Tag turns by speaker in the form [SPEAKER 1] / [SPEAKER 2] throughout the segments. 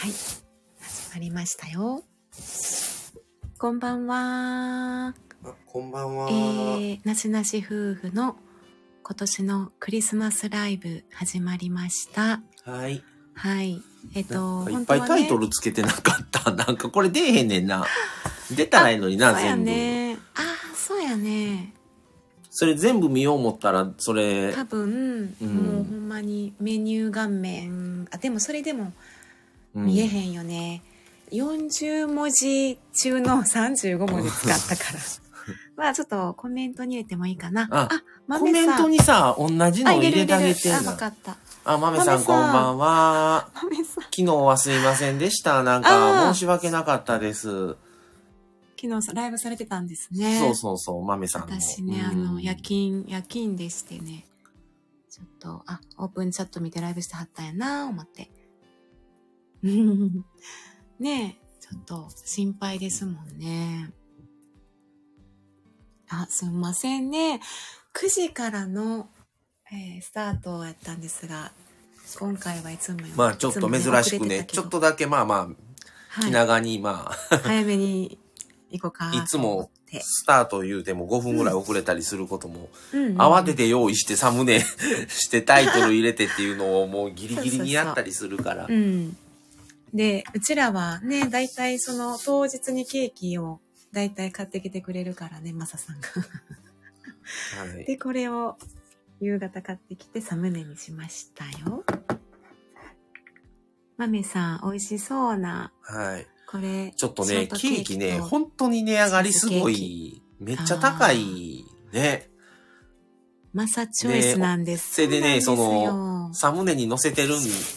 [SPEAKER 1] はい。始まりましたよ。こんばんは。
[SPEAKER 2] あ、こんばんは。
[SPEAKER 1] えー、なしなし夫婦の今年のクリスマスライブ始まりました。
[SPEAKER 2] はい。
[SPEAKER 1] はい。えっ
[SPEAKER 2] な
[SPEAKER 1] と、
[SPEAKER 2] んかいっぱい
[SPEAKER 1] 本当
[SPEAKER 2] タ
[SPEAKER 1] はね
[SPEAKER 2] イトルつけてなかった。 なんかこれ出えへんねん な。出たらいいのにな、
[SPEAKER 1] そうや
[SPEAKER 2] 全部。
[SPEAKER 1] ね。ああ、そうやね。
[SPEAKER 2] それ全部見よう思ったら、それ、
[SPEAKER 1] 多分、
[SPEAKER 2] うん
[SPEAKER 1] もうほんまにメニュー画面。あ、でもそれでも
[SPEAKER 2] うん
[SPEAKER 1] 見えへんよね。40文字中の35文字使った から。まあちょっとコメントに入れてもいいかな。
[SPEAKER 2] あコ
[SPEAKER 1] 豆
[SPEAKER 2] メ
[SPEAKER 1] さん
[SPEAKER 2] ントにさ、同じ
[SPEAKER 1] あ
[SPEAKER 2] の入れてあ
[SPEAKER 1] 入れる
[SPEAKER 2] げて
[SPEAKER 1] 入れ
[SPEAKER 2] ん
[SPEAKER 1] るあ、わか
[SPEAKER 2] な。
[SPEAKER 1] った。
[SPEAKER 2] あ、まめさ
[SPEAKER 1] 豆さ
[SPEAKER 2] ん
[SPEAKER 1] ん
[SPEAKER 2] こんばんは。
[SPEAKER 1] 豆さん。
[SPEAKER 2] 昨日はすいませんでした。
[SPEAKER 1] あ
[SPEAKER 2] なんか
[SPEAKER 1] ー
[SPEAKER 2] 申し訳なかったです。
[SPEAKER 1] 昨日さライブされてたんですね。
[SPEAKER 2] そうそうそう、まめさんも。
[SPEAKER 1] 私ね、あ
[SPEAKER 2] うん
[SPEAKER 1] の、夜勤、夜勤でしてね、ちょっと、あ、オープンチャット見てライブしてはったんやなぁ、思って。 うんねえ、ちょっと心配ですもんね。あ、すんませんね。9時からの、えースタートやったんですが、今回はいつもよ
[SPEAKER 2] まあちょっと
[SPEAKER 1] いつも
[SPEAKER 2] 珍し
[SPEAKER 1] 遅
[SPEAKER 2] く
[SPEAKER 1] れて
[SPEAKER 2] ね、
[SPEAKER 1] たけ
[SPEAKER 2] ち
[SPEAKER 1] ど
[SPEAKER 2] ょっとだけまあまあ、気
[SPEAKER 1] は
[SPEAKER 2] 長にまあ、
[SPEAKER 1] い、早めに行こうか。
[SPEAKER 2] いつも
[SPEAKER 1] と思って、
[SPEAKER 2] スタート言うても5分ぐらい遅れたりすることも、
[SPEAKER 1] うんうん
[SPEAKER 2] 慌てて用意してサムネ してタイトル入れてっていうのをもうギリギリにやったりするから
[SPEAKER 1] う。ん。で、うちらはね、だいたいその当日にケーキをだいたい買ってきてくれるからね、マサさん が。
[SPEAKER 2] はい
[SPEAKER 1] で、これを夕方買ってきてサムネにしましたよ。マメさん、美味しそうな、
[SPEAKER 2] はい。
[SPEAKER 1] これ。
[SPEAKER 2] ちょっと
[SPEAKER 1] ショ
[SPEAKER 2] ね、
[SPEAKER 1] ート
[SPEAKER 2] ケーキね、
[SPEAKER 1] と
[SPEAKER 2] 本当に値上がりすご
[SPEAKER 1] チ
[SPEAKER 2] い、めっちゃ高いね。
[SPEAKER 1] マサチョイスなんです。
[SPEAKER 2] それでね
[SPEAKER 1] うなんですよ
[SPEAKER 2] サムネに載せてる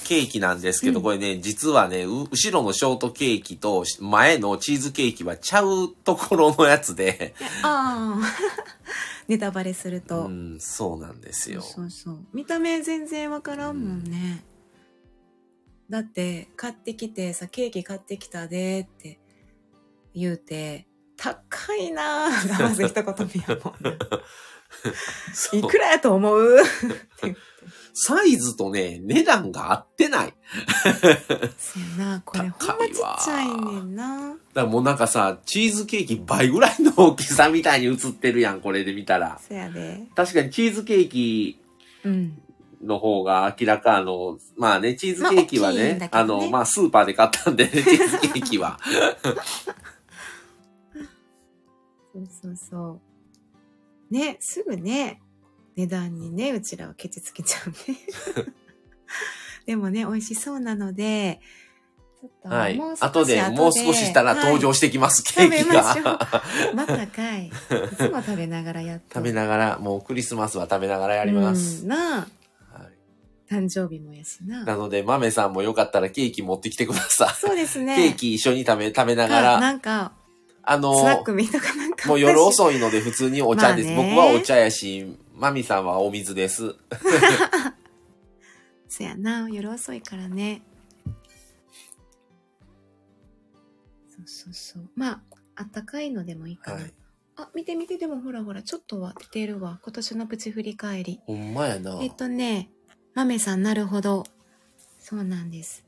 [SPEAKER 2] ケーキなんですけど、
[SPEAKER 1] うん
[SPEAKER 2] これね、実はね、う後ろのショートケーキと前のチーズケーキはちゃうところのやつで、
[SPEAKER 1] ああ。 ネタバレする
[SPEAKER 2] う
[SPEAKER 1] と。
[SPEAKER 2] ん、そうなんですよ。
[SPEAKER 1] そうそうそう見た目全然わからんもんね、だって買ってきてさケーキ買ってきたでって言うて高いなぁがまず一言目やも
[SPEAKER 2] そ
[SPEAKER 1] ん
[SPEAKER 2] う
[SPEAKER 1] いくらやと思う
[SPEAKER 2] サイズとね、値段が合ってない。
[SPEAKER 1] そやなこれほん
[SPEAKER 2] 高
[SPEAKER 1] ま
[SPEAKER 2] い
[SPEAKER 1] ちっ
[SPEAKER 2] わ
[SPEAKER 1] ちゃいねんな
[SPEAKER 2] だからもうなんかさ、チーズケーキ倍ぐらいの大きさみたいに映ってるやん、これで見たら。
[SPEAKER 1] そやで
[SPEAKER 2] 確かにチーズケーキ
[SPEAKER 1] うん
[SPEAKER 2] の方が明らかあの、まあね、チーズケーキはね、
[SPEAKER 1] まあ
[SPEAKER 2] あ
[SPEAKER 1] 大きいんだけどね
[SPEAKER 2] の、まあスーパーで買ったんで、 ね、チーズケーキは。
[SPEAKER 1] そうそうそうねすぐね値段にねうちらはケチつけちゃう ねでもね美味しそうなのでちょっと
[SPEAKER 2] はい
[SPEAKER 1] もう。少し
[SPEAKER 2] あとで、もう少ししたら登 場
[SPEAKER 1] し
[SPEAKER 2] してきます、
[SPEAKER 1] はい
[SPEAKER 2] ケーキ
[SPEAKER 1] 食べま
[SPEAKER 2] が。
[SPEAKER 1] て、またかいいつも食べながらやって
[SPEAKER 2] 食べながら、もうクリスマスは食べながらやります。
[SPEAKER 1] うんなあ
[SPEAKER 2] はい
[SPEAKER 1] 誕生日もやしな
[SPEAKER 2] なので、豆さんもよかったらケーキ持ってきてください。
[SPEAKER 1] そうですね
[SPEAKER 2] ケーキ一緒に食べ、食べなが
[SPEAKER 1] あ
[SPEAKER 2] ら、
[SPEAKER 1] なんか
[SPEAKER 2] あの、
[SPEAKER 1] スナック見とかなんか
[SPEAKER 2] もう夜遅いので普通にお茶です。
[SPEAKER 1] まあね
[SPEAKER 2] 僕はお茶やし、マミさんはお水です。
[SPEAKER 1] そやな、夜遅いからね。そうそうそう。まあ、あったかいのでもいいかな。
[SPEAKER 2] はい。
[SPEAKER 1] あ、見て見て、でもほらほら、ちょっとは出てるわ。今年のプチ振り返り。
[SPEAKER 2] ほんまやな。
[SPEAKER 1] えっとね、まめさん、なるほど。そうなんです。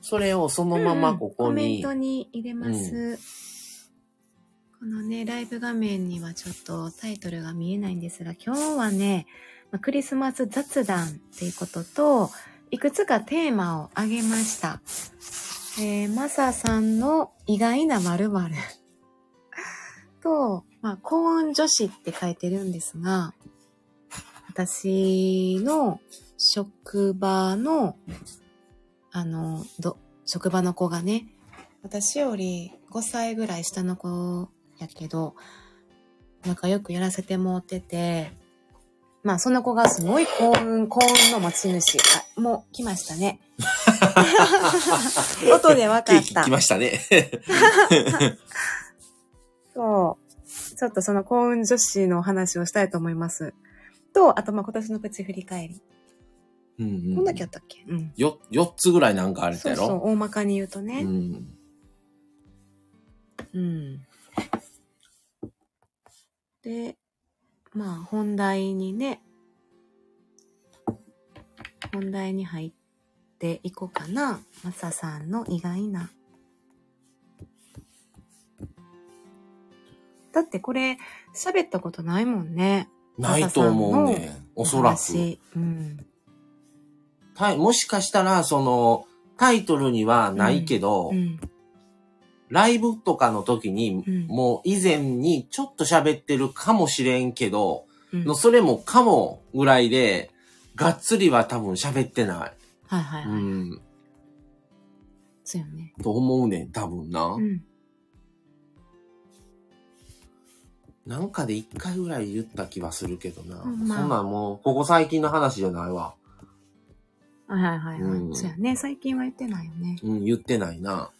[SPEAKER 2] それをそのま
[SPEAKER 1] うんう
[SPEAKER 2] ま
[SPEAKER 1] ん
[SPEAKER 2] こ
[SPEAKER 1] コ
[SPEAKER 2] こ
[SPEAKER 1] メン
[SPEAKER 2] に、
[SPEAKER 1] トに入れます。このね、ライブ画面にはちょっとタイトルが見えないんですが、今日はね、まあクリスマス雑談っていうことと、いくつかテーマをあげました。えー、マサさんの意外な〇〇 と、まあ、幸運女子って書いてるんですが、私の職場の、あの、ど、職場の子がね、私より5歳ぐらい下の子やけど、なんかよくやらせてもうてて、まあその子がすごい幸運、幸運の持ち主。あ、もう来ましたね。音で分 か
[SPEAKER 2] ケ ー
[SPEAKER 1] っ
[SPEAKER 2] キ
[SPEAKER 1] た
[SPEAKER 2] 来。まし たね。
[SPEAKER 1] そう。ちょっとその幸運女子のお話をしたいと思います。と、あとまあ今年のプチ振り返り。
[SPEAKER 2] うんうん
[SPEAKER 1] こんだけあったっけうん。
[SPEAKER 2] よ、4つぐらいなんかあれ
[SPEAKER 1] そ
[SPEAKER 2] た
[SPEAKER 1] う
[SPEAKER 2] やろ
[SPEAKER 1] そう、大まかに言うとね。
[SPEAKER 2] うん。
[SPEAKER 1] うん。で、まあ本題にね、本題に入っっていこうかな。マサさんの意外な。だってこれ、喋ったことないもんね。
[SPEAKER 2] ないと思う
[SPEAKER 1] マサさん
[SPEAKER 2] ね
[SPEAKER 1] の。
[SPEAKER 2] おそらく。
[SPEAKER 1] 話うん。
[SPEAKER 2] タイもしかしたら、その、タイトルにはないけど、
[SPEAKER 1] うん。
[SPEAKER 2] ライブとかの時に、
[SPEAKER 1] うん
[SPEAKER 2] もう以前にちょっと喋ってるかもしれんけど、
[SPEAKER 1] うん
[SPEAKER 2] のそれもかもぐらいで、がっつりは多分喋ってな
[SPEAKER 1] はいはいはい。
[SPEAKER 2] い。うん。
[SPEAKER 1] そうよね。
[SPEAKER 2] と思うねん、多分な。
[SPEAKER 1] うん。
[SPEAKER 2] なんかで一回ぐらい言った気はするけどな。
[SPEAKER 1] うんまあ
[SPEAKER 2] そんなんもう、ここ最近の話じゃないわ。
[SPEAKER 1] はいはいはいはい。
[SPEAKER 2] うん
[SPEAKER 1] そうやね。最近は言ってないよね。
[SPEAKER 2] うん、言ってないな。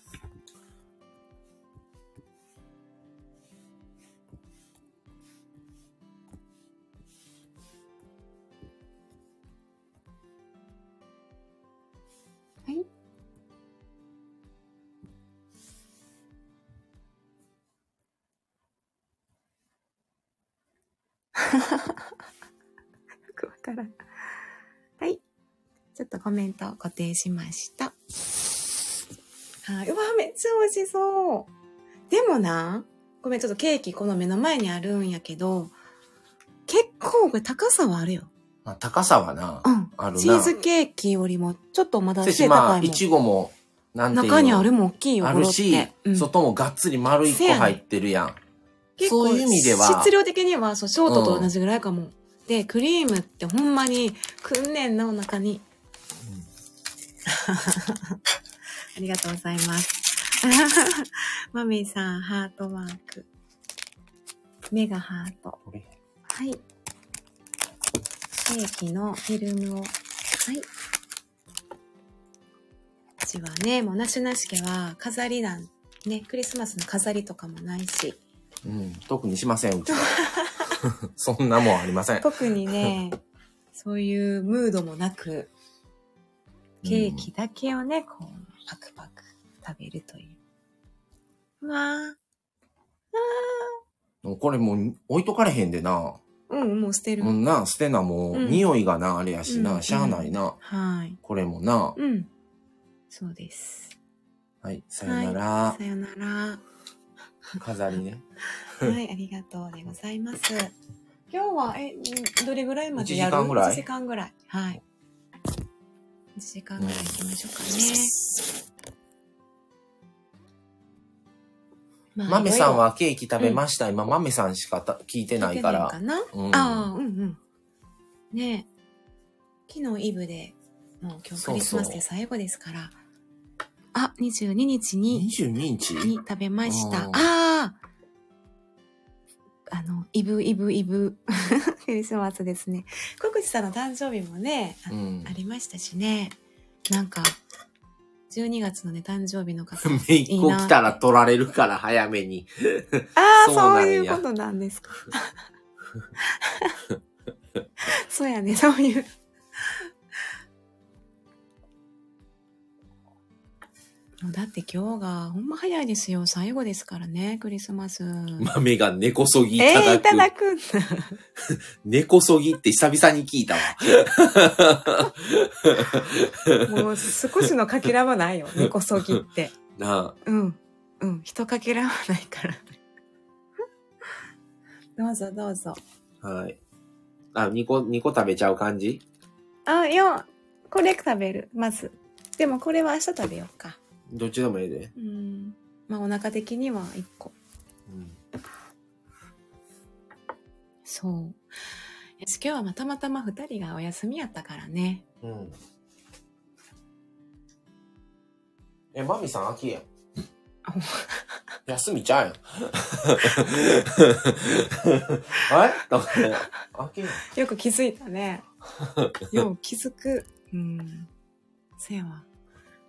[SPEAKER 1] はい。よくわからん。はい。ちょっとコメントを固定しました。あーうわ、めっちゃ美味しそう。でもな、ごめん、ちょっとケーキこの目の前にあるんやけど、結構これ高さはあるよ。
[SPEAKER 2] まあ、高さはな。
[SPEAKER 1] うん。
[SPEAKER 2] あるな
[SPEAKER 1] チーズケーキよりも、ちょっとまだ
[SPEAKER 2] せやし、
[SPEAKER 1] 背高
[SPEAKER 2] まあ、
[SPEAKER 1] いも
[SPEAKER 2] い
[SPEAKER 1] ん。
[SPEAKER 2] ちごも、なんていうの
[SPEAKER 1] 中にあるもん大きいよ、
[SPEAKER 2] あ
[SPEAKER 1] ゴ
[SPEAKER 2] る
[SPEAKER 1] ロっ
[SPEAKER 2] し
[SPEAKER 1] て、うん
[SPEAKER 2] 外もがっつり丸一個入ってるやん。
[SPEAKER 1] 結構
[SPEAKER 2] そういう意味では
[SPEAKER 1] 質量的には、そう、ショートと同じぐらいかも。で、クリームってほんまに、くんねんな、お腹に。 ありがとうございます。 マミーさん、ハートマーク。目がハート。
[SPEAKER 2] これ
[SPEAKER 1] はい。ケーキのフィルムを。はい。うちはね、もうなしなし家は飾りなん、ね、クリスマスの飾りとかもないし。
[SPEAKER 2] うん、特にしません、うちは。そんなもんありません。
[SPEAKER 1] 特にね、そういうムードもなく、ケーキだけをね、こう、パクパク食べるという。うわー
[SPEAKER 2] うん。これもう置いとかれへんでな。
[SPEAKER 1] うん、もう捨てる。
[SPEAKER 2] うんな、捨てなもう、
[SPEAKER 1] うん
[SPEAKER 2] 匂いがな、あれやしな、
[SPEAKER 1] うん
[SPEAKER 2] しゃあないな。
[SPEAKER 1] はい。
[SPEAKER 2] これもな。
[SPEAKER 1] うん。そうです。
[SPEAKER 2] はい、さよなら。
[SPEAKER 1] さよな ら。
[SPEAKER 2] 飾りね。
[SPEAKER 1] はい、ありがとうでございます。今日は、え、んどれぐらいまで
[SPEAKER 2] 一
[SPEAKER 1] やる
[SPEAKER 2] 時間ぐらい
[SPEAKER 1] 1時間ぐらい。はい。1時間ぐらい行きましょうかね。まあ
[SPEAKER 2] マメさんはケーキ食べました。今、マメさんしかた聞いてないか
[SPEAKER 1] 聞
[SPEAKER 2] ら
[SPEAKER 1] いて。ないかな
[SPEAKER 2] うん
[SPEAKER 1] ああ、うんうん。ねえ。昨日イブで、もう今日クリスマスで最後ですから。あ、22日に、
[SPEAKER 2] 22日
[SPEAKER 1] に食べました。
[SPEAKER 2] う
[SPEAKER 1] あ
[SPEAKER 2] ん
[SPEAKER 1] あーあの、イブイブイブ。 クリスマスですね。国地さんの誕生日もね、あ
[SPEAKER 2] うん
[SPEAKER 1] あ。りましたしね。なんか、12月のね、誕生日の方。あ
[SPEAKER 2] めいっ子来たら取られるから、早めに。
[SPEAKER 1] あー、
[SPEAKER 2] そ
[SPEAKER 1] そ
[SPEAKER 2] う
[SPEAKER 1] う
[SPEAKER 2] なんや
[SPEAKER 1] いうことなんです か。そうやね、そういう。もうだって今日がほんま早いですよ。最後ですからね、クリスマス。
[SPEAKER 2] 豆が根こそぎい
[SPEAKER 1] え
[SPEAKER 2] た
[SPEAKER 1] えー、
[SPEAKER 2] だ
[SPEAKER 1] いただくん
[SPEAKER 2] く。
[SPEAKER 1] だ。
[SPEAKER 2] 根こそぎって久々に聞いたわ。
[SPEAKER 1] もう少しのかけらはないよ。根こそぎって。
[SPEAKER 2] なあ。
[SPEAKER 1] うん。うん。ひとかけらはないから。 どうぞどうぞ。
[SPEAKER 2] はい。あ、2個、2個食べちゃう感じ
[SPEAKER 1] あ、いや、これ食べる。まず。でもこれは明日食べようか。
[SPEAKER 2] どっちでもええで。
[SPEAKER 1] うん。まあお腹的には1個。
[SPEAKER 2] うん。
[SPEAKER 1] そう。いや今日はまあたまたま2人がお休みやったからね。
[SPEAKER 2] うん。え、マミさん、秋やん
[SPEAKER 1] あほん。
[SPEAKER 2] 休み ちゃうやん。あれだから、秋やん。
[SPEAKER 1] よく気づいた ね。よう気づく。うん。せやわ。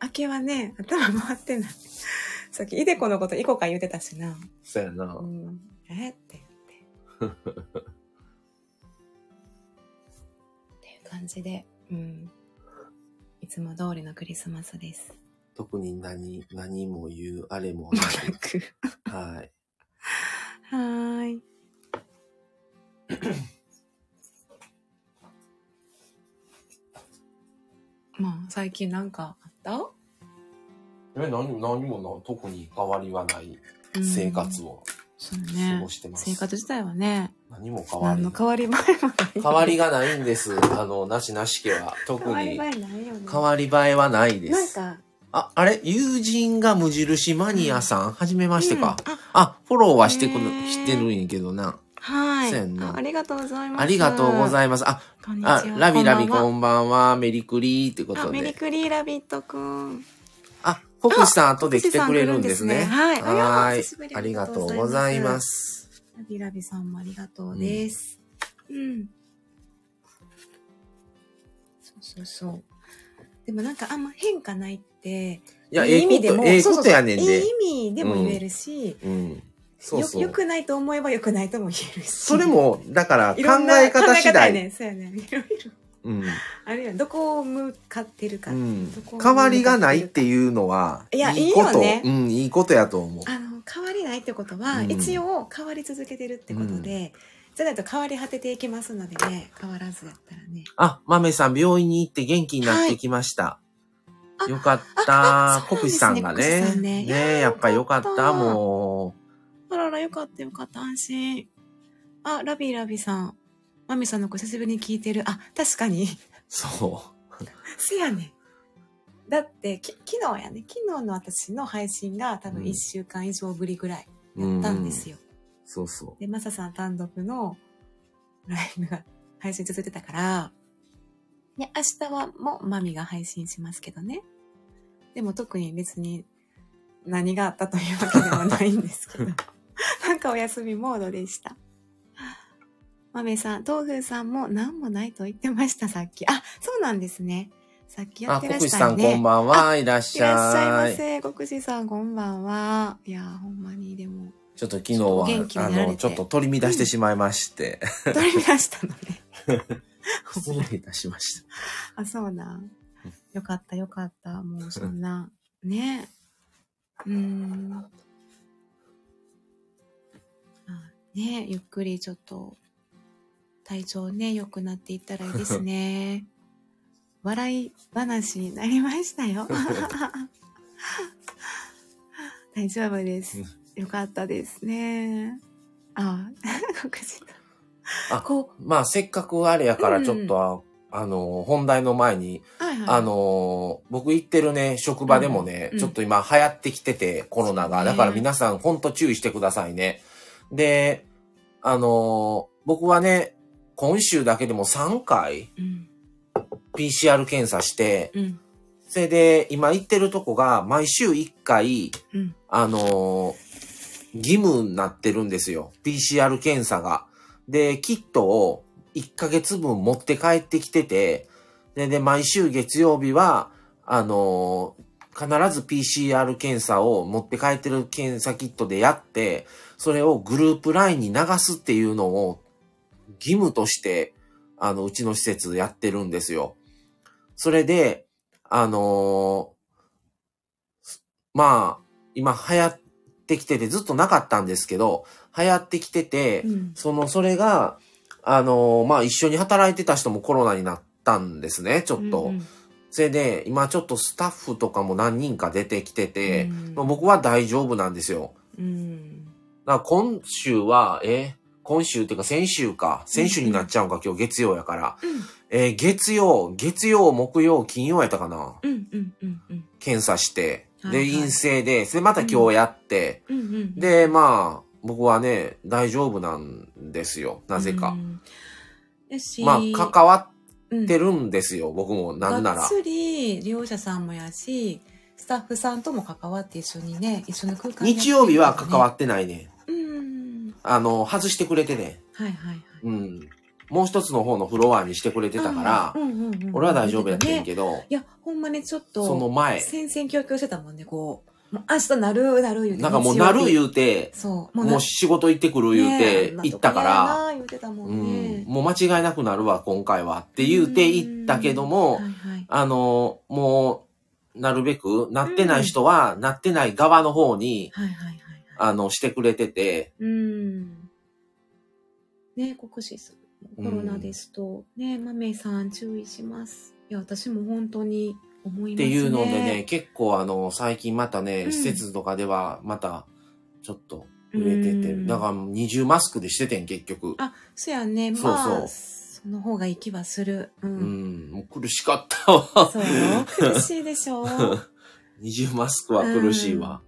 [SPEAKER 1] 明けはね、頭回ってない。さっき、いでこのこと、いこか言うてたしな。
[SPEAKER 2] そうやな
[SPEAKER 1] う。ん。えって言って。っていう感じで、うん。いつも通りのクリスマスです。
[SPEAKER 2] 特に何、何も言う、あれも
[SPEAKER 1] もなく。
[SPEAKER 2] なく。はい。
[SPEAKER 1] はーい。 まあ、最近なんかあった、
[SPEAKER 2] え、何、何もな、特に変わりはない
[SPEAKER 1] うん
[SPEAKER 2] 生活を
[SPEAKER 1] そう
[SPEAKER 2] 過
[SPEAKER 1] ね
[SPEAKER 2] ご。してます。
[SPEAKER 1] 生活自体はね、
[SPEAKER 2] 何も変わ
[SPEAKER 1] 何
[SPEAKER 2] り
[SPEAKER 1] の。変わり映えもない。
[SPEAKER 2] 変わりがないんです。あの、なしなし家は。特
[SPEAKER 1] 変わり映え
[SPEAKER 2] に。
[SPEAKER 1] ないよね。
[SPEAKER 2] 変わり映えはないで
[SPEAKER 1] なん
[SPEAKER 2] す。
[SPEAKER 1] か、
[SPEAKER 2] あ、あれ友人が無印マニアさん、はじめましてか。
[SPEAKER 1] うんあ
[SPEAKER 2] あ、フォローはしてくる
[SPEAKER 1] へ、ー
[SPEAKER 2] してるんやけどな。
[SPEAKER 1] はい
[SPEAKER 2] そうやんな
[SPEAKER 1] あ。ありがとうございます。
[SPEAKER 2] ありがとうご
[SPEAKER 1] い
[SPEAKER 2] ざいます。あ、
[SPEAKER 1] ます。こんにち
[SPEAKER 2] あ
[SPEAKER 1] は。
[SPEAKER 2] ラビラビこ
[SPEAKER 1] こん
[SPEAKER 2] んばんは、メリクリーってこ
[SPEAKER 1] ばんは。あ、
[SPEAKER 2] と
[SPEAKER 1] メリ
[SPEAKER 2] で。
[SPEAKER 1] クリーラビットくん。
[SPEAKER 2] あ、国士さん後で来てくれるんですね。
[SPEAKER 1] あ国士さん来るんですねはい
[SPEAKER 2] は
[SPEAKER 1] あ
[SPEAKER 2] ー
[SPEAKER 1] りがとう久
[SPEAKER 2] い
[SPEAKER 1] しぶり
[SPEAKER 2] ありがとうございます。
[SPEAKER 1] ラビラビさんもありがとうです。うん。そうそうそう。でもなんかあんま変化ないって、
[SPEAKER 2] いや、
[SPEAKER 1] いい
[SPEAKER 2] ええこと、ええ
[SPEAKER 1] そうそう
[SPEAKER 2] こと
[SPEAKER 1] そう
[SPEAKER 2] やねんで
[SPEAKER 1] いい。意味でも言えるし、
[SPEAKER 2] うん。そうそ
[SPEAKER 1] よよ
[SPEAKER 2] う。
[SPEAKER 1] くないと思えばよくないとも言えるし。
[SPEAKER 2] それも、だから考
[SPEAKER 1] いろんな
[SPEAKER 2] え方
[SPEAKER 1] 考
[SPEAKER 2] 次
[SPEAKER 1] えや
[SPEAKER 2] 第。
[SPEAKER 1] ね。そうやね。いろいろ。
[SPEAKER 2] うん。
[SPEAKER 1] あるよね。どこを向かってるか。
[SPEAKER 2] うん
[SPEAKER 1] どこを
[SPEAKER 2] 変わりがないっていうのは、
[SPEAKER 1] いや
[SPEAKER 2] こ
[SPEAKER 1] いい
[SPEAKER 2] と
[SPEAKER 1] よね
[SPEAKER 2] うん、いいことやと思う。
[SPEAKER 1] あの変わりないってことは、
[SPEAKER 2] うん
[SPEAKER 1] 一応変わり続けてるってことで、じゃないと変わり果てていきますのでね変わらずやったらね
[SPEAKER 2] あ、豆さん、病院に行って元気になってきました。
[SPEAKER 1] いあ
[SPEAKER 2] よかっ
[SPEAKER 1] ああそ
[SPEAKER 2] た。
[SPEAKER 1] うなん
[SPEAKER 2] 国
[SPEAKER 1] ですね
[SPEAKER 2] 士さんが
[SPEAKER 1] 国士
[SPEAKER 2] ね。
[SPEAKER 1] さんね
[SPEAKER 2] ね
[SPEAKER 1] いやー
[SPEAKER 2] やっぱよかっ
[SPEAKER 1] よか
[SPEAKER 2] た、
[SPEAKER 1] った
[SPEAKER 2] も
[SPEAKER 1] あららよかったよかった安心あラビーラビーさんマミさんの子久しぶりに聞いてるあ確かに
[SPEAKER 2] う。そ
[SPEAKER 1] せやねんだってき昨日やね昨日の私の配信が多分
[SPEAKER 2] うん
[SPEAKER 1] 1週間以上ぶりぐらいやったんですよ、
[SPEAKER 2] う。そうそ
[SPEAKER 1] でマサさん単独のライブが配信続いてたから、ね、明日はもうマミが配信しますけどね。でも特に別に何があったというわけではないんです けど、なんかお休みモードでした。マメさん、東風さんも何もないと言ってました、さっき。あ、そうなんですね。さっき
[SPEAKER 2] う。
[SPEAKER 1] や
[SPEAKER 2] あ、
[SPEAKER 1] ってらっ
[SPEAKER 2] 国士
[SPEAKER 1] しゃ
[SPEAKER 2] さ
[SPEAKER 1] る
[SPEAKER 2] ん
[SPEAKER 1] ね。
[SPEAKER 2] こんばんは。いらっ
[SPEAKER 1] い
[SPEAKER 2] し
[SPEAKER 1] らっしゃ
[SPEAKER 2] ゃ
[SPEAKER 1] いま
[SPEAKER 2] い。
[SPEAKER 1] せ。国士さん、こんばんは。いやー、ほんまに、でも。
[SPEAKER 2] ちょっと昨日
[SPEAKER 1] お元気に
[SPEAKER 2] は、あ
[SPEAKER 1] なられて
[SPEAKER 2] の、ちょっと取り乱してしまいまして。
[SPEAKER 1] 取り乱したのね。
[SPEAKER 2] 失礼いたしました。
[SPEAKER 1] あ、そうなん
[SPEAKER 2] うん。
[SPEAKER 1] よかった、よかった。もうそん な、ねえ。うーん。まあねえ、ゆっくりちょっと、体調ね、良くなっていったらいいです ね。笑い話になりました よ。大丈夫です
[SPEAKER 2] うん。
[SPEAKER 1] よかったですね。あ あ、告知だ
[SPEAKER 2] あ
[SPEAKER 1] こ
[SPEAKER 2] まあ、せっかくあれやから、ちょっとは、あの、本題の前に、
[SPEAKER 1] う、はいはい。
[SPEAKER 2] あのー僕行ってるね、職場でもね、
[SPEAKER 1] うん
[SPEAKER 2] ちょっと今流行ってきてて、コロナ
[SPEAKER 1] そう
[SPEAKER 2] が。
[SPEAKER 1] ね
[SPEAKER 2] だから皆さんほんと注意してくださいね。で、あのー僕はね、今週だけでも3回
[SPEAKER 1] うん、
[SPEAKER 2] PCR 検査して、
[SPEAKER 1] うん、
[SPEAKER 2] それで今行ってるとこが毎週1回、
[SPEAKER 1] うん。
[SPEAKER 2] あのー義務になってるんですよ。PCR 検査が。で、キットを1ヶ月分持って帰ってきてて、で、で、毎週月曜日は、あのー必ず PCR 検査を持って帰ってる検査キットでやって、それをグループラインに流すっていうのを義務として、あの、うちの施設やってるんですよ。それで、あのーまあ、今流行ってきてて、ずっとなかったんですけど、流行ってきてて、
[SPEAKER 1] うん
[SPEAKER 2] その、それが、あのーまあ、一緒に働いてた人もコロナになったんですね、ちょっと。
[SPEAKER 1] うんうん
[SPEAKER 2] それで、今ちょっとスタッフとかも何人か出てきてて、
[SPEAKER 1] うん
[SPEAKER 2] まあ僕は大丈夫なんですよ。
[SPEAKER 1] うん。
[SPEAKER 2] だから今週は、え今週っていうか先週か。先週になっちゃうんか、今日月曜やから。
[SPEAKER 1] うん
[SPEAKER 2] えー月曜、月曜、木曜、金曜やったかな。
[SPEAKER 1] うんうんうんうん
[SPEAKER 2] 検査して。
[SPEAKER 1] はいは
[SPEAKER 2] で、
[SPEAKER 1] い
[SPEAKER 2] 陰性で、それでまた今日やって。
[SPEAKER 1] うんうん
[SPEAKER 2] で、まあ、僕はね、大丈夫なんですよ。なぜ
[SPEAKER 1] う
[SPEAKER 2] か。
[SPEAKER 1] んやし
[SPEAKER 2] まあ、関わ
[SPEAKER 1] っ
[SPEAKER 2] ってるんですよ、僕も。なんな
[SPEAKER 1] がっ
[SPEAKER 2] ら。
[SPEAKER 1] つり利用者さんもやしスタッフさんとも関わって一緒にね一緒の空間
[SPEAKER 2] 日曜日は関わ
[SPEAKER 1] って
[SPEAKER 2] ってないね。
[SPEAKER 1] るからねうん
[SPEAKER 2] あの、外してくれてね。
[SPEAKER 1] はいはいはい
[SPEAKER 2] うん。もう一つの方のフロアにしてくれてたから、
[SPEAKER 1] うんうんうんうん
[SPEAKER 2] 俺は大丈夫やってん
[SPEAKER 1] ね
[SPEAKER 2] けど、
[SPEAKER 1] いやほんまにちょっと
[SPEAKER 2] その前、
[SPEAKER 1] 戦々恐々してたもんねこうもう明日なるなる言うて
[SPEAKER 2] なんかもうなる
[SPEAKER 1] う
[SPEAKER 2] 言うて、
[SPEAKER 1] そう
[SPEAKER 2] もう
[SPEAKER 1] し
[SPEAKER 2] 仕事行ってくる言うて、行ったから、
[SPEAKER 1] 言うてたも
[SPEAKER 2] うんん
[SPEAKER 1] ね、
[SPEAKER 2] もう間違いなくなるわ、今回はって言うて行ったけども
[SPEAKER 1] は、いはい
[SPEAKER 2] あの、もう、なるべく、なってない人は、なってない側の方に、
[SPEAKER 1] はいはいはいはい
[SPEAKER 2] あの、してくれてて、
[SPEAKER 1] うん。ね、国士さん、コロナですと、ね、マメさん注意します。いや、私も本当に思い
[SPEAKER 2] っ
[SPEAKER 1] ます
[SPEAKER 2] て
[SPEAKER 1] ね。
[SPEAKER 2] いうのでね、結構あの、最近またね、
[SPEAKER 1] うん
[SPEAKER 2] 施設とかではまた、ちょっと売れてて、
[SPEAKER 1] うん
[SPEAKER 2] だから二重マスクでしててん、結局。
[SPEAKER 1] あ、そやね。
[SPEAKER 2] そうそう
[SPEAKER 1] まあ、その方がいい気はする。う。
[SPEAKER 2] うんん、もう苦しかったわ。
[SPEAKER 1] そうよ。苦しいでしょ。
[SPEAKER 2] 二重マスクは苦しいわ。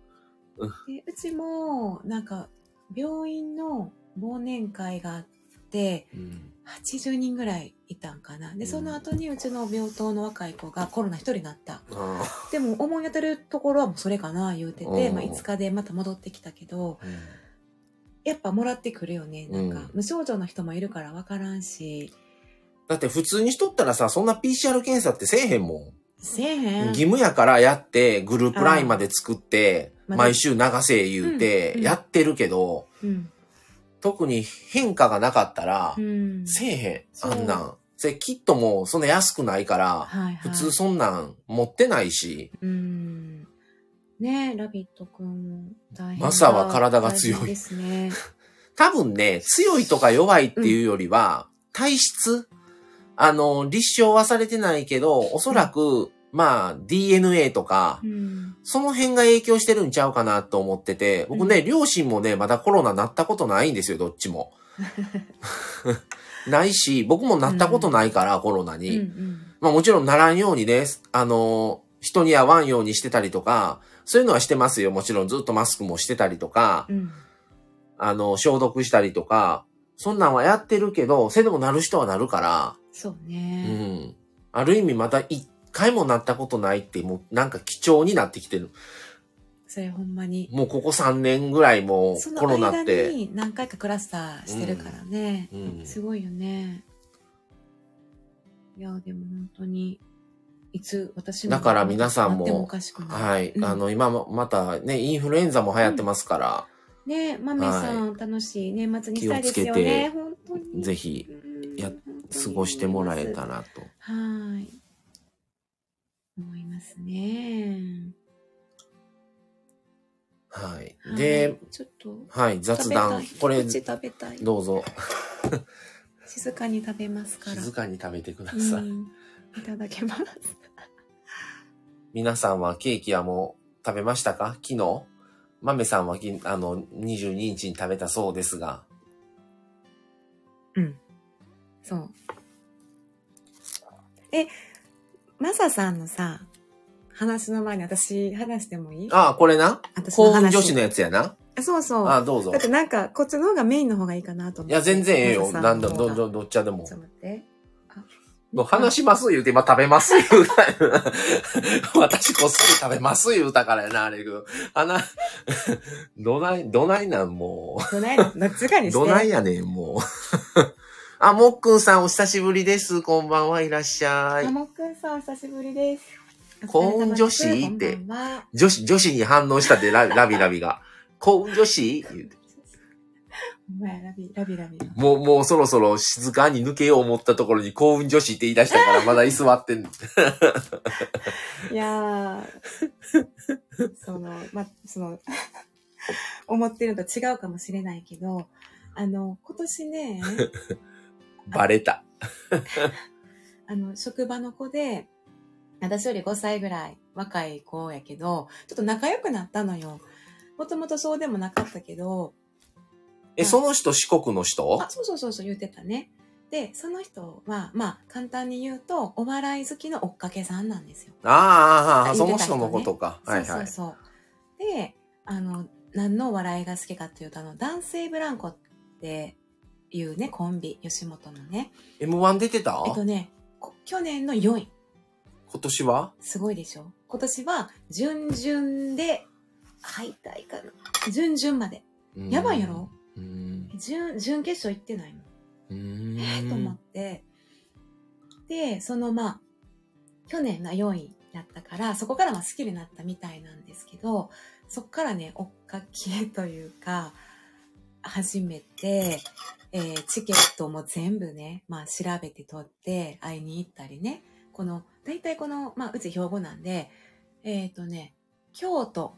[SPEAKER 1] でうちも、なんか、病院の忘年会があって、
[SPEAKER 2] うん。
[SPEAKER 1] 80人ぐらいいたんかな。で、その後にうちの病棟の若い子がコロナ一人になった。
[SPEAKER 2] あ
[SPEAKER 1] でも、思い当たるところはもうそれかな、言うてて、
[SPEAKER 2] うん
[SPEAKER 1] まあ、5日でまた戻ってきたけど、
[SPEAKER 2] ーうん
[SPEAKER 1] やっぱもらってくるよね。なんか、
[SPEAKER 2] うん
[SPEAKER 1] 無症状の人もいるから分からんし、
[SPEAKER 2] だって普通にしとったらさ、そんな PCR 検査ってせえへんも
[SPEAKER 1] せえへ
[SPEAKER 2] ん。
[SPEAKER 1] ん。
[SPEAKER 2] 義務やからやって、グループラインまで作って、
[SPEAKER 1] あー
[SPEAKER 2] 毎週流せ言うて
[SPEAKER 1] う、ん
[SPEAKER 2] やってるけど、
[SPEAKER 1] うん。
[SPEAKER 2] 特に変化がなかったら
[SPEAKER 1] う、ん。
[SPEAKER 2] せえへ
[SPEAKER 1] そ
[SPEAKER 2] ん、
[SPEAKER 1] う
[SPEAKER 2] あんなん。それキットもそんな安くないから、
[SPEAKER 1] はいはい。
[SPEAKER 2] 普通そんなん持ってないし、
[SPEAKER 1] うん。ねえ、ラビットくんも大変だ。
[SPEAKER 2] マサは体が
[SPEAKER 1] 大
[SPEAKER 2] 強い
[SPEAKER 1] 変ですね。
[SPEAKER 2] 多分ね、強いとか弱いっていうよりは、体質あの、立証はされてないけど、おそらく、まあ、DNA とか
[SPEAKER 1] う、 ん。
[SPEAKER 2] その辺が影響してるんちゃうかなと思ってて、僕ね、
[SPEAKER 1] うん
[SPEAKER 2] 両親もね、まだコロナなったことないんですよ、どっ ちも。ないし、僕もなったことないから、コロナ
[SPEAKER 1] う
[SPEAKER 2] に。
[SPEAKER 1] んうん。
[SPEAKER 2] まあもちろんならんようにね、あの、人に会わんようにしてたりとか、そういうのはしてますよ。もちろんずっとマスクもしてたりとか
[SPEAKER 1] う、ん。
[SPEAKER 2] あの、消毒したりとか、そんなんはやってるけど、せでもなる人はなるから、
[SPEAKER 1] そう
[SPEAKER 2] う
[SPEAKER 1] ね。
[SPEAKER 2] ん。ある意味また一回もなったことないって、もうなんか貴重になってきてる。
[SPEAKER 1] それほんまに。
[SPEAKER 2] もうここ3年ぐらいも
[SPEAKER 1] そうの
[SPEAKER 2] コロナ
[SPEAKER 1] 間
[SPEAKER 2] って。
[SPEAKER 1] に何回かクラスターしてるからね。
[SPEAKER 2] うん。
[SPEAKER 1] すごいよね。いや、でも本当に、いつ私も。
[SPEAKER 2] だから皆さんも
[SPEAKER 1] なっておかしくない。
[SPEAKER 2] はい。
[SPEAKER 1] うん
[SPEAKER 2] あの、今もまたね、インフルエンザも流行ってますから、
[SPEAKER 1] ねえ、マミさん、楽しい年末にしたいですよ
[SPEAKER 2] 気をつけて
[SPEAKER 1] ね。本当に。
[SPEAKER 2] ぜひ
[SPEAKER 1] うん
[SPEAKER 2] や
[SPEAKER 1] 本当に
[SPEAKER 2] 過ごしてもらえたらと。
[SPEAKER 1] はーい。思いますね。
[SPEAKER 2] はい
[SPEAKER 1] は。い
[SPEAKER 2] で、、
[SPEAKER 1] ちょっと、
[SPEAKER 2] はい、雑談。こ
[SPEAKER 1] こ
[SPEAKER 2] れ
[SPEAKER 1] れ、、食べたい。
[SPEAKER 2] どうぞ。
[SPEAKER 1] 静かに食べますから。
[SPEAKER 2] 静かに食べてください。
[SPEAKER 1] うんいただけます。
[SPEAKER 2] 皆さんはケーキはもう食べましたか昨日豆さんはきあの、22日に食べたそうですが。
[SPEAKER 1] うん。そう。え、マサさんのさ、話の前に私話してもいい
[SPEAKER 2] ああ、これな
[SPEAKER 1] 私
[SPEAKER 2] 幸
[SPEAKER 1] の
[SPEAKER 2] 運
[SPEAKER 1] 話。
[SPEAKER 2] 女子のやつやな。
[SPEAKER 1] そうそう。
[SPEAKER 2] ああ、どうぞ
[SPEAKER 1] だっ。てなんか、こっちの方がメインの方がいいかなと思っ
[SPEAKER 2] い
[SPEAKER 1] て。
[SPEAKER 2] や、全然ええよ。
[SPEAKER 1] マサ
[SPEAKER 2] な
[SPEAKER 1] さ
[SPEAKER 2] ん
[SPEAKER 1] の
[SPEAKER 2] だ、
[SPEAKER 1] 方
[SPEAKER 2] ど、
[SPEAKER 1] が
[SPEAKER 2] ど、どっちゃでも
[SPEAKER 1] ちょ。っと待って。
[SPEAKER 2] もう話します言うて、今食べます言うた。私こっそり食べます言うたからやな、あれ。あな、 どない、どないなん、もう。
[SPEAKER 1] どない のどっちかにして。
[SPEAKER 2] どないやねん、もう。 あ、もっくんさん、お久しぶりです。こんばんはいらっしゃ
[SPEAKER 1] あ
[SPEAKER 2] い。
[SPEAKER 1] もっくんさん、お久しぶりです。
[SPEAKER 2] 幸運女子
[SPEAKER 1] お疲れ様です
[SPEAKER 2] って
[SPEAKER 1] こんばんは。
[SPEAKER 2] 女子、女子に反応したって、ラ ラビラビが。幸運女子言うて
[SPEAKER 1] お前、ラビ、ラビラビ。
[SPEAKER 2] もう、もうそろそろ静かに抜けよう思ったところに幸運女子って言い出したから、まだ居座ってん。
[SPEAKER 1] いやー、その、ま、その、 思ってるのと違うかもしれないけど、あの、今年ね、
[SPEAKER 2] バレた。
[SPEAKER 1] あの、職場の子で、私より5歳ぐらい若い子やけど、ちょっと仲良くなったのよ。もともとそうでもなかったけど、
[SPEAKER 2] え、その人四国の人
[SPEAKER 1] あ、そうそうそうそう言ってたね。で、その人は、まあ、簡単に言うと、お笑い好きの追っかけさんなんですよ。
[SPEAKER 2] ああああ、ああ、
[SPEAKER 1] あ
[SPEAKER 2] そ
[SPEAKER 1] 言
[SPEAKER 2] の
[SPEAKER 1] ってた
[SPEAKER 2] 人
[SPEAKER 1] 人ね
[SPEAKER 2] のことか。はい
[SPEAKER 1] そう
[SPEAKER 2] は
[SPEAKER 1] そう
[SPEAKER 2] い。
[SPEAKER 1] そう。で、あの、何のお笑いが好きかっていうと、あの、男性ブランコっていうね、コンビ、吉本のね。
[SPEAKER 2] M1 出てた
[SPEAKER 1] えっとね、こ去年の4位。
[SPEAKER 2] 今年は
[SPEAKER 1] すごいでしょ今年は、準々で、敗退かな。準々まで。
[SPEAKER 2] うん
[SPEAKER 1] やばいやろ
[SPEAKER 2] うん。
[SPEAKER 1] 準、準決勝行ってないの。
[SPEAKER 2] うん
[SPEAKER 1] えーと思って、で、そのまあ、去年が4位だったから、そこからまあ好きになったみたいなんですけど、そこからね、追っかけというか、初めて、えーチケットも全部ね、まあ調べて取って、会いに行ったりね、この、大体この、まあうち兵庫なんで、えっ、とね、京都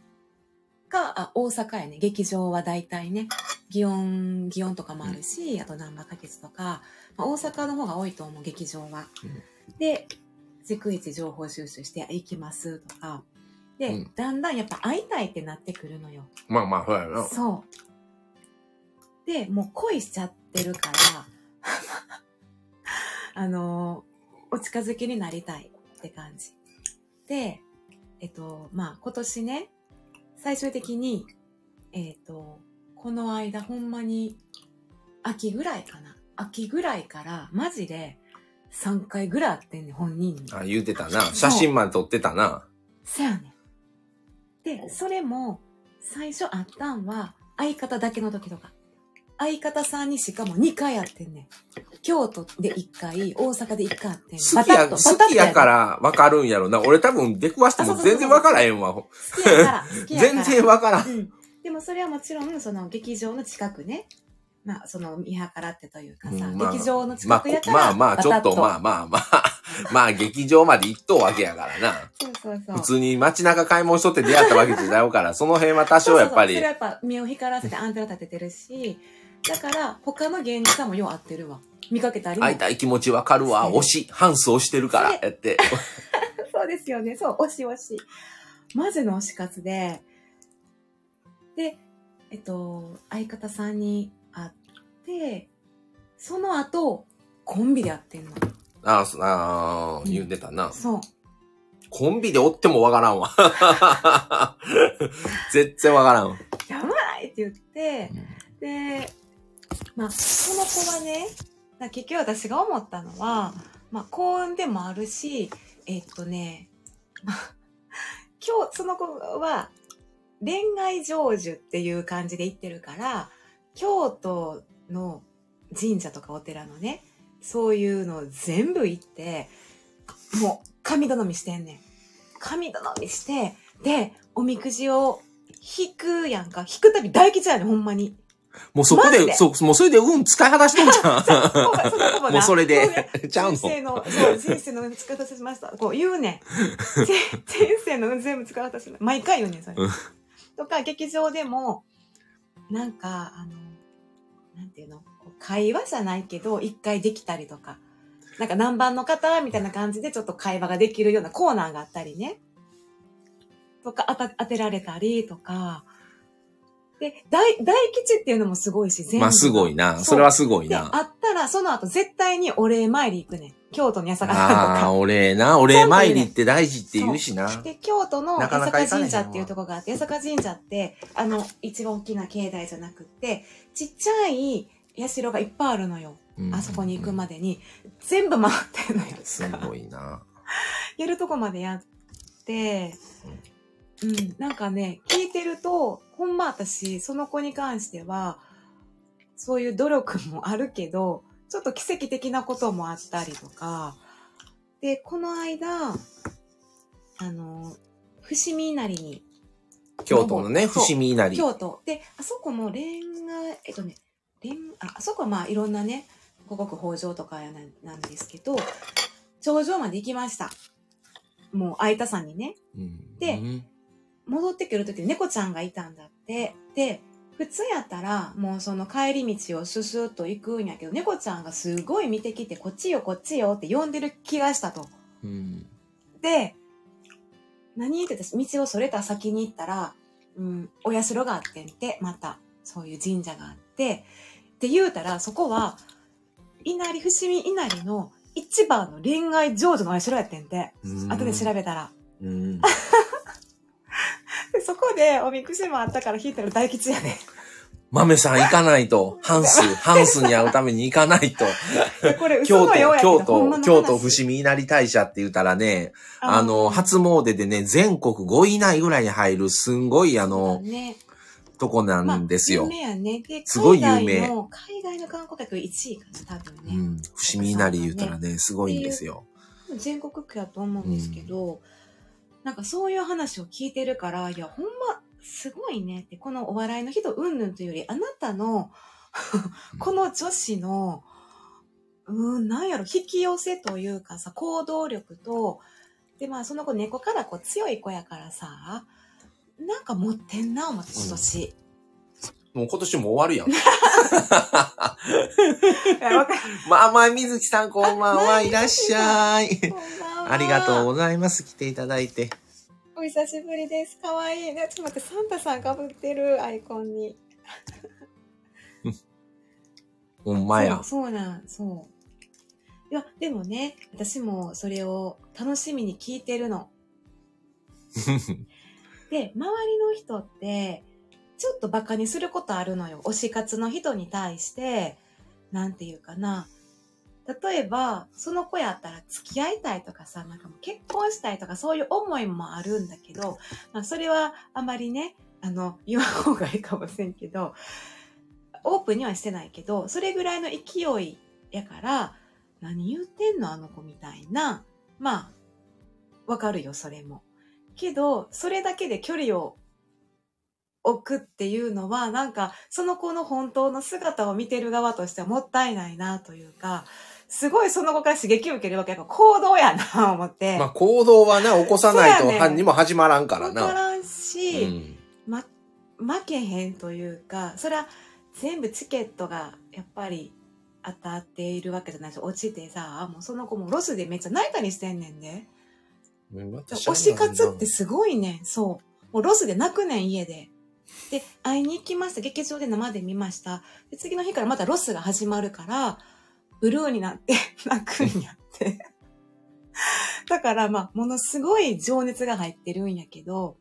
[SPEAKER 1] か、あ、大阪やね、劇場は大体ね、祇園、祇園とかもあるし、あと難波花月とか、まあ、大阪の方が多いと思う、劇場は。
[SPEAKER 2] うん
[SPEAKER 1] で、逐一情報収集していきますとか。で、
[SPEAKER 2] うん
[SPEAKER 1] だんだんやっぱ会いたいってなってくるのよ。
[SPEAKER 2] まあまあ、そうやな。
[SPEAKER 1] そう。で、もう恋しちゃってるから、 あのお近づきになりたいって感じ。で、えっと、まあ、今年ね、最終的に、えっと、この間ほんまに、秋ぐらいかな。秋ぐらいから、マジで、3回ぐらい会ってんねん本人に。
[SPEAKER 2] あ、言うてたな。写真まで撮ってたな。
[SPEAKER 1] そやねん。で、それも、最初あったんは、相方だけの時とか。相方さんにしかも2回会ってんねん。京都で1回、大阪で1回会ってんねん。
[SPEAKER 2] 好きや、
[SPEAKER 1] バタッと
[SPEAKER 2] 好き
[SPEAKER 1] バ
[SPEAKER 2] やか。
[SPEAKER 1] タッと
[SPEAKER 2] らわかるんやろな。俺多分出くわしても全然わからへんわ。
[SPEAKER 1] 好きやから。好きやから。
[SPEAKER 2] 全然わからん。
[SPEAKER 1] うん。でもそれはもちろん、その劇場の近くね。まあ、その見計らってというかさ、
[SPEAKER 2] うんまあ
[SPEAKER 1] 劇場の
[SPEAKER 2] まあ
[SPEAKER 1] 近く
[SPEAKER 2] こ
[SPEAKER 1] や、から。
[SPEAKER 2] まあまあ、ちょっとま
[SPEAKER 1] あ。
[SPEAKER 2] あまあまあ、まあ劇場まで行っとうわけやからな。
[SPEAKER 1] そうそうそう。
[SPEAKER 2] 普通に街中買い物しとって出会ったわけじゃないから、その辺は多少やっぱり
[SPEAKER 1] そうそうそうそれはやっぱ目を光らせてアンテナ立ててるし、だから他の芸人さんもよう合ってるわ。見かけたりも。
[SPEAKER 2] 会いたい気持ちわかるわ、
[SPEAKER 1] そう
[SPEAKER 2] 推し、ハンスをしてるから、
[SPEAKER 1] そ
[SPEAKER 2] やって。
[SPEAKER 1] そうですよね。そう、推し推し。マジの推し活で、で、えっと、相方さんに会って、その後、コンビで会ってんの。
[SPEAKER 2] ああ、そああ、言うてたな。
[SPEAKER 1] そう。
[SPEAKER 2] コンビでおってもわからんわ。 絶対わからんわ。
[SPEAKER 1] やばいって言って、で、まあ、その子はね、だ結局私が思ったのは、まあ、幸運でもあるし、えっとね、まあ、今日、その子は、恋愛成就っていう感じで言ってるから、京都の神社とかお寺のね、そういうの全部行って、もう、神頼みしてんねん。神頼みして、で、おみくじを引くやんか。引くたび大吉やねん、ほんまに。
[SPEAKER 2] もうそこ
[SPEAKER 1] マジ
[SPEAKER 2] で、
[SPEAKER 1] で
[SPEAKER 2] そう、もうそれで運使い果たしとんじ
[SPEAKER 1] そう
[SPEAKER 2] ゃ
[SPEAKER 1] かそう かも
[SPEAKER 2] ん。
[SPEAKER 1] な
[SPEAKER 2] もうそれ
[SPEAKER 1] そうね
[SPEAKER 2] で、ちゃう
[SPEAKER 1] 人
[SPEAKER 2] の。
[SPEAKER 1] 生の、そう、人生の運使い果たしました。こう言う ねん。人生の運全部使い果たしました。毎回言うねん、それ
[SPEAKER 2] うん。
[SPEAKER 1] とか、劇場でも、なんか、あの、なんていうの、こう会話じゃないけど、一回できたりとか、なんか何番の方みたいな感じでちょっと会話ができるようなコーナーがあったりね。とか、当た当てられたりとか、で、大、大吉っていうのもすごいし、全
[SPEAKER 2] まあ、すご
[SPEAKER 1] い
[SPEAKER 2] いな。
[SPEAKER 1] そう
[SPEAKER 2] それはすごい
[SPEAKER 1] で、
[SPEAKER 2] な。
[SPEAKER 1] あったら、その後絶対にお礼参り行くねん。京都に八坂さんと
[SPEAKER 2] ああ、
[SPEAKER 1] か。
[SPEAKER 2] お礼な。お礼参りって大事って言うしな。
[SPEAKER 1] で、京都の
[SPEAKER 2] な
[SPEAKER 1] 八
[SPEAKER 2] かなか
[SPEAKER 1] 坂
[SPEAKER 2] 行かれへんわ
[SPEAKER 1] 神社っていうとこがあって、八坂神社って、あの、一番大きな境内じゃなくって、ちっちゃい社がいっぱいあるのよ。
[SPEAKER 2] うん
[SPEAKER 1] あそこに行くまでに、全部回ってんのよ。
[SPEAKER 2] すごいな。
[SPEAKER 1] やるとこまでやって、うん、なんかね、聞いてると、ほんま私、その子に関しては、そういう努力もあるけど、ちょっと奇跡的なこともあったりとか、で、この間、あの、伏見稲荷に、
[SPEAKER 2] 京都のね、
[SPEAKER 1] そう
[SPEAKER 2] 伏見稲荷。
[SPEAKER 1] 京都。で、あそこも恋愛、えっとね、恋、あ、あそこはまあいろんなね、五穀豊穣とかやななんですけど、頂上まで行きました。もう、相田さんにね。
[SPEAKER 2] うん
[SPEAKER 1] で
[SPEAKER 2] うん
[SPEAKER 1] 戻ってくる時に猫ちゃんがいたんだって。で、普通やったら、もうその帰り道をススッと行くんやけど、猫ちゃんがすごい見てきて、こっちよこっちよって呼んでる気がしたと。
[SPEAKER 2] うん
[SPEAKER 1] で、何って私、道をそれた先に行ったら、うん、お社があってんて、また、そういう神社があって、って言うたら、そこは、稲荷、伏見稲荷の一番の恋愛成就のお社やってんて。
[SPEAKER 2] うん
[SPEAKER 1] 後で調べたら。
[SPEAKER 2] うん
[SPEAKER 1] でそこで、おみくじもあったから引いたら大吉やね。
[SPEAKER 2] 豆さん行かないと、ハンス、ハンスに会うために行かないと。
[SPEAKER 1] いやこれ嘘
[SPEAKER 2] 京
[SPEAKER 1] のよう
[SPEAKER 2] 都、
[SPEAKER 1] やけど
[SPEAKER 2] 京
[SPEAKER 1] ほんま
[SPEAKER 2] 都、
[SPEAKER 1] の話
[SPEAKER 2] 京都伏見稲荷大社って言ったらね、あの、初詣でね、全国5位以内ぐらいに入る、すんごいあの、
[SPEAKER 1] ね、
[SPEAKER 2] とこなんですよ
[SPEAKER 1] まあ、。有名やね。で、
[SPEAKER 2] すごい有名
[SPEAKER 1] 海外の、海外の観光客1位かな、多分
[SPEAKER 2] う
[SPEAKER 1] ね。
[SPEAKER 2] ん。伏見稲荷言ったらね、すごいんですよ。
[SPEAKER 1] 全国区やと思うんですけど、なんかそういう話を聞いてるから、いや、ほんま、すごいねって、このお笑いの人うんぬんというより、あなたの
[SPEAKER 2] ん、
[SPEAKER 1] この女子の、うーん、なんやろ、引き寄せというかさ、行動力と、で、まあ、その子、猫からこう強い子やからさ、なんか持ってんな、思って、今 年。
[SPEAKER 2] もう今年も終わるやん。
[SPEAKER 1] いやわかる
[SPEAKER 2] まあまあ、水木さんこんば
[SPEAKER 1] あ
[SPEAKER 2] んは、
[SPEAKER 1] まあ
[SPEAKER 2] いらっしゃい。
[SPEAKER 1] こんばん
[SPEAKER 2] ありがとうございます。来ていただいて。
[SPEAKER 3] お久しぶりです。かわいいね。ちょっと待って、サンタさんかぶってるアイコンに。
[SPEAKER 2] ほんまや
[SPEAKER 1] そう。そうなん、そう。いや、でもね、私もそれを楽しみに聞いてる の。で、周りの人って、ちょっとバカにすることあるのよ。推し活の人に対して、なんていうかな。例えば、その子やったら付き合いたいとかさ、なんかもう結婚したいとかそういう思いもあるんだけど、まあそれはあまりね、あの、言わん方がいいかもしれんけど、オープンにはしてないけど、それぐらいの勢いやから、何言ってんのあの子みたいな。まあ、わかるよ、それも。けど、それだけで距離を置くっていうのは、なんか、その子の本当の姿を見てる側としてはもったいないなというか、すごいその子から刺激を受けるわけやから、行動やな、思って。
[SPEAKER 2] まあ、行動はね、起こさない
[SPEAKER 1] そう
[SPEAKER 2] と
[SPEAKER 1] やね
[SPEAKER 2] 何にも始まらんから
[SPEAKER 1] わ
[SPEAKER 2] な。
[SPEAKER 1] からんし、
[SPEAKER 2] うん
[SPEAKER 1] ま、負けへんというか、それは全部チケットがやっぱり当たっているわけじゃないし、落ちてさ、もうその子もロスでめっちゃ泣いたりしてんねんで。推し活ってすごいねん、そう。もうロスで泣くねん、家で。で、会いに行きました。劇場で生で見ました。で、次の日からまたロスが始まるから、ブルーになって 泣くんやって。 だから、まあ、ものすごい情熱が入ってるんやけど、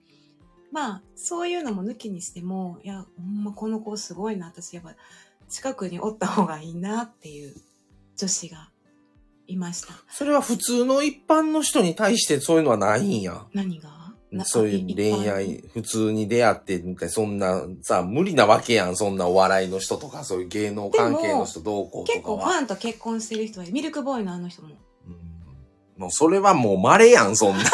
[SPEAKER 1] まあ、そういうのも抜きにしても、いや、ほんまこの子すごいな。私、やっぱ、近くにおった方がいいなっていう女子がいました。
[SPEAKER 2] それは普通の一般の人に対してそういうのはないんや。
[SPEAKER 1] 何がな
[SPEAKER 2] そういう恋
[SPEAKER 1] 一般
[SPEAKER 2] 愛、普通に出会ってみたいな、そんな、さ、無理なわけやん、そんなお笑いの人とか、そういう芸能関係の人どうこうと
[SPEAKER 1] 結
[SPEAKER 2] か
[SPEAKER 1] 構フ
[SPEAKER 2] は。
[SPEAKER 1] ァンと結婚してる人はいるミルクボーイのあの人も。
[SPEAKER 2] うんもうそれはもう稀やん、そんな。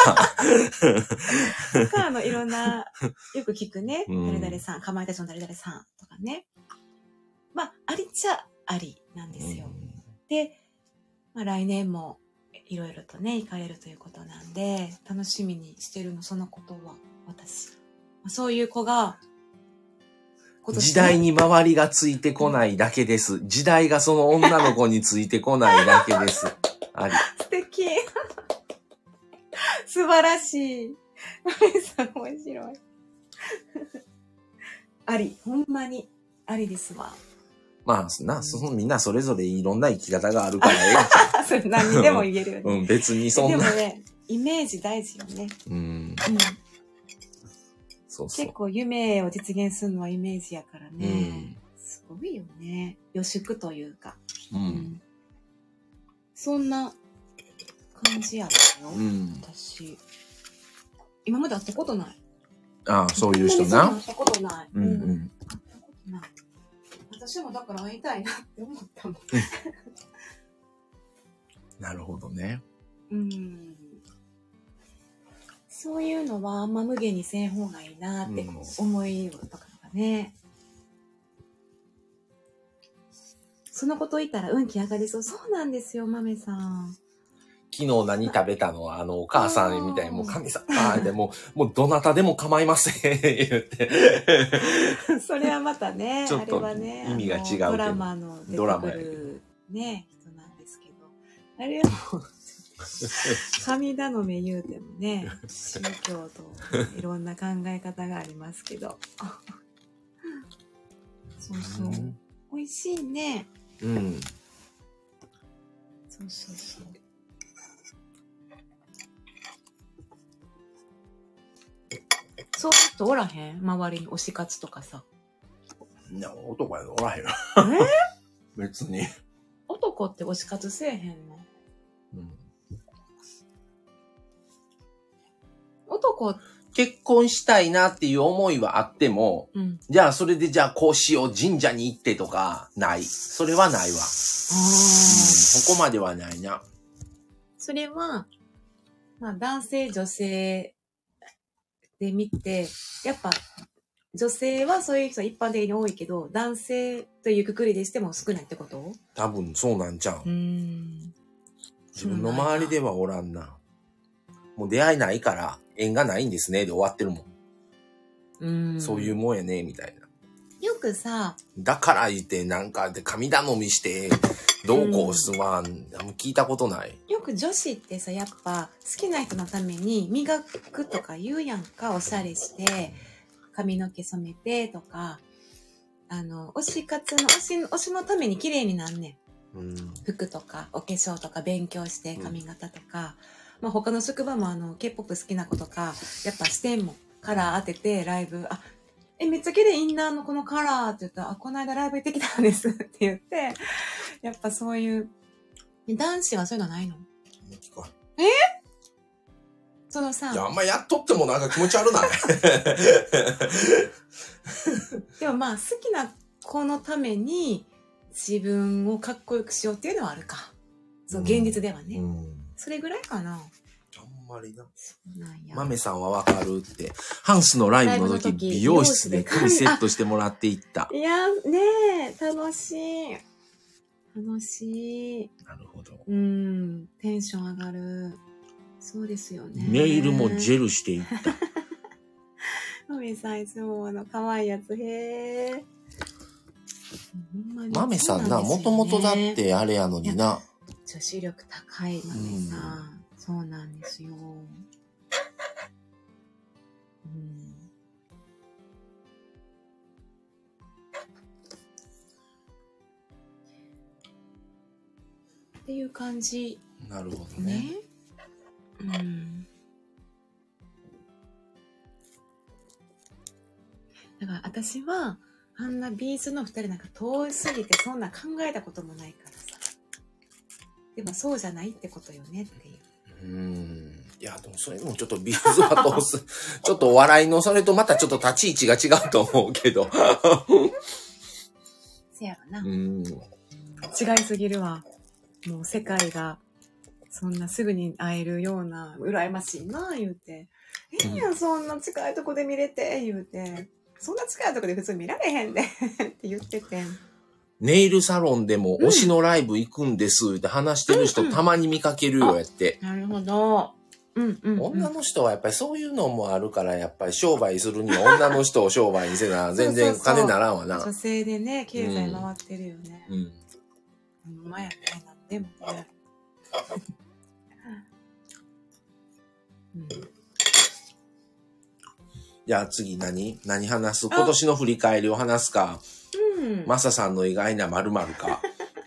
[SPEAKER 1] とか、あの、いろん な、よく聞くね、
[SPEAKER 2] うん
[SPEAKER 1] 誰々さん、かまいたちの誰々さんとかね。まあ、ありっちゃありなんですよ。で、まあ、来年もいろいろとね、行かれるということなんで、楽しみにしてるの、そのことは、私。まあそういう子が、今ね
[SPEAKER 2] 時代に周りがついてこないだけです。時代がその女の子についてこないだけです。あり。
[SPEAKER 3] 素敵。
[SPEAKER 1] 素晴らしい。
[SPEAKER 3] マリさん面白い。
[SPEAKER 1] あり。ほんまに、ありですわ。
[SPEAKER 2] まあ、な、そのみんなそれぞれいろんな生き方があるからええわ
[SPEAKER 1] それ何にでも言えるよね。
[SPEAKER 2] うん、別にそん
[SPEAKER 1] でも
[SPEAKER 2] な。
[SPEAKER 1] ね、イメージ大事よね。
[SPEAKER 2] うん、
[SPEAKER 1] うん
[SPEAKER 2] そうそう
[SPEAKER 1] 結。構夢を実現するのはイメージやから
[SPEAKER 2] う
[SPEAKER 1] ね。
[SPEAKER 2] ん。
[SPEAKER 1] すごいよね。予祝というか。
[SPEAKER 2] うん。
[SPEAKER 1] そんな感じやったよ。
[SPEAKER 2] うん。
[SPEAKER 1] 私。今まで会ったことない。
[SPEAKER 2] ああ、そういう人
[SPEAKER 1] そんにそ
[SPEAKER 2] な。
[SPEAKER 1] ういうの会ったことない。
[SPEAKER 2] うんうん。
[SPEAKER 1] 会ったことない。私もだから会いたいなって思ったもん。
[SPEAKER 2] なるほどね。
[SPEAKER 1] うん。そういうのはあんま無限にせん方がいいなってこう思いよとかがね。そのこと言ったら運気上がりそう。そうなんですよ、豆さん。
[SPEAKER 2] 昨日何食べたのは、あの、お母さんみたいに、もう神様でもう、もうどなたでも構いません、 言って。
[SPEAKER 1] それはまたね、
[SPEAKER 2] ちょっと
[SPEAKER 1] あれはね、
[SPEAKER 2] 意味が違うけど
[SPEAKER 1] あのドラマの出て
[SPEAKER 2] ドラマ
[SPEAKER 1] く
[SPEAKER 2] やけど
[SPEAKER 1] るね、人なんですけど。あれはもう、神頼み言うても ね、宗教といろんな考え方がありますけど。そうそう。美味しいね。
[SPEAKER 2] うん。
[SPEAKER 1] そうそうそう。そういう人おらへん周りに推し活とか さ。
[SPEAKER 2] いや、男やでおらへんわ
[SPEAKER 1] え。
[SPEAKER 2] 別に。
[SPEAKER 1] 男って推し活せえへんの
[SPEAKER 2] うん
[SPEAKER 1] 男、
[SPEAKER 2] 結婚したいなっていう思いはあっても、
[SPEAKER 1] うん。
[SPEAKER 2] じゃあそれでじゃあこうしよう、神社に行ってとか、ない。それはないわ。
[SPEAKER 1] ああ。
[SPEAKER 2] ここまではないな。
[SPEAKER 1] それは、まあ男性、女性で見て、やっぱ女性はそういう人一般的に多いけど、男性というくくりでしても少ないってこと
[SPEAKER 2] 多分そうなんじゃ。
[SPEAKER 1] うんん。
[SPEAKER 2] 自分の周りではおらんな。もう出会いないから、縁がないんですね、で終わってるもん。
[SPEAKER 1] うん。
[SPEAKER 2] そういうもんやね、みたいな。
[SPEAKER 1] よくさ、
[SPEAKER 2] だから言って、なんか、で、神頼みして、どうこうすまん、あんま聞いたことない。
[SPEAKER 1] よく女子ってさ、やっぱ好きな人のために磨くとか言うやんか、おしゃれして、髪の毛染めてとか、あの、推し活の、推し、推しのために綺麗になんねん。
[SPEAKER 2] うん。
[SPEAKER 1] 服とかお化粧とか勉強して髪型とか、まあ、他の職場もあの k p o p 好きな子とかやっぱ視点もカラー当ててライブあえめっちゃ綺麗インナーのこのカラーって言ったらあこの間ライブ行ってきたんですって言ってやっぱそういう男子はそういうのないの
[SPEAKER 2] 聞こえ
[SPEAKER 1] その
[SPEAKER 2] いや、あ
[SPEAKER 1] さ
[SPEAKER 2] んまやっとってもなんか気持ち悪ない。
[SPEAKER 1] でもまあ好きな子のために自分をかっこよくしようっていうのはあるかそう現実では ね、
[SPEAKER 2] うん。
[SPEAKER 1] それぐらいかな
[SPEAKER 2] あんまりな。
[SPEAKER 1] なんや
[SPEAKER 2] 豆さんはわかるって。ハンスのライブの
[SPEAKER 1] ライブ
[SPEAKER 2] 時、
[SPEAKER 1] の時
[SPEAKER 2] 美容室で
[SPEAKER 1] 美容室で
[SPEAKER 2] 髪セットしてもらってい った。
[SPEAKER 3] いやねえ楽しい
[SPEAKER 1] 楽しい
[SPEAKER 2] なるほど。
[SPEAKER 1] うん、テンション上がる。そうですよね。
[SPEAKER 2] ネイルもジ
[SPEAKER 1] ェ
[SPEAKER 2] ェルし ていった。
[SPEAKER 3] マミさんいつもあの可愛いやつへえ
[SPEAKER 2] 豆さんな、もともとだっ。てあれやのにな。
[SPEAKER 1] 女子力高いマメさん。そうなんですよ。うん。っていう感じ
[SPEAKER 2] なるほど
[SPEAKER 1] ね
[SPEAKER 2] ね。。
[SPEAKER 1] うん。だから私は、あんなビーズの二人なんか遠すぎてそんな考えたこともないからさ。でもそうじゃないってことよねっていう。
[SPEAKER 2] うん。いや、でもそれもちょっとビーズは通す。 ちょっとお笑いのそれとまたちょっと立ち位置が違うと思うけど。
[SPEAKER 1] せやろな。
[SPEAKER 2] う
[SPEAKER 1] 違
[SPEAKER 2] ん。
[SPEAKER 1] いすぎるわ。もう世界が、そんなすぐに会えるような、羨ましいな、言うて。
[SPEAKER 3] ええやんそんな近いとこで見れて言うてそんな近いとこで普通見られへんでって言ってて
[SPEAKER 2] ネイルサロンでも推しのライブ行くんですって話してる人たまに見かけるよやって。
[SPEAKER 1] なるほど。うんうん、うん。
[SPEAKER 2] 女の人はやっぱりそういうのもあるから、やっぱり商売するには女の人を商売にせな、全然金ならんわな。
[SPEAKER 1] 女性でね、経済回ってるよね。
[SPEAKER 2] うん。
[SPEAKER 1] ほんまやね、なんでもね。うん、
[SPEAKER 2] じゃあ次何何話す今年の振り返りを話すか、
[SPEAKER 1] うん
[SPEAKER 2] マサさんの意外な〇〇か。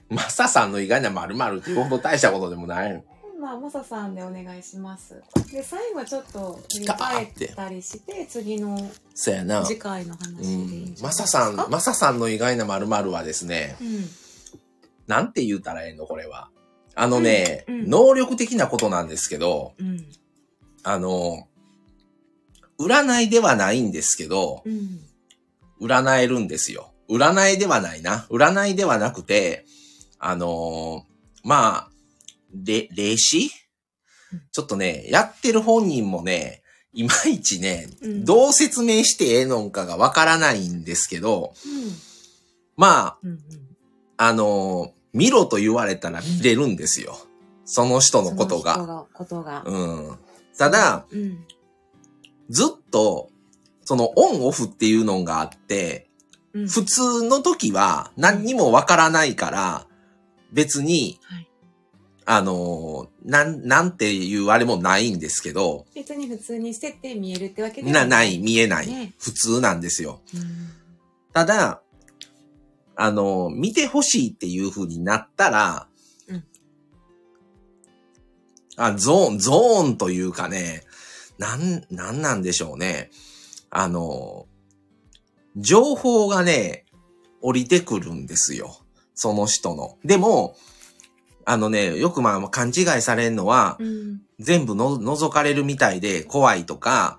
[SPEAKER 2] マサさんの意外な〇〇ってよほど大したことでもない。
[SPEAKER 1] まあ、モサさんでお願いします。で、最後ちょっと振り
[SPEAKER 2] たー
[SPEAKER 1] 返
[SPEAKER 2] って
[SPEAKER 1] ったりして、次の
[SPEAKER 2] そやな。
[SPEAKER 1] 次回の話
[SPEAKER 2] う
[SPEAKER 1] でいいんじゃない
[SPEAKER 2] ん
[SPEAKER 1] で。すか。
[SPEAKER 2] マサさん、マサさんの意外な〇〇はですね、
[SPEAKER 1] うん。
[SPEAKER 2] なんて言うたらええのこれは。あのね、
[SPEAKER 1] うんうん
[SPEAKER 2] 能力的なことなんですけど、
[SPEAKER 1] うん。
[SPEAKER 2] あの、占いではないんですけど、
[SPEAKER 1] うん。
[SPEAKER 2] 占えるんですよ。占いではないな。占いではなくて、あのーまあ、れ、霊視
[SPEAKER 1] うん
[SPEAKER 2] ちょっとね、やってる本人もね、いまいちね、
[SPEAKER 1] うん
[SPEAKER 2] どう説明してええのんかがわからないんですけど、ま
[SPEAKER 1] うん。うん。
[SPEAKER 2] あ、あのー見ろと言われたら見れるんですよ。その人のこと
[SPEAKER 1] その人
[SPEAKER 2] が。
[SPEAKER 1] が。ことが。
[SPEAKER 2] うん。ただ、
[SPEAKER 1] うん。
[SPEAKER 2] ずっと、そのオンオフっていうのがあって、
[SPEAKER 1] うん。
[SPEAKER 2] 普通の時は何にもわからないから、別に、
[SPEAKER 1] はい
[SPEAKER 2] あのー、なん、なんていうあれもないんですけど、
[SPEAKER 1] 別に普通にしてって見えるってわけで
[SPEAKER 2] な、
[SPEAKER 1] は
[SPEAKER 2] ない、。見えない、
[SPEAKER 1] ね
[SPEAKER 2] 普通なんですよ。
[SPEAKER 1] うん。
[SPEAKER 2] ただ、あのー、見てほしいっていう風になったら、
[SPEAKER 1] うん
[SPEAKER 2] あ、ゾーン、ゾーンというかね、なん、なんなんでしょうね。あのー、情報がね、降りてくるんですよ。その人の。でも、あのね、よくまあ勘違いされるのは、
[SPEAKER 1] うん。
[SPEAKER 2] 全部の覗かれるみたいで怖いとか、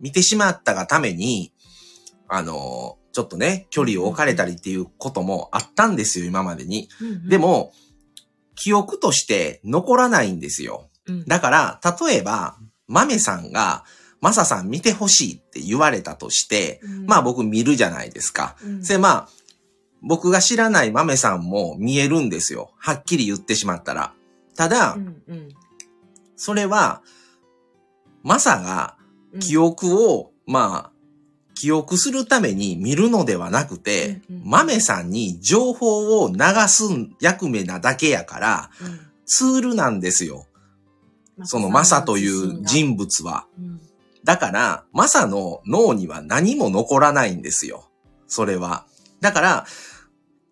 [SPEAKER 2] 見てしまったがために、あの、ちょっとね、距離を置かれたりっていうこともあったんですよ、今までに。
[SPEAKER 1] うん
[SPEAKER 2] で、も、記憶として残らないんですよ。
[SPEAKER 1] うん。
[SPEAKER 2] だから、例えば、マメさんが、マサさん見てほしいって言われたとして、
[SPEAKER 1] うん
[SPEAKER 2] まあ、僕見るじゃないですか。
[SPEAKER 1] うん
[SPEAKER 2] それまあ、僕が知らないマメさんも見えるんですよ。はっきり言ってしまったら。ただ、
[SPEAKER 1] うんうん
[SPEAKER 2] それは、マサが
[SPEAKER 1] うん
[SPEAKER 2] 記憶を、まあ、記憶するために見るのではなくて、
[SPEAKER 1] うんうん
[SPEAKER 2] 豆さんに情報を流す役目なだけやから、ツールなんですよ。そのマサという人物は。
[SPEAKER 1] うん
[SPEAKER 2] だから、マサの脳には何も残らないんですよ。それは。だから、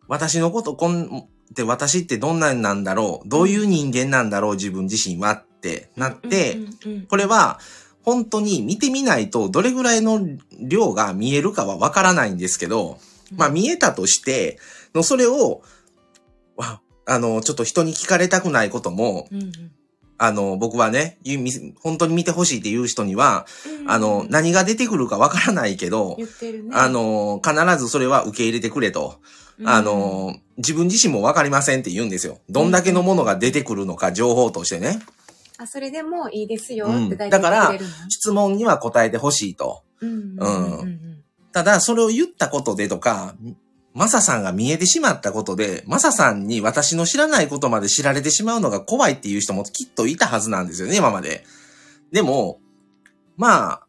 [SPEAKER 2] 私のことこん、って私ってどんなんなんだろうどういう人間なんだろう自分自身はってなって、
[SPEAKER 1] うんうんうん
[SPEAKER 2] これは本当に見てみないとどれぐらいの量が見えるかはわからないんですけど、まあ見えたとして、のそれを、わあの、ちょっと人に聞かれたくないことも、
[SPEAKER 1] うんうん
[SPEAKER 2] あの、僕はね、ゆみ本当に見てほしいっていう人には、あの、何が出てくるかわからないけど、
[SPEAKER 1] 言ってるね
[SPEAKER 2] あ、の、必ずそれは受け入れてくれと。
[SPEAKER 1] うん
[SPEAKER 2] あ、の、自分自身もわかりませんって言うんですよ。どんだけのものが出てくるのか、情報としてね。
[SPEAKER 1] あ、それでもいいですよ
[SPEAKER 2] うん
[SPEAKER 1] って大体言ってくれるの
[SPEAKER 2] 質問には答えてほしいと。
[SPEAKER 1] うん
[SPEAKER 2] ら
[SPEAKER 1] うんうん
[SPEAKER 2] う
[SPEAKER 1] うん
[SPEAKER 2] ただ、それを言ったことでとか、マサさんが見えてしまったことで、マサさんに私の知らないことまで知られてしまうのが怖いっていう人もきっといたはずなんですよね、今まで。でも、まあ、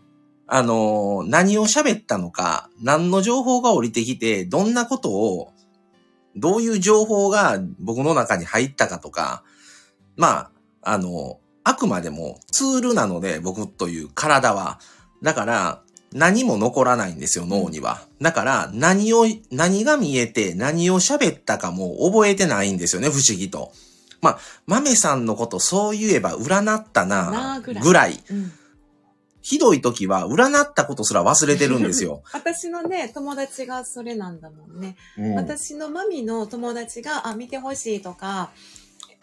[SPEAKER 2] あのー何を喋ったのか、何の情報が降りてきて、どんなことを、どういう情報が僕の中に入ったかとか、まあ、あのあくまでもツールなので、僕という体は。だから、何も残らないんですよ、脳には。だから、何を、何が見えて、何を喋ったかも覚えてないんですよね、不思議と。まあ、豆さんのことそう言えば占った
[SPEAKER 1] なあ
[SPEAKER 2] な、
[SPEAKER 1] ぐらい
[SPEAKER 2] ぐらい。
[SPEAKER 1] うん
[SPEAKER 2] ひどい時は占ったことすら忘れてるんで すよ。
[SPEAKER 3] 私のね、友達がそれなんだもんね。
[SPEAKER 2] うん
[SPEAKER 3] 私のマミの友達が、あ、見てほしいとか、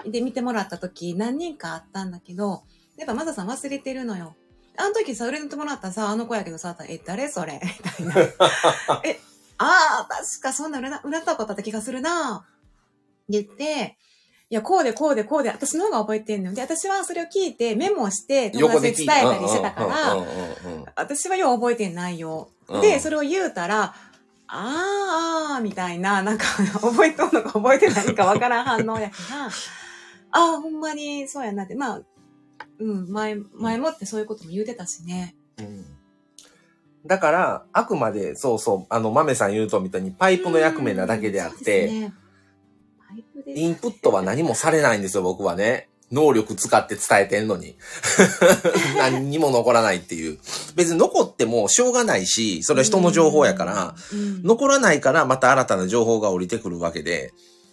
[SPEAKER 3] で、見てもらった時何人かあったんだけど、やっぱマサさん忘れてるのよ。あの時さ、売れてもらったさ、あの子やけどさ、え、誰それみたい な。え、ああ、確かそんな占占ったことあった気がするな言って、いや、こうでこうでこうで、私の方が覚えてんのよ。で、私はそれを聞いて、メモして、友達に伝えたりしてたから、
[SPEAKER 2] うんうんうんうん
[SPEAKER 3] 私はよう覚えてないよ。
[SPEAKER 2] うん
[SPEAKER 3] で、それを言うたら、あーあーみたいな、なんか 覚えとんのか覚えてないかわからん反応やから、ああー、ほんまにそうやなって、まあ、うん、前、前もってそういうことも言うてたしね。
[SPEAKER 2] うんだから、あくまで、そうそう、あの、豆さん言うとみたいに、パイプの役目なだけであっ
[SPEAKER 3] うんそ
[SPEAKER 2] て、
[SPEAKER 3] うですねパイプで
[SPEAKER 2] インプットは何もされないんですよ、僕はね。能力使って伝えてん のに。何にも残らないっていう。別に残ってもしょうがないし、それは人の情報やから、
[SPEAKER 3] うん
[SPEAKER 2] 残らないからまた新たな情報が降りてくるわけで、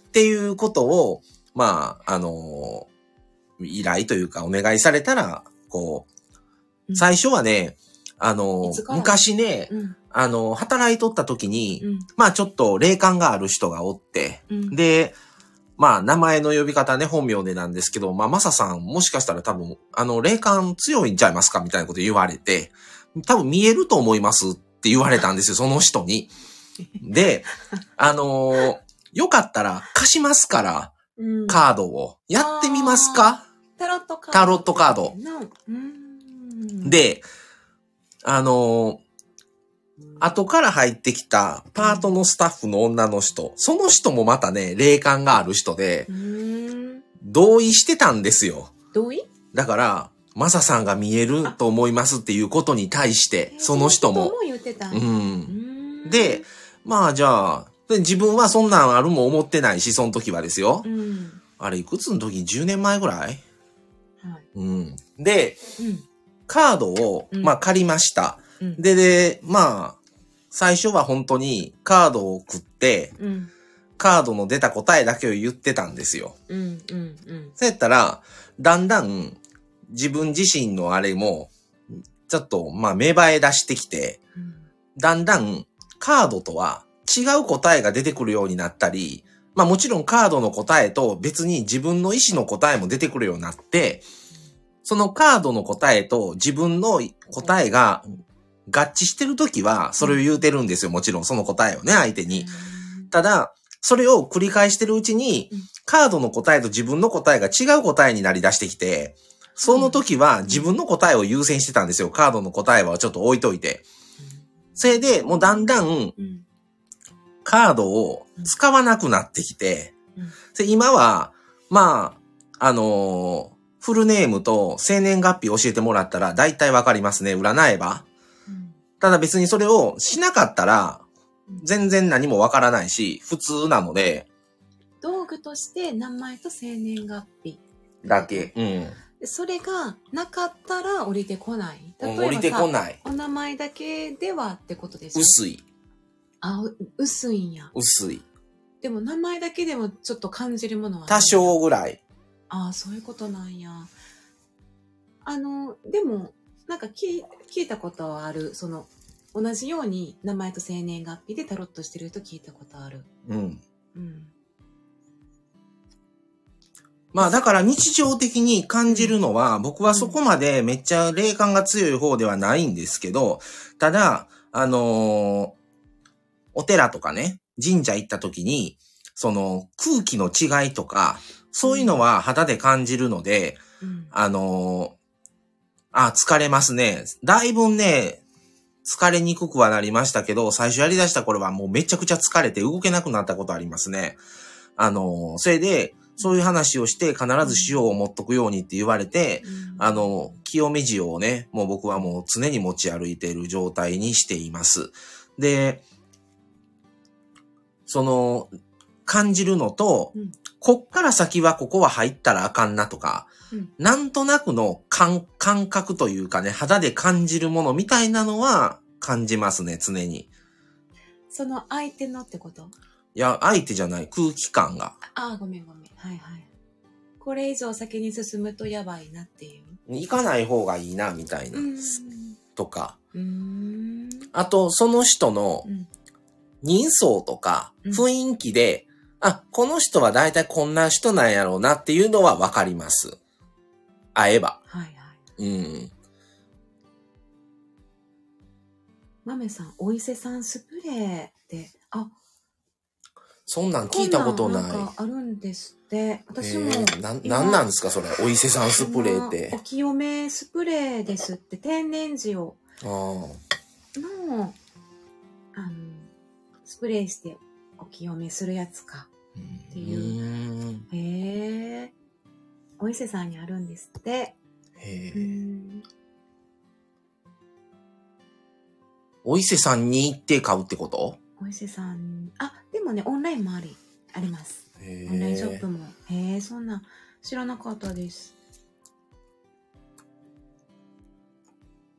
[SPEAKER 2] っていうことを、まあ、あの依頼というかお願いされたら、こ
[SPEAKER 1] う
[SPEAKER 2] う、
[SPEAKER 1] ん
[SPEAKER 2] 最初はね、あ
[SPEAKER 3] い
[SPEAKER 2] の
[SPEAKER 3] つから
[SPEAKER 2] 昔ね、
[SPEAKER 3] うん
[SPEAKER 2] あの働いとった時に、
[SPEAKER 1] うん
[SPEAKER 2] まあちょっと霊感がある人がおって、
[SPEAKER 1] うん
[SPEAKER 2] で、まあ名前の呼び方ね、本名でなんですけど、まあマサさんもしかしたら多分、あの霊感強いんちゃいますかみたいなこと言われて、多分見えると思いますって言われたんですよ、その人に。で、あのーよかったら貸しますから、
[SPEAKER 3] うん
[SPEAKER 2] カードを。やってみますか
[SPEAKER 3] タロットカード。
[SPEAKER 2] タロットカード。
[SPEAKER 3] うん、
[SPEAKER 2] で、あのー後から入ってきたパートのスタッフの女の人、その人もまたね、霊感がある人で
[SPEAKER 3] う、ーん、
[SPEAKER 2] 同意してたんですよ。
[SPEAKER 3] 同意
[SPEAKER 2] だから、マサさんが見えると思いますっていうことに対して、その人
[SPEAKER 3] その
[SPEAKER 2] も。
[SPEAKER 3] 人も言ってた。
[SPEAKER 2] う。
[SPEAKER 3] うんん
[SPEAKER 2] で、まあじゃあ、で自分はそんなんあるも思ってないし、その時はですよ
[SPEAKER 3] う。ん、
[SPEAKER 2] あれ、いくつの時 ?10 年前ぐらい
[SPEAKER 3] はい。
[SPEAKER 2] うん。で、
[SPEAKER 3] うん
[SPEAKER 2] カードを、
[SPEAKER 1] うん
[SPEAKER 2] まあ借りました。
[SPEAKER 1] うん
[SPEAKER 2] で、で、まあ、最初は本当にカードを食って、
[SPEAKER 3] うん、
[SPEAKER 2] カードの出た答えだけを言ってたんですよ。
[SPEAKER 3] うん、うん、うん。
[SPEAKER 2] そうやったら、だんだん自分自身のあれも、ちょっと、まあ芽生え出してきて、だんだんカードとは違う答えが出てくるようになったり、まあもちろんカードの答えと別に自分の意思の答えも出てくるようになって、そのカードの答えと自分の答えが合致してるときはそれを言うてるんですよ。もちろんその答えをね、相手に。ただ、それを繰り返してるうちに
[SPEAKER 3] うん、
[SPEAKER 2] カードの答えと自分の答えが違う答えになり出してきて、その時は自分の答えを優先してたんですよ。カードの答えはちょっと置いといて。それで、もうだんだん
[SPEAKER 3] うん、
[SPEAKER 2] カードを使わなくなってきて
[SPEAKER 3] うん、
[SPEAKER 2] で今は、まあ、あのーフルネームと生年月日教えてもらったら大体わかりますね。占えば。
[SPEAKER 3] うん
[SPEAKER 2] ただ別にそれをしなかったら、全然何もわからないし、普通なので、
[SPEAKER 1] 道具として名前と生年月日。
[SPEAKER 2] だけ。うん。
[SPEAKER 1] でそれがなかったら降りてこない。例えばさ
[SPEAKER 2] 降りてこない。
[SPEAKER 1] お名前だけではってことでしょ
[SPEAKER 2] 薄い。
[SPEAKER 1] あ、う薄いんや。
[SPEAKER 2] 薄い。
[SPEAKER 1] でも名前だけでもちょっと感じるものはある
[SPEAKER 2] 多少ぐらい。
[SPEAKER 1] ああ、そういうことなんや。あの、でも、なんか聞い聞いたことはある。その、同じように名前と生年月日でタロットしてる人聞いたことある。
[SPEAKER 2] うん。
[SPEAKER 1] うん。
[SPEAKER 2] まあだから日常的に感じるのは、僕はそこまでめっちゃ霊感が強い方ではないんですけど、ただ、あのーお寺とかね、神社行った時に、その空気の違いとか、そういうのは肌で感じるので、
[SPEAKER 1] うん。
[SPEAKER 2] あのーあ、疲れますね。だいぶね、疲れにくくはなりましたけど、最初やり出した頃はもうめちゃくちゃ疲れて動けなくなったことありますね。あのーそれで、そういう話をして必ず塩を持っとくようにって言われて、あの、清め塩をね、もう僕はもう常に持ち歩いている状態にしています。で、その、感じるのと、
[SPEAKER 1] うん
[SPEAKER 2] こっから先はここは入ったらあかんなとか、
[SPEAKER 1] うん
[SPEAKER 2] なんとなくの感感覚というかね、肌で感じるものみたいなのは感じますね、常に。
[SPEAKER 1] その相手のってこと
[SPEAKER 2] いや、相手じゃない、空気感が。
[SPEAKER 1] ああ、ごめんごめん。はいはい。これ以上先に進むとやばいなってい
[SPEAKER 2] 行かない方がいいな、みたいな、
[SPEAKER 1] う。
[SPEAKER 2] とか。
[SPEAKER 1] うーん。
[SPEAKER 2] あと、その人の
[SPEAKER 1] うん
[SPEAKER 2] 人相とか、
[SPEAKER 1] うん
[SPEAKER 2] 雰囲気で、あ、この人は大体こんな人なんやろうなっていうのはわかります。会えば。
[SPEAKER 1] はいはい。
[SPEAKER 2] うん。
[SPEAKER 1] 豆さん、お伊勢さんスプレーって、あ、
[SPEAKER 2] そんなん聞いたことない。
[SPEAKER 1] こんんんかあるんですって。私も
[SPEAKER 2] えー、な、
[SPEAKER 1] 今
[SPEAKER 2] なんなんですかそれ。お伊勢さんスプレーって
[SPEAKER 1] お。清めスプレーですって、天然塩の、
[SPEAKER 2] あー
[SPEAKER 1] あの、スプレーしてお清めするやつか。ていう
[SPEAKER 2] うん
[SPEAKER 1] へえ。お伊勢さんにあるんですって。
[SPEAKER 2] へ
[SPEAKER 1] う
[SPEAKER 2] え
[SPEAKER 1] ん
[SPEAKER 2] お伊勢さんに行って買うってこと
[SPEAKER 1] お伊勢さん、あ、でもね、オンラインもあり、あります。
[SPEAKER 2] へ
[SPEAKER 1] オンラインショップ
[SPEAKER 2] え
[SPEAKER 1] も。へえ、そんな、知らなかったです。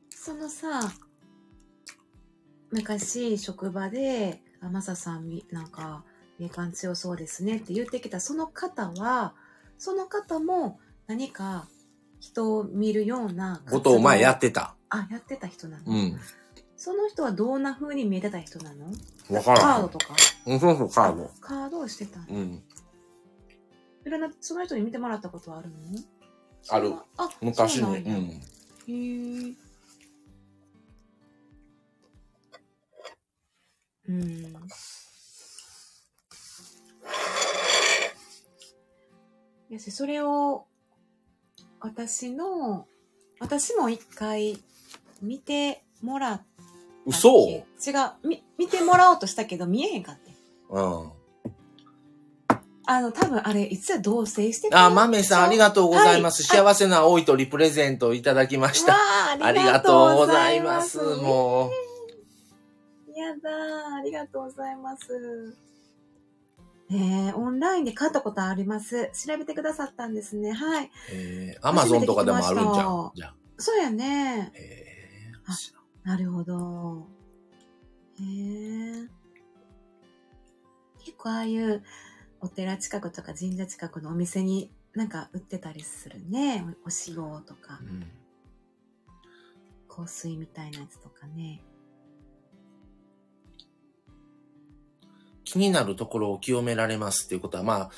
[SPEAKER 1] そのさ、昔、職場で、あマサさんみ、なんか、霊感強そうですねって言ってきた、その方は、その方も何か人を見るような活動。
[SPEAKER 2] ことを前やってた。
[SPEAKER 1] あ、やってた人なの、
[SPEAKER 2] うん。
[SPEAKER 1] その人はどんな風に見えてた人なの
[SPEAKER 2] わ
[SPEAKER 1] カ
[SPEAKER 2] から
[SPEAKER 1] ード
[SPEAKER 2] ん。
[SPEAKER 1] とか
[SPEAKER 2] うん、そうそう、カード。
[SPEAKER 1] カードをしてたの。
[SPEAKER 2] うん。
[SPEAKER 1] いろんな、その人に見てもらったことはあるの
[SPEAKER 2] ある。
[SPEAKER 1] あ、
[SPEAKER 2] 昔
[SPEAKER 1] そう
[SPEAKER 2] の。う
[SPEAKER 1] なんやへ
[SPEAKER 2] ん。
[SPEAKER 1] え。うん。やし、それを、私の、私も一回、見てもらったっけ。
[SPEAKER 2] 嘘
[SPEAKER 1] 違う、み、見てもらおうとしたけど、見えへんかって。
[SPEAKER 2] うん。
[SPEAKER 1] あの、多分あれ、いつは同棲して
[SPEAKER 2] あ、まめさんありがとうございます。
[SPEAKER 1] はい
[SPEAKER 2] 幸せな青い鳥プレゼントいただきまし
[SPEAKER 1] わ
[SPEAKER 2] た。
[SPEAKER 1] あ
[SPEAKER 2] ありがとうございます。
[SPEAKER 1] も
[SPEAKER 2] も
[SPEAKER 1] う。やだー、ありがとうございます。ねえ、オンラインで買ったことあります。調べてくださったんですね。はい。
[SPEAKER 2] う。えー、アマゾンとかでもあるんじゃん
[SPEAKER 1] 初。
[SPEAKER 2] じゃあ
[SPEAKER 1] そうやね。
[SPEAKER 2] へ
[SPEAKER 1] あなるほど。へえ。結構ああいうお寺近くとか神社近くのお店になんか売ってたりするね。おお塩とか
[SPEAKER 2] ー。うん
[SPEAKER 1] 香水みたいなやつとかね。
[SPEAKER 2] 気になるところを清められますっていうことは、まあ、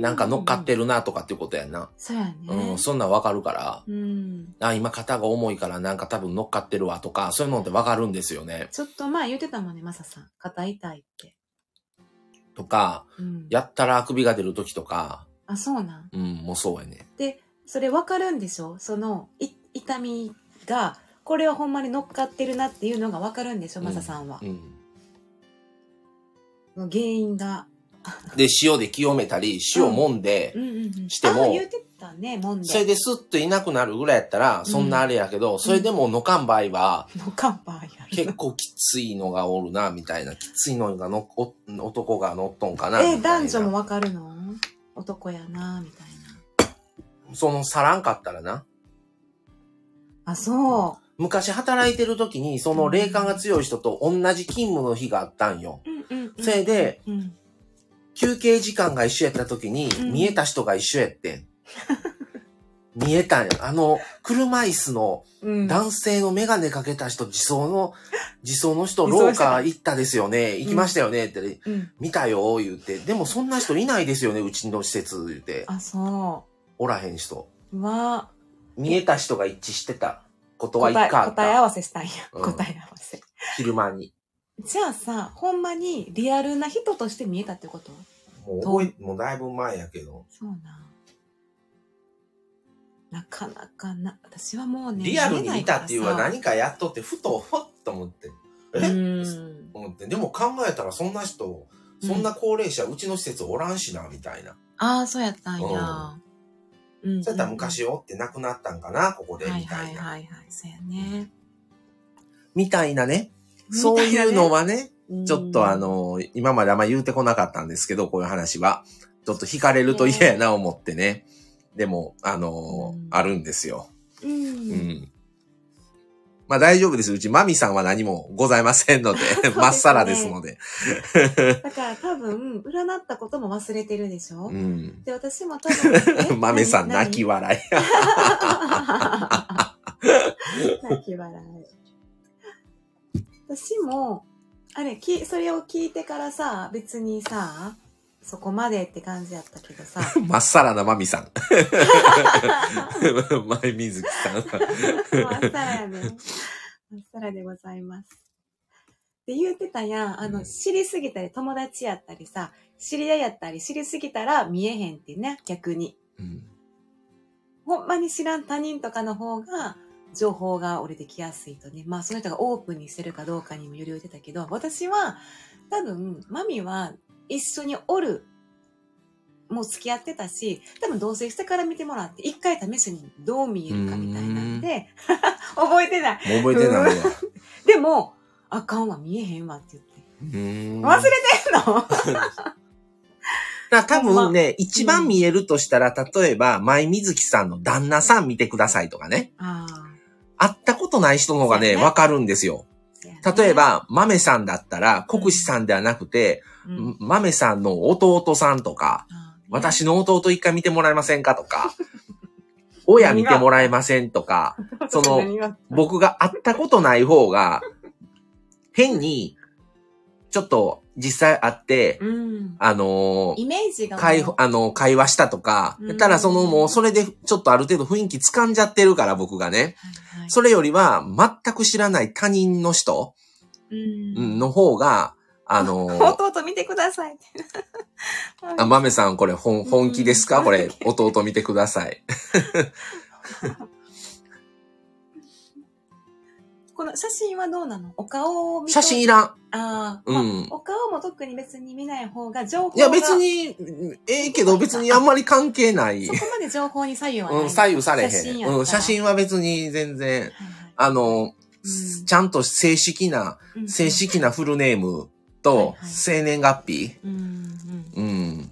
[SPEAKER 2] なんか乗っかってるなとかっていうことやな。
[SPEAKER 1] そうやね。
[SPEAKER 2] うん、そんなんわかるから。
[SPEAKER 1] うん。
[SPEAKER 2] あ、今肩が重いからなんか多分乗っかってるわとか、そういうのってわかるんですよね。
[SPEAKER 1] ちょっと前言ってたもんね、マサさん。肩痛いって。
[SPEAKER 2] とか、
[SPEAKER 1] うん。
[SPEAKER 2] やったらあくびが出る時とか、
[SPEAKER 1] あ、そうなん。
[SPEAKER 2] うん、もうそうやね。
[SPEAKER 1] で、それ分かるんでしょその、い痛みが、これはほんまに乗っかってるなっていうのが分かるんでしょ、マサさんは
[SPEAKER 2] う。ん。
[SPEAKER 1] 原因が。
[SPEAKER 2] で、塩で清めたり、塩揉んで、
[SPEAKER 1] うんうんうん。
[SPEAKER 2] しても
[SPEAKER 1] あー言ってったね、もんで。
[SPEAKER 2] それでスッといなくなるぐらいやったら、そんなあれやけど、それでものかん場合は、
[SPEAKER 1] のカンパーやる。
[SPEAKER 2] 結構きついのがおるな、みたいな。きついのがのお、男が乗っとんかな。
[SPEAKER 1] え、
[SPEAKER 2] みたい
[SPEAKER 1] 男
[SPEAKER 2] な
[SPEAKER 1] 女もわかるの男やな、みたい
[SPEAKER 2] その、さらんかったらな。
[SPEAKER 1] な。あ、そ
[SPEAKER 2] 昔働いてる時に、その霊感が強い人と同じ勤務の日があったんよ。
[SPEAKER 1] う。うんうん、
[SPEAKER 2] それで、
[SPEAKER 1] うん。
[SPEAKER 2] 休憩時間が一緒やった時に、
[SPEAKER 1] うん
[SPEAKER 2] 見えた人が一緒やってん。見えたんよ。あの、車椅子の
[SPEAKER 1] うん。
[SPEAKER 2] 男性のメガネかけた人、自 走の、自走の人、
[SPEAKER 1] 自走
[SPEAKER 2] 廊
[SPEAKER 1] してた
[SPEAKER 2] 下行ったですよね。行きましたよね。って、
[SPEAKER 1] うん。
[SPEAKER 2] 見たよ、言うて。でもそんな人いないですよね、うちの施設、言うて。
[SPEAKER 1] あ、そ
[SPEAKER 2] おらへん人。
[SPEAKER 1] う。うわ
[SPEAKER 2] 見えた人が一致してたことは
[SPEAKER 1] 答
[SPEAKER 2] 一
[SPEAKER 1] え、
[SPEAKER 2] 回あっ
[SPEAKER 1] 答え合
[SPEAKER 2] た。
[SPEAKER 1] わせしたんや。
[SPEAKER 2] うん
[SPEAKER 1] 答え合わせ。
[SPEAKER 2] 昼間に。
[SPEAKER 1] じゃあさ、ほんまにリアルな人として見えたってこと
[SPEAKER 2] もう覚え、もうだいぶ前やけど。
[SPEAKER 1] そうなん。なかなかな、私はもうね、
[SPEAKER 2] リアルに見たっていうのは
[SPEAKER 1] 見
[SPEAKER 2] 何かやっとって、ふと、ふっと思って。
[SPEAKER 1] え
[SPEAKER 2] え
[SPEAKER 1] ないからさうん。
[SPEAKER 2] 思って。でも考えたらそんな人、そんな高齢者、うちの施設おらんしな、みたいな。
[SPEAKER 1] ああ、そうやったんや。うん。
[SPEAKER 2] そうやったら昔おって亡くなったんかな、ここで、
[SPEAKER 1] はい
[SPEAKER 2] み
[SPEAKER 1] は
[SPEAKER 2] た
[SPEAKER 1] い
[SPEAKER 2] いな。
[SPEAKER 1] はいはい。そうやね。
[SPEAKER 2] みたいなね。そういうのはね、
[SPEAKER 1] み
[SPEAKER 2] ち
[SPEAKER 1] たいなね、
[SPEAKER 2] ょっとあの、今まであんま言うてこなかったんですけど、こういう話は。ちょっと惹かれると嫌やな思ってね。でも、あの
[SPEAKER 1] うん
[SPEAKER 2] あるんですよ。
[SPEAKER 1] うん、
[SPEAKER 2] う
[SPEAKER 1] うん。
[SPEAKER 2] ん。まあ大丈夫です。うちマミさんは何もございません ので、まっさらですので。
[SPEAKER 1] だから多分、占ったことも忘れてるでしょ、
[SPEAKER 2] うん。
[SPEAKER 1] で、私も多分
[SPEAKER 2] マミさん泣き
[SPEAKER 1] は。
[SPEAKER 2] 笑い。
[SPEAKER 1] 泣き笑い。私も、あれ、き、それを聞いてからさ、別にさ、そこまでって感じやったけどさ、
[SPEAKER 2] まっさらなマミさ ん。前水木さん
[SPEAKER 1] まっさらやね。まっさらでございます。で、言うてたやん。あの、
[SPEAKER 2] うん
[SPEAKER 1] 知りすぎたり、友達やったりさ、知り合いやったり、知りすぎたら見えへんってね、逆に。
[SPEAKER 2] うん。
[SPEAKER 1] ほんまに知らん他人とかの方が、情報が降りてきやすいとね。まあ、その人がオープンにしてるかどうかにもより言ってたけど、私は、多分、マミは一緒におる、もう付き合ってたし、多分同棲してから見てもらって、一回試しにどう見えるかみたいなんで、 覚えてない。
[SPEAKER 2] もう覚えて ないわ。
[SPEAKER 1] でも、あかんわ、見えへんわって言って。
[SPEAKER 2] うーん
[SPEAKER 1] 忘れてん の
[SPEAKER 2] だから多分ね、一番見えるとしたら、例えば、前水木さんの旦那さん見てくださいとかね。
[SPEAKER 1] あ
[SPEAKER 2] 会ったことない人の方が
[SPEAKER 1] そう
[SPEAKER 2] ね、
[SPEAKER 1] やね
[SPEAKER 2] わかるんですよ。
[SPEAKER 1] あ
[SPEAKER 2] 例え、ば、豆さんだったら、国士さんではなくて、
[SPEAKER 1] うん
[SPEAKER 2] 豆さんの弟さんとか、
[SPEAKER 1] あー
[SPEAKER 2] 私の弟一回見てもらえませんか とか、親見てもらえませんとか、その
[SPEAKER 1] 何が
[SPEAKER 2] 僕が会ったことない方が、変に、ちょっと実際会って、
[SPEAKER 1] うん。
[SPEAKER 2] あのー
[SPEAKER 1] イメージがもう。
[SPEAKER 2] 会あの、会話したとか、
[SPEAKER 1] うん
[SPEAKER 2] やったらそのもうそれでちょっとある程度雰囲気掴んじゃってるから僕がね。
[SPEAKER 1] はいはい
[SPEAKER 2] それよりは全く知らない他人の人
[SPEAKER 1] うん
[SPEAKER 2] うんの方が、あのー、
[SPEAKER 1] 弟見てくださいって。
[SPEAKER 2] あ、豆さんこれ本本気です
[SPEAKER 1] う
[SPEAKER 2] か
[SPEAKER 1] ん
[SPEAKER 2] これ、弟見てください。
[SPEAKER 1] この写真はどうなのお顔を見と
[SPEAKER 2] 写真いらん。
[SPEAKER 1] あー、
[SPEAKER 2] うん
[SPEAKER 1] まあお顔も特に別に見ない方が情報が。
[SPEAKER 2] いや別。に、うんええけど別にあんまり関係ない
[SPEAKER 1] そ。こまで情報に左右はない。
[SPEAKER 2] うん、左右されへん。
[SPEAKER 1] 写真や
[SPEAKER 2] うん、写
[SPEAKER 1] は
[SPEAKER 2] 真は別に全然、
[SPEAKER 1] いはい
[SPEAKER 2] あの
[SPEAKER 1] う
[SPEAKER 2] ー、
[SPEAKER 1] ん
[SPEAKER 2] ちゃんと正式な、
[SPEAKER 1] うん
[SPEAKER 2] 正式なフルネーム
[SPEAKER 1] はいは
[SPEAKER 2] と
[SPEAKER 1] い
[SPEAKER 2] 生年月日。
[SPEAKER 1] うんうん
[SPEAKER 2] うん。
[SPEAKER 1] うん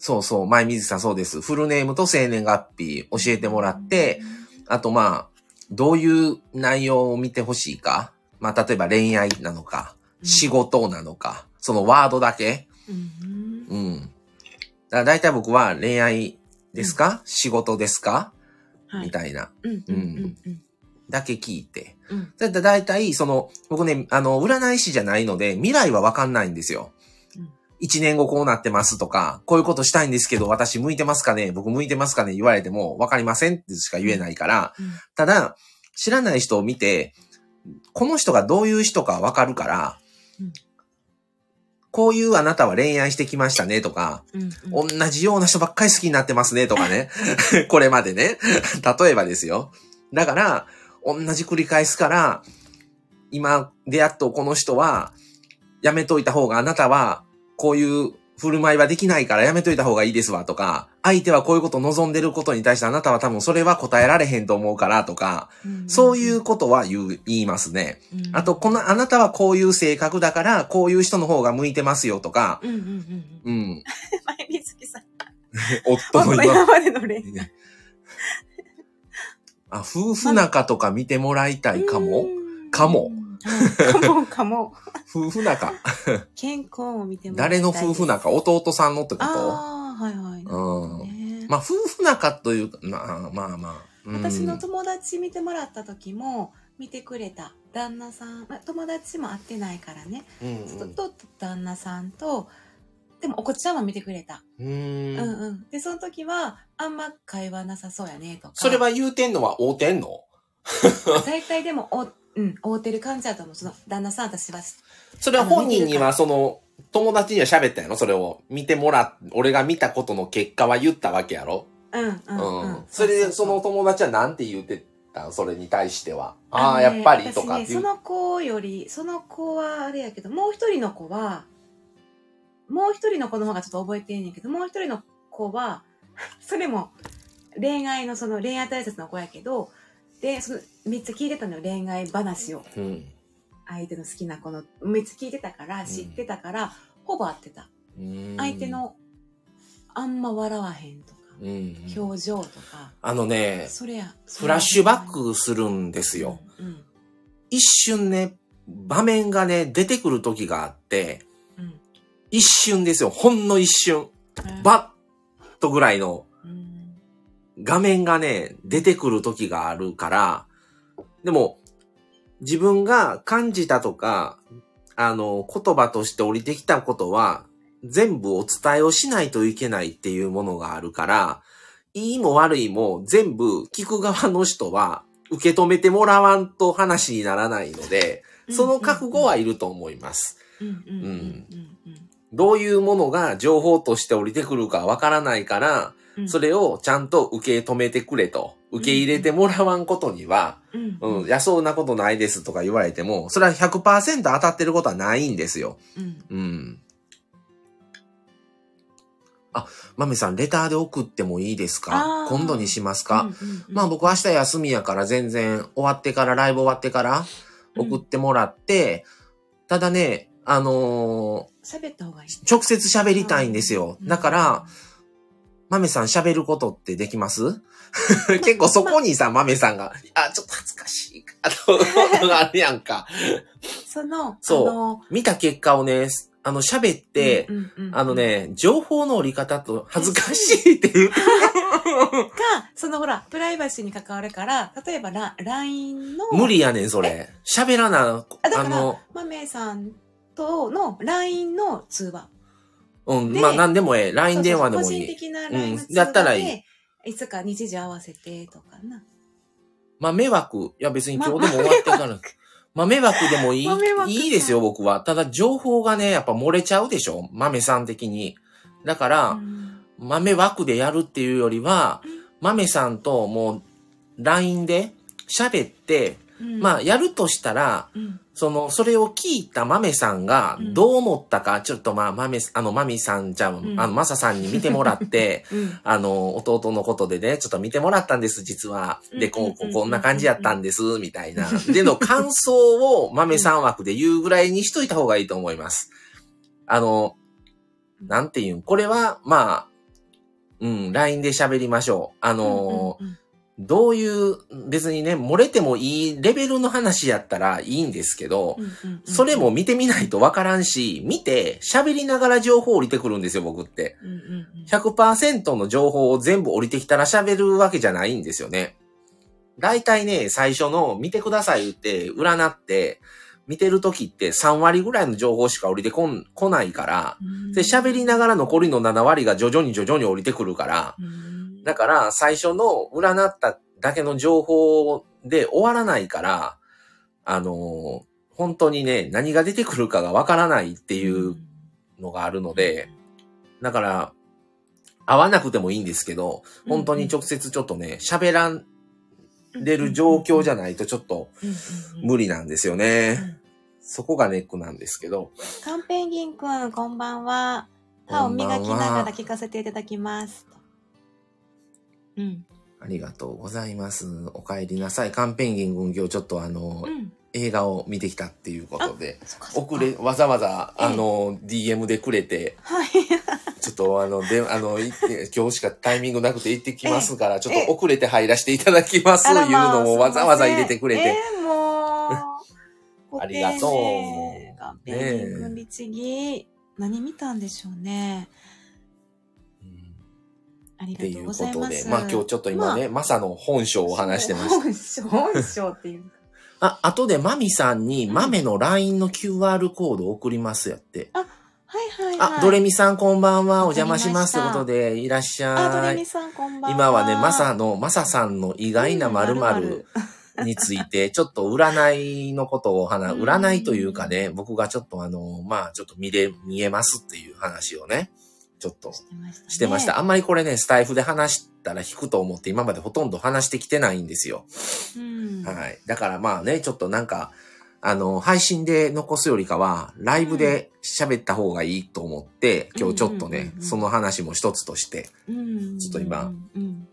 [SPEAKER 2] そうそう、前水さんそうです。フルネームと生年月日教えてもらって、、あとまあ、どういう内容を見てほしいか。まあ、例えば恋愛なのか、
[SPEAKER 1] うん
[SPEAKER 2] 仕。事なのか、そのワードだけ。
[SPEAKER 1] うん
[SPEAKER 2] うん。だだいたい僕は恋愛ですか、仕事ですか
[SPEAKER 1] は
[SPEAKER 2] み
[SPEAKER 1] い。
[SPEAKER 2] たいな。
[SPEAKER 1] うんうんうん
[SPEAKER 2] だけ聞いて。
[SPEAKER 1] うん
[SPEAKER 2] だだいたい、その、僕ね、あの、占い師じゃないので、未来はわかんないんですよ
[SPEAKER 1] うん。
[SPEAKER 2] 一年後こうなってますとか、こういうことしたいんですけど、私向いてますかね僕向いてますかね言われても、わかりませんってしか言えないから、
[SPEAKER 1] うん
[SPEAKER 2] ただ、知らない人を見て、この人がどういう人かわかるから、
[SPEAKER 1] うん
[SPEAKER 2] こういうあなたは恋愛してきましたねとか、
[SPEAKER 1] うんうん
[SPEAKER 2] 同じような人ばっかり好きになってますねとか ね。これまでね。例えばですよ。だから、同じ繰り返すから、今出会っとこの人は、やめといた方があなたは、こういう振る舞いはできないからやめといた方がいいですわとか、相手はこういうこと望んでることに対してあなたは多分それは答えられへんと思うからとか、そういうことは言う、言いますね。
[SPEAKER 1] うん
[SPEAKER 2] あと、、この、あなたはこういう性格だから、こういう人の方が向いてますよとか、
[SPEAKER 1] うんうんうん うん。
[SPEAKER 2] うん。
[SPEAKER 1] 前水木さん。
[SPEAKER 2] 夫
[SPEAKER 1] 本当
[SPEAKER 2] の言わ
[SPEAKER 1] 今までの例。
[SPEAKER 2] あ、夫婦仲とか見てもらいたいかも。かも
[SPEAKER 1] うん。かも、かも。
[SPEAKER 2] 夫婦 仲。
[SPEAKER 1] 健康を見てもらいたい
[SPEAKER 2] 誰の夫婦仲弟さんのってこ
[SPEAKER 1] ああ、はいはい。
[SPEAKER 2] とうん。
[SPEAKER 1] ね
[SPEAKER 2] まあ、夫婦仲というか、まあまあまあ。うん
[SPEAKER 1] 私の友達見てもらった時も見てくれた旦那さんまあ友達も会ってないからね、
[SPEAKER 2] うん
[SPEAKER 1] ずっと旦那さんとでもお子ちゃんも見てくれた、う
[SPEAKER 2] う
[SPEAKER 1] んん、う
[SPEAKER 2] うん
[SPEAKER 1] んでその時はあんま会話なさそうやねとか
[SPEAKER 2] それは言うてんのは会うてんの
[SPEAKER 1] 大体でもお、うん、会うてる感じだと思うその旦那さん私は
[SPEAKER 2] それは本人にはその、友達には喋ったんやろそれを見てもらっ、俺が見たことの結果は言ったわけやろ
[SPEAKER 1] うんうん
[SPEAKER 2] う
[SPEAKER 1] うん、
[SPEAKER 2] ん。それで、そうの
[SPEAKER 1] う
[SPEAKER 2] 友達はなんて言ってたんそれに対しては。
[SPEAKER 1] う
[SPEAKER 2] ああ、
[SPEAKER 1] の
[SPEAKER 2] や
[SPEAKER 1] ね
[SPEAKER 2] っぱりとか
[SPEAKER 1] 私
[SPEAKER 2] っ
[SPEAKER 1] ね
[SPEAKER 2] てい。
[SPEAKER 1] そうの子よりその子はあれやけどもう一人の子はもう一人の子の方がちょっと覚えてんねんけどもう一人の子は それも恋愛のその恋愛大切の子やけどでそのめっちゃ聞いてたのよ恋愛話を
[SPEAKER 2] うん。
[SPEAKER 1] 相手の好きな子のめっちゃ聞いてたから知ってたから、ほぼ合ってた
[SPEAKER 2] うん
[SPEAKER 1] 相手、のあんま笑わへんとか
[SPEAKER 2] うん。
[SPEAKER 1] 表情とか、
[SPEAKER 2] あのね、
[SPEAKER 1] それや
[SPEAKER 2] フラッシュバックするんですよ。、
[SPEAKER 1] それやうん
[SPEAKER 2] 一瞬ね、場面がね、出てくる時があって、
[SPEAKER 1] うん
[SPEAKER 2] 一瞬ですよ。ほんの一瞬。
[SPEAKER 1] うん
[SPEAKER 2] バッとぐらいの
[SPEAKER 1] うん
[SPEAKER 2] 画面がね、出てくる時があるから、でも、自分が感じたとか、あの、言葉として降りてきたことは、全部お伝えをしないといけないっていうものがあるから、いいも悪いも全部聞く側の人は受け止めてもらわんと話にならないので、その覚悟はいると思います。
[SPEAKER 1] うんうんうんう
[SPEAKER 2] う
[SPEAKER 1] ん
[SPEAKER 2] どういうものが情報として降りてくるかわからないから、
[SPEAKER 1] うん
[SPEAKER 2] それをちゃんと受け止めてくれと。受け入れてもらわんことには、
[SPEAKER 1] うん
[SPEAKER 2] うん、いや、そんなことないですとか言われても、それは100%当たってることはないんですよ。
[SPEAKER 1] うん
[SPEAKER 2] うん。あ、まめさん、レターで送ってもいいです
[SPEAKER 1] あ
[SPEAKER 2] か
[SPEAKER 1] ー
[SPEAKER 2] 今度にしますか、
[SPEAKER 1] うんうんうん
[SPEAKER 2] まあ僕明日休みやから全然終わってから、ライブ終わってから送ってもらって、ただね、あのー
[SPEAKER 1] 喋った方がいい
[SPEAKER 2] 直接喋りたいんですよ。
[SPEAKER 1] うん
[SPEAKER 2] だから、マメさん喋ることってできます 結構そこにさ、マメさんが、あ、ちょっと恥ずかしいか、と思うことがあるやんか。
[SPEAKER 1] その
[SPEAKER 2] そう
[SPEAKER 1] あの
[SPEAKER 2] 見た結果をね、あの、喋って、
[SPEAKER 1] うんうんうん
[SPEAKER 2] あのね、情報の折り方と恥ずかしいっていう。
[SPEAKER 1] がそのほらプライバシーに関わるから例えばラ LINE の
[SPEAKER 2] 無理やねん、それ。喋らな、
[SPEAKER 1] あだ
[SPEAKER 2] あ
[SPEAKER 1] から
[SPEAKER 2] の、
[SPEAKER 1] マメさんとの LINE の通話
[SPEAKER 2] うん、
[SPEAKER 1] で
[SPEAKER 2] まあ何でもええ。LINE 電話でも
[SPEAKER 1] そうそう個
[SPEAKER 2] い
[SPEAKER 1] 人
[SPEAKER 2] い。
[SPEAKER 1] 的な LINE の
[SPEAKER 2] うん
[SPEAKER 1] 通
[SPEAKER 2] やったら
[SPEAKER 1] 話
[SPEAKER 2] いい
[SPEAKER 1] でいつか日時合わせてとかな
[SPEAKER 2] まあ迷惑。いや別に今日で
[SPEAKER 1] ま
[SPEAKER 2] も終わってから。まあ迷惑でもいい
[SPEAKER 1] まあ迷惑、か
[SPEAKER 2] いいですよ僕は。ただ情報がね、やっぱ漏れちゃうでしょ豆さん的に。だから
[SPEAKER 1] う、ん
[SPEAKER 2] 豆枠でやるっていうよりは、豆さんともう LINE で喋って、
[SPEAKER 1] うん
[SPEAKER 2] まあやるとしたら、
[SPEAKER 1] うん
[SPEAKER 2] その、それを聞いた豆さんが
[SPEAKER 1] うん
[SPEAKER 2] どう思ったか、ちょっとまあ豆、あの、豆さんじゃん、
[SPEAKER 1] ん
[SPEAKER 2] あの、マサさんに見てもら って、
[SPEAKER 1] うん
[SPEAKER 2] あの、弟のことでね、ちょっと見てもらったんです、実は。で、こう、こ
[SPEAKER 1] うんうんうんうん
[SPEAKER 2] うこんな感じやったんです、みた いな。での感想を豆さん枠で言うぐらいにしといた方がいいと思います。あの、なんていうん、これは、まあ、うん、LINE で喋りましょう。あの、
[SPEAKER 1] うんうん
[SPEAKER 2] どういう、別にね、漏れてもいいレベルの話やったらいいんですけど
[SPEAKER 1] う、んうんうん
[SPEAKER 2] それも見てみないとわからんし、見て喋りながら情報降りてくるんですよ、僕って。
[SPEAKER 1] うんうんうん
[SPEAKER 2] 100%の情報を全部降りてきたら喋るわけじゃないんですよね。大体ね、最初の見てくださいって占って、見てる時って3割ぐらいの情報しか降りてこん、来ないから、
[SPEAKER 1] うん
[SPEAKER 2] で、喋りながら残りの7割が徐々に徐々に降りてくるから、
[SPEAKER 1] うん
[SPEAKER 2] だから最初の占っただけの情報で終わらないから、あのー本当にね、何が出てくるかがわからないっていうのがあるので、だから、会わなくてもいいんですけど、本当に直接ちょっとね、喋らんれる状況じゃ
[SPEAKER 1] ない、
[SPEAKER 2] ないとちょっと
[SPEAKER 1] うんうんうん
[SPEAKER 2] 無理なんですよね。そこがネックなんですけど。
[SPEAKER 1] カンペンギンくん、こんばんは。歯を
[SPEAKER 2] こんばんは
[SPEAKER 1] 磨きながら聞かせていただきます。うん。
[SPEAKER 2] ありがとうございます。お帰りなさい。カンペンギン軍業、ちょっとあの、
[SPEAKER 1] うん。
[SPEAKER 2] 映画を見てきたっていうことで、
[SPEAKER 1] そっかそっか
[SPEAKER 2] 遅れ、。わざわざ、
[SPEAKER 1] ええ
[SPEAKER 2] あの、DM でくれて、
[SPEAKER 1] はい。
[SPEAKER 2] ちょっとあの、で、あの、行って今日しかタイミングなくて行ってきますから、ちょっ
[SPEAKER 1] ええ
[SPEAKER 2] と遅れて入らせていただきます、
[SPEAKER 1] あ
[SPEAKER 2] い
[SPEAKER 1] ら
[SPEAKER 2] う
[SPEAKER 1] まあ
[SPEAKER 2] のもわざわざ入れてくれ
[SPEAKER 1] すいま
[SPEAKER 2] て。
[SPEAKER 1] せんえー、もう。ご
[SPEAKER 2] ありがとう
[SPEAKER 1] 丁寧がベリング律儀。何見たんでしょうね。
[SPEAKER 2] うん
[SPEAKER 1] あり
[SPEAKER 2] って
[SPEAKER 1] が
[SPEAKER 2] い
[SPEAKER 1] とう
[SPEAKER 2] う
[SPEAKER 1] ご
[SPEAKER 2] こ
[SPEAKER 1] ざい
[SPEAKER 2] と
[SPEAKER 1] ま
[SPEAKER 2] で、
[SPEAKER 1] す。
[SPEAKER 2] まあ今日ちょっと今ね、マサの本性を話してました。
[SPEAKER 1] た。本性、本性っていう。
[SPEAKER 2] あ、あとでマミさんに
[SPEAKER 1] うん
[SPEAKER 2] マメの LINE の QR コードを送りますやって。
[SPEAKER 1] はいはいはい。
[SPEAKER 2] あ、ドレミさんこんばんは、お
[SPEAKER 1] わかり
[SPEAKER 2] 邪魔
[SPEAKER 1] ました
[SPEAKER 2] しますってことで、いらっし
[SPEAKER 1] あ、ド
[SPEAKER 2] ゃ
[SPEAKER 1] レミ
[SPEAKER 2] い。
[SPEAKER 1] さんこんばんは。
[SPEAKER 2] 今はね、マサの、マサさんの意外な〇〇。につい て、ちょっと占いのことを話、
[SPEAKER 1] うん
[SPEAKER 2] 占いというかね、僕がちょっとあの、まあちょっと見れ、見えますっていう話をね、ちょっと
[SPEAKER 1] してました、ね。
[SPEAKER 2] してました。あんまりこれね、スタイフで話したら引くと思って、今までほとんど話してきてないんですよ。
[SPEAKER 1] うん。
[SPEAKER 2] はい。だからまあね、ちょっとなんか、あの、配信で残すよりかは、ライブで喋った方がいいと思って、
[SPEAKER 1] うん
[SPEAKER 2] 今日ちょっと
[SPEAKER 1] うんうん
[SPEAKER 2] ね
[SPEAKER 1] う、んうん
[SPEAKER 2] その話も一つとして、
[SPEAKER 1] うん。
[SPEAKER 2] ちょっと今
[SPEAKER 1] うん。うん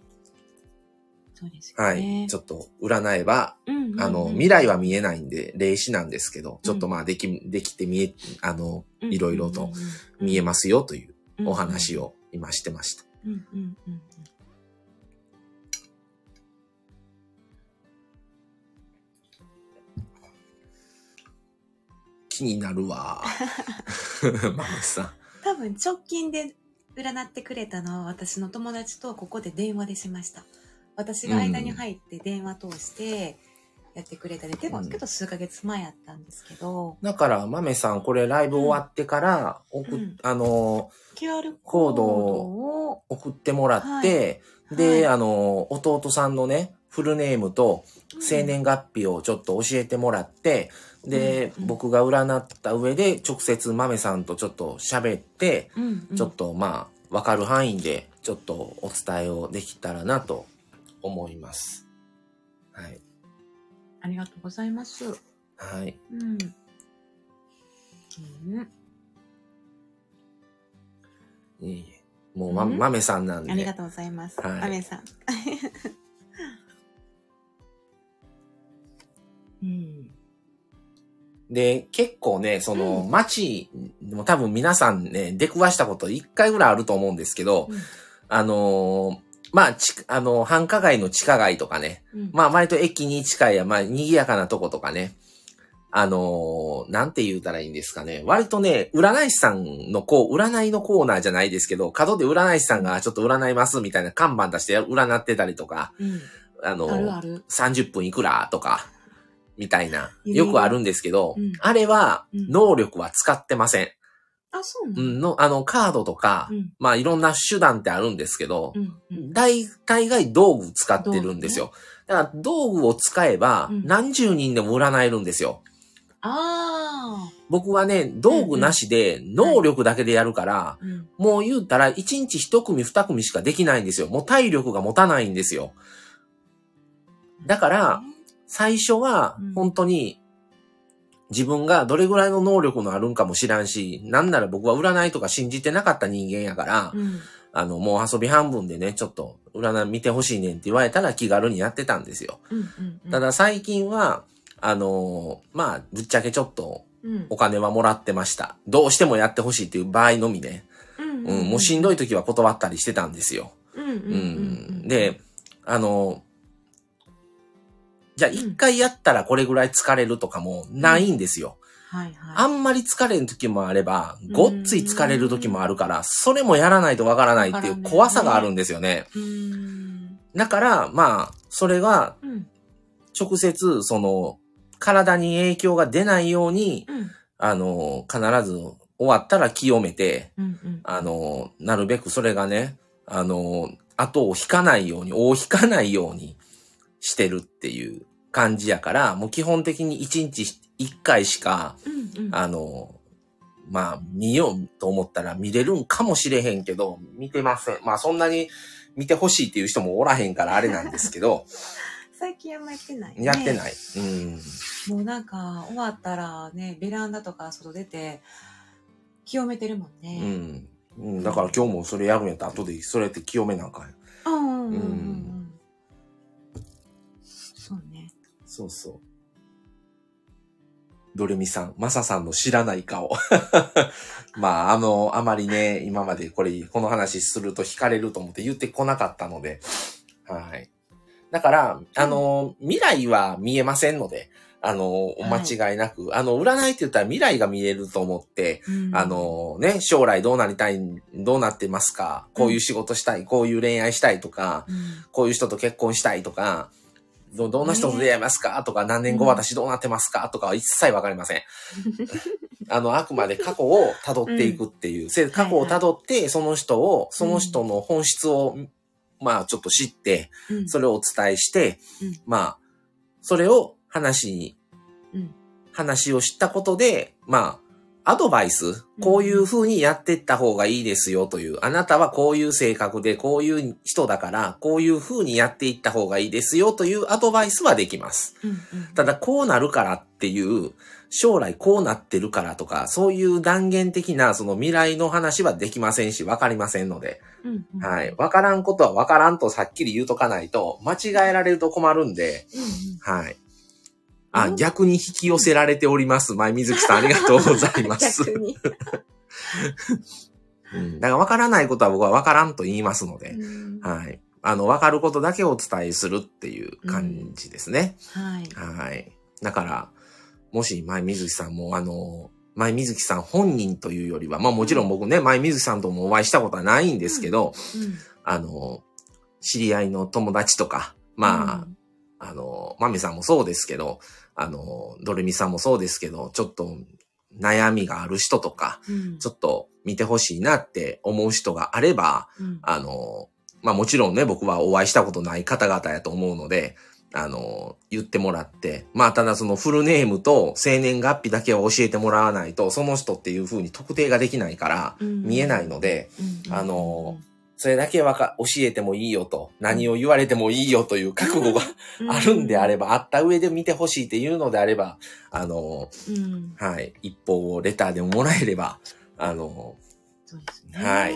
[SPEAKER 1] そうですよ
[SPEAKER 2] はい。
[SPEAKER 1] ね。
[SPEAKER 2] ちょっと占えば、
[SPEAKER 1] うんうんうん
[SPEAKER 2] あの、未来は見えないんで、霊視なんですけど、ちょっとまあでき、できて見え、あの、いろいろと見え
[SPEAKER 1] ま
[SPEAKER 2] ますよという
[SPEAKER 1] す
[SPEAKER 2] お話
[SPEAKER 1] を。
[SPEAKER 2] を今してました。
[SPEAKER 1] うんうんうんうん
[SPEAKER 2] 気になるわ。 マムさん。
[SPEAKER 1] 多分直近で占ってくれたのは私の友達とここで電話でしました。私が間に入って電話通してやってくれたり、でも
[SPEAKER 2] うん
[SPEAKER 1] けど数ヶ月前やったんですけど、
[SPEAKER 2] だから、マメさん、これライブ終わってから、送っ、
[SPEAKER 1] うん
[SPEAKER 2] あの、
[SPEAKER 1] QR コ
[SPEAKER 2] コ
[SPEAKER 1] ード
[SPEAKER 2] ード
[SPEAKER 1] を、
[SPEAKER 2] 送ってもらって、
[SPEAKER 1] はい
[SPEAKER 2] で、
[SPEAKER 1] はい
[SPEAKER 2] あの、弟さんのね、フルネームと生年月日をちょっと教えてもらって、で、
[SPEAKER 1] うん
[SPEAKER 2] 僕が占った上で、直接マメさんとちょっと喋って、
[SPEAKER 1] うん、うんうん
[SPEAKER 2] ちょっとまあ、わかる範囲で、ちょっとお伝えをできたらなと思います。はい。
[SPEAKER 1] ありがとうございます。
[SPEAKER 2] はい。
[SPEAKER 1] うん。うん
[SPEAKER 2] いえいえもうま、
[SPEAKER 1] うん
[SPEAKER 2] マメさんなんで。
[SPEAKER 1] ありがとうございます。
[SPEAKER 2] はい
[SPEAKER 1] アメ さん。うん。
[SPEAKER 2] で、結構ね、その、
[SPEAKER 1] う
[SPEAKER 2] 街、も多分皆さんね、出くわしたこと一回ぐらいあると思うんですけど、あのーまあ、ち、あのー繁華街の地下街とかね、
[SPEAKER 1] うん
[SPEAKER 2] まあ、割と駅に近いや、まあ、賑やかなとことかね、あのーなんて言うたらいいんですかね、割とね、占い師さんのこう、占いのコーナーじゃないですけど、角で占い師さんがちょっと占いますみたいな看板出してや占ってたりとか、
[SPEAKER 1] うん
[SPEAKER 2] あのー
[SPEAKER 1] あるある。
[SPEAKER 2] 30分いくらとか、みたいな、
[SPEAKER 1] 夢
[SPEAKER 2] よくあるんですけど、
[SPEAKER 1] うん
[SPEAKER 2] あれは、
[SPEAKER 1] うん
[SPEAKER 2] 能力は使ってません。
[SPEAKER 1] あ、そうな
[SPEAKER 2] う
[SPEAKER 1] の
[SPEAKER 2] ん、の、あの、カードとか、
[SPEAKER 1] うん。
[SPEAKER 2] まあ、いろんな手段ってあるんですけど
[SPEAKER 1] う、ん。うん。
[SPEAKER 2] 大、大概道具使ってるんですよ。だから、道具を使えば、
[SPEAKER 1] うん
[SPEAKER 2] 何十人でも占えるんですよ。
[SPEAKER 1] あ
[SPEAKER 2] 僕はね、道具なしで、能力だけでやるから、
[SPEAKER 1] あ。うん。
[SPEAKER 2] もう言うたら、1日1組2組しかできないんですよ。もう体力が持たないんですよ。だから、最初は
[SPEAKER 1] うん
[SPEAKER 2] 本当に自分がどれぐらいの能力のあるんかも知らんし、なんなら僕は占いとか信じてなかった人間やから、
[SPEAKER 1] うん。
[SPEAKER 2] あの、もう遊び半分でね、ちょっと占い見てほしいねんって言われたら気軽にやってたんですよ。
[SPEAKER 1] うん。うん。うん
[SPEAKER 2] た、だ最近は、あのーまあ、ぶっちゃけちょっと
[SPEAKER 1] うん
[SPEAKER 2] お。金はもらってました。どうしてもやってほしいっていう場合のみね。
[SPEAKER 1] うん
[SPEAKER 2] うん、もうしんどい時は断ったりしてたんですよ。
[SPEAKER 1] うん。うん。う
[SPEAKER 2] う
[SPEAKER 1] ん
[SPEAKER 2] ん。で、、あの、じゃあ一回やったらこれぐらい疲れるとかもないんですよ。
[SPEAKER 1] はいはい。
[SPEAKER 2] あんまり疲れん時もあれば、ごっつい疲れる時もあるから、それもやらないとわからないっていう怖さがあるんですよね。
[SPEAKER 1] うん。
[SPEAKER 2] だから、まあ、それが
[SPEAKER 1] うん。
[SPEAKER 2] 直接、その、体に影響が出ないように、
[SPEAKER 1] うん。
[SPEAKER 2] あの、必ず終わったら清めて、
[SPEAKER 1] うん。うん。
[SPEAKER 2] あの、なるべくそれがね、あの、後を引かないように、尾を引かないようにしてるっていう感じやから、もう基本的に1日1回しか、
[SPEAKER 1] うん。
[SPEAKER 2] あの、まあ、見ようと思ったら見れるんかもしれへんけど、見てません。まあ、そんなに見てほしいっていう人もおらへんからあれなんですけど、
[SPEAKER 1] 最近あんまやってない。
[SPEAKER 2] やってない。うん。
[SPEAKER 1] もうなんか終わったらねベランダとか外出て清めてるもん
[SPEAKER 2] う
[SPEAKER 1] ね、
[SPEAKER 2] ん。うん、だから今日もそれやるんやったら後でそれやって清めなんかんよ
[SPEAKER 3] うんうんうんう
[SPEAKER 2] うんん。
[SPEAKER 3] そうね。
[SPEAKER 2] そうそう。ドレミさん、マサさんの知らな い顔。まあ、あの、あまりね、今までこれ、この話すると惹かれると思って言ってこなかったので、はい。だから、あの、未来は見えませんので、あの、お間違いなく、あの、占いって言ったら未来が見えると思って、
[SPEAKER 3] うん
[SPEAKER 2] あ、のね、将来どうなりたい、どうなってますか、こういう仕事したい、こういう恋愛したいとか、
[SPEAKER 3] うん
[SPEAKER 2] こういう人と結婚したいとか、どどんな人と出会いますかとか、何年後私どうなってますかとかは一切わかりませ ん。あの、あくまで過去を辿っていくっていう。せ過去を辿って、その人を、その人の本質を、まあちょっと知って、
[SPEAKER 3] うん
[SPEAKER 2] それをお伝えして、
[SPEAKER 3] うん
[SPEAKER 2] まあ、それを話に、
[SPEAKER 3] うん
[SPEAKER 2] 話を知ったことで、まあ、アドバイス、
[SPEAKER 3] うん
[SPEAKER 2] こういう風にやってった方がいいですよという、あなたはこういう性格で、こういう人だから、こういう風にやっていった方がいいですよというアドバイスはできます。
[SPEAKER 3] うんうん
[SPEAKER 2] ただこうなるからっていう、将来こうなってるからとか、そういう断言的なその未来の話はできませんし、わかりませんので。
[SPEAKER 3] うんうん
[SPEAKER 2] はい。わからんことはわからんとさっきり言うとかないと、間違えられると困るんで、
[SPEAKER 3] うんうん
[SPEAKER 2] はい。
[SPEAKER 3] う
[SPEAKER 2] あ、
[SPEAKER 3] ん
[SPEAKER 2] 逆に引き寄せられております。前水木さんありがとうございま す。
[SPEAKER 3] 逆に。
[SPEAKER 2] うん、だからわからないことは僕はわからんと言いますので、
[SPEAKER 3] うん
[SPEAKER 2] はい。あの、わかることだけお伝えするっていう感じですね。
[SPEAKER 3] はい。
[SPEAKER 2] はい。だから、もし前水木さんも、あの、前水木さん本人というよりは、まあもちろん僕ね、前水木さんともお会いしたことはないんですけど、
[SPEAKER 3] うん
[SPEAKER 2] あの、知り合いの友達とか、まあ、
[SPEAKER 3] うん
[SPEAKER 2] あの、まめさんもそうですけど、あの、ドレミさんもそうですけど、ちょっと悩みがある人とか、
[SPEAKER 3] うん
[SPEAKER 2] ちょっと見てほしいなって思う人があれば、
[SPEAKER 3] うん
[SPEAKER 2] あの、まあもちろんね、僕はお会いしたことない方々やと思うので、あの、言ってもらって、まあただそのフルネームと生年月日だけは教えてもらわないと、その人っていう風に特定ができないから、
[SPEAKER 3] うん
[SPEAKER 2] 見えないので、
[SPEAKER 3] うん
[SPEAKER 2] あのそれだけわか、教えてもいいよと、何を言われてもいいよという覚悟があるんであれば、あった上で見てほしいっていうのであれば、あの、
[SPEAKER 3] うん
[SPEAKER 2] はい、一報をレターでももらえれば、あの、
[SPEAKER 3] そうですね
[SPEAKER 2] はい。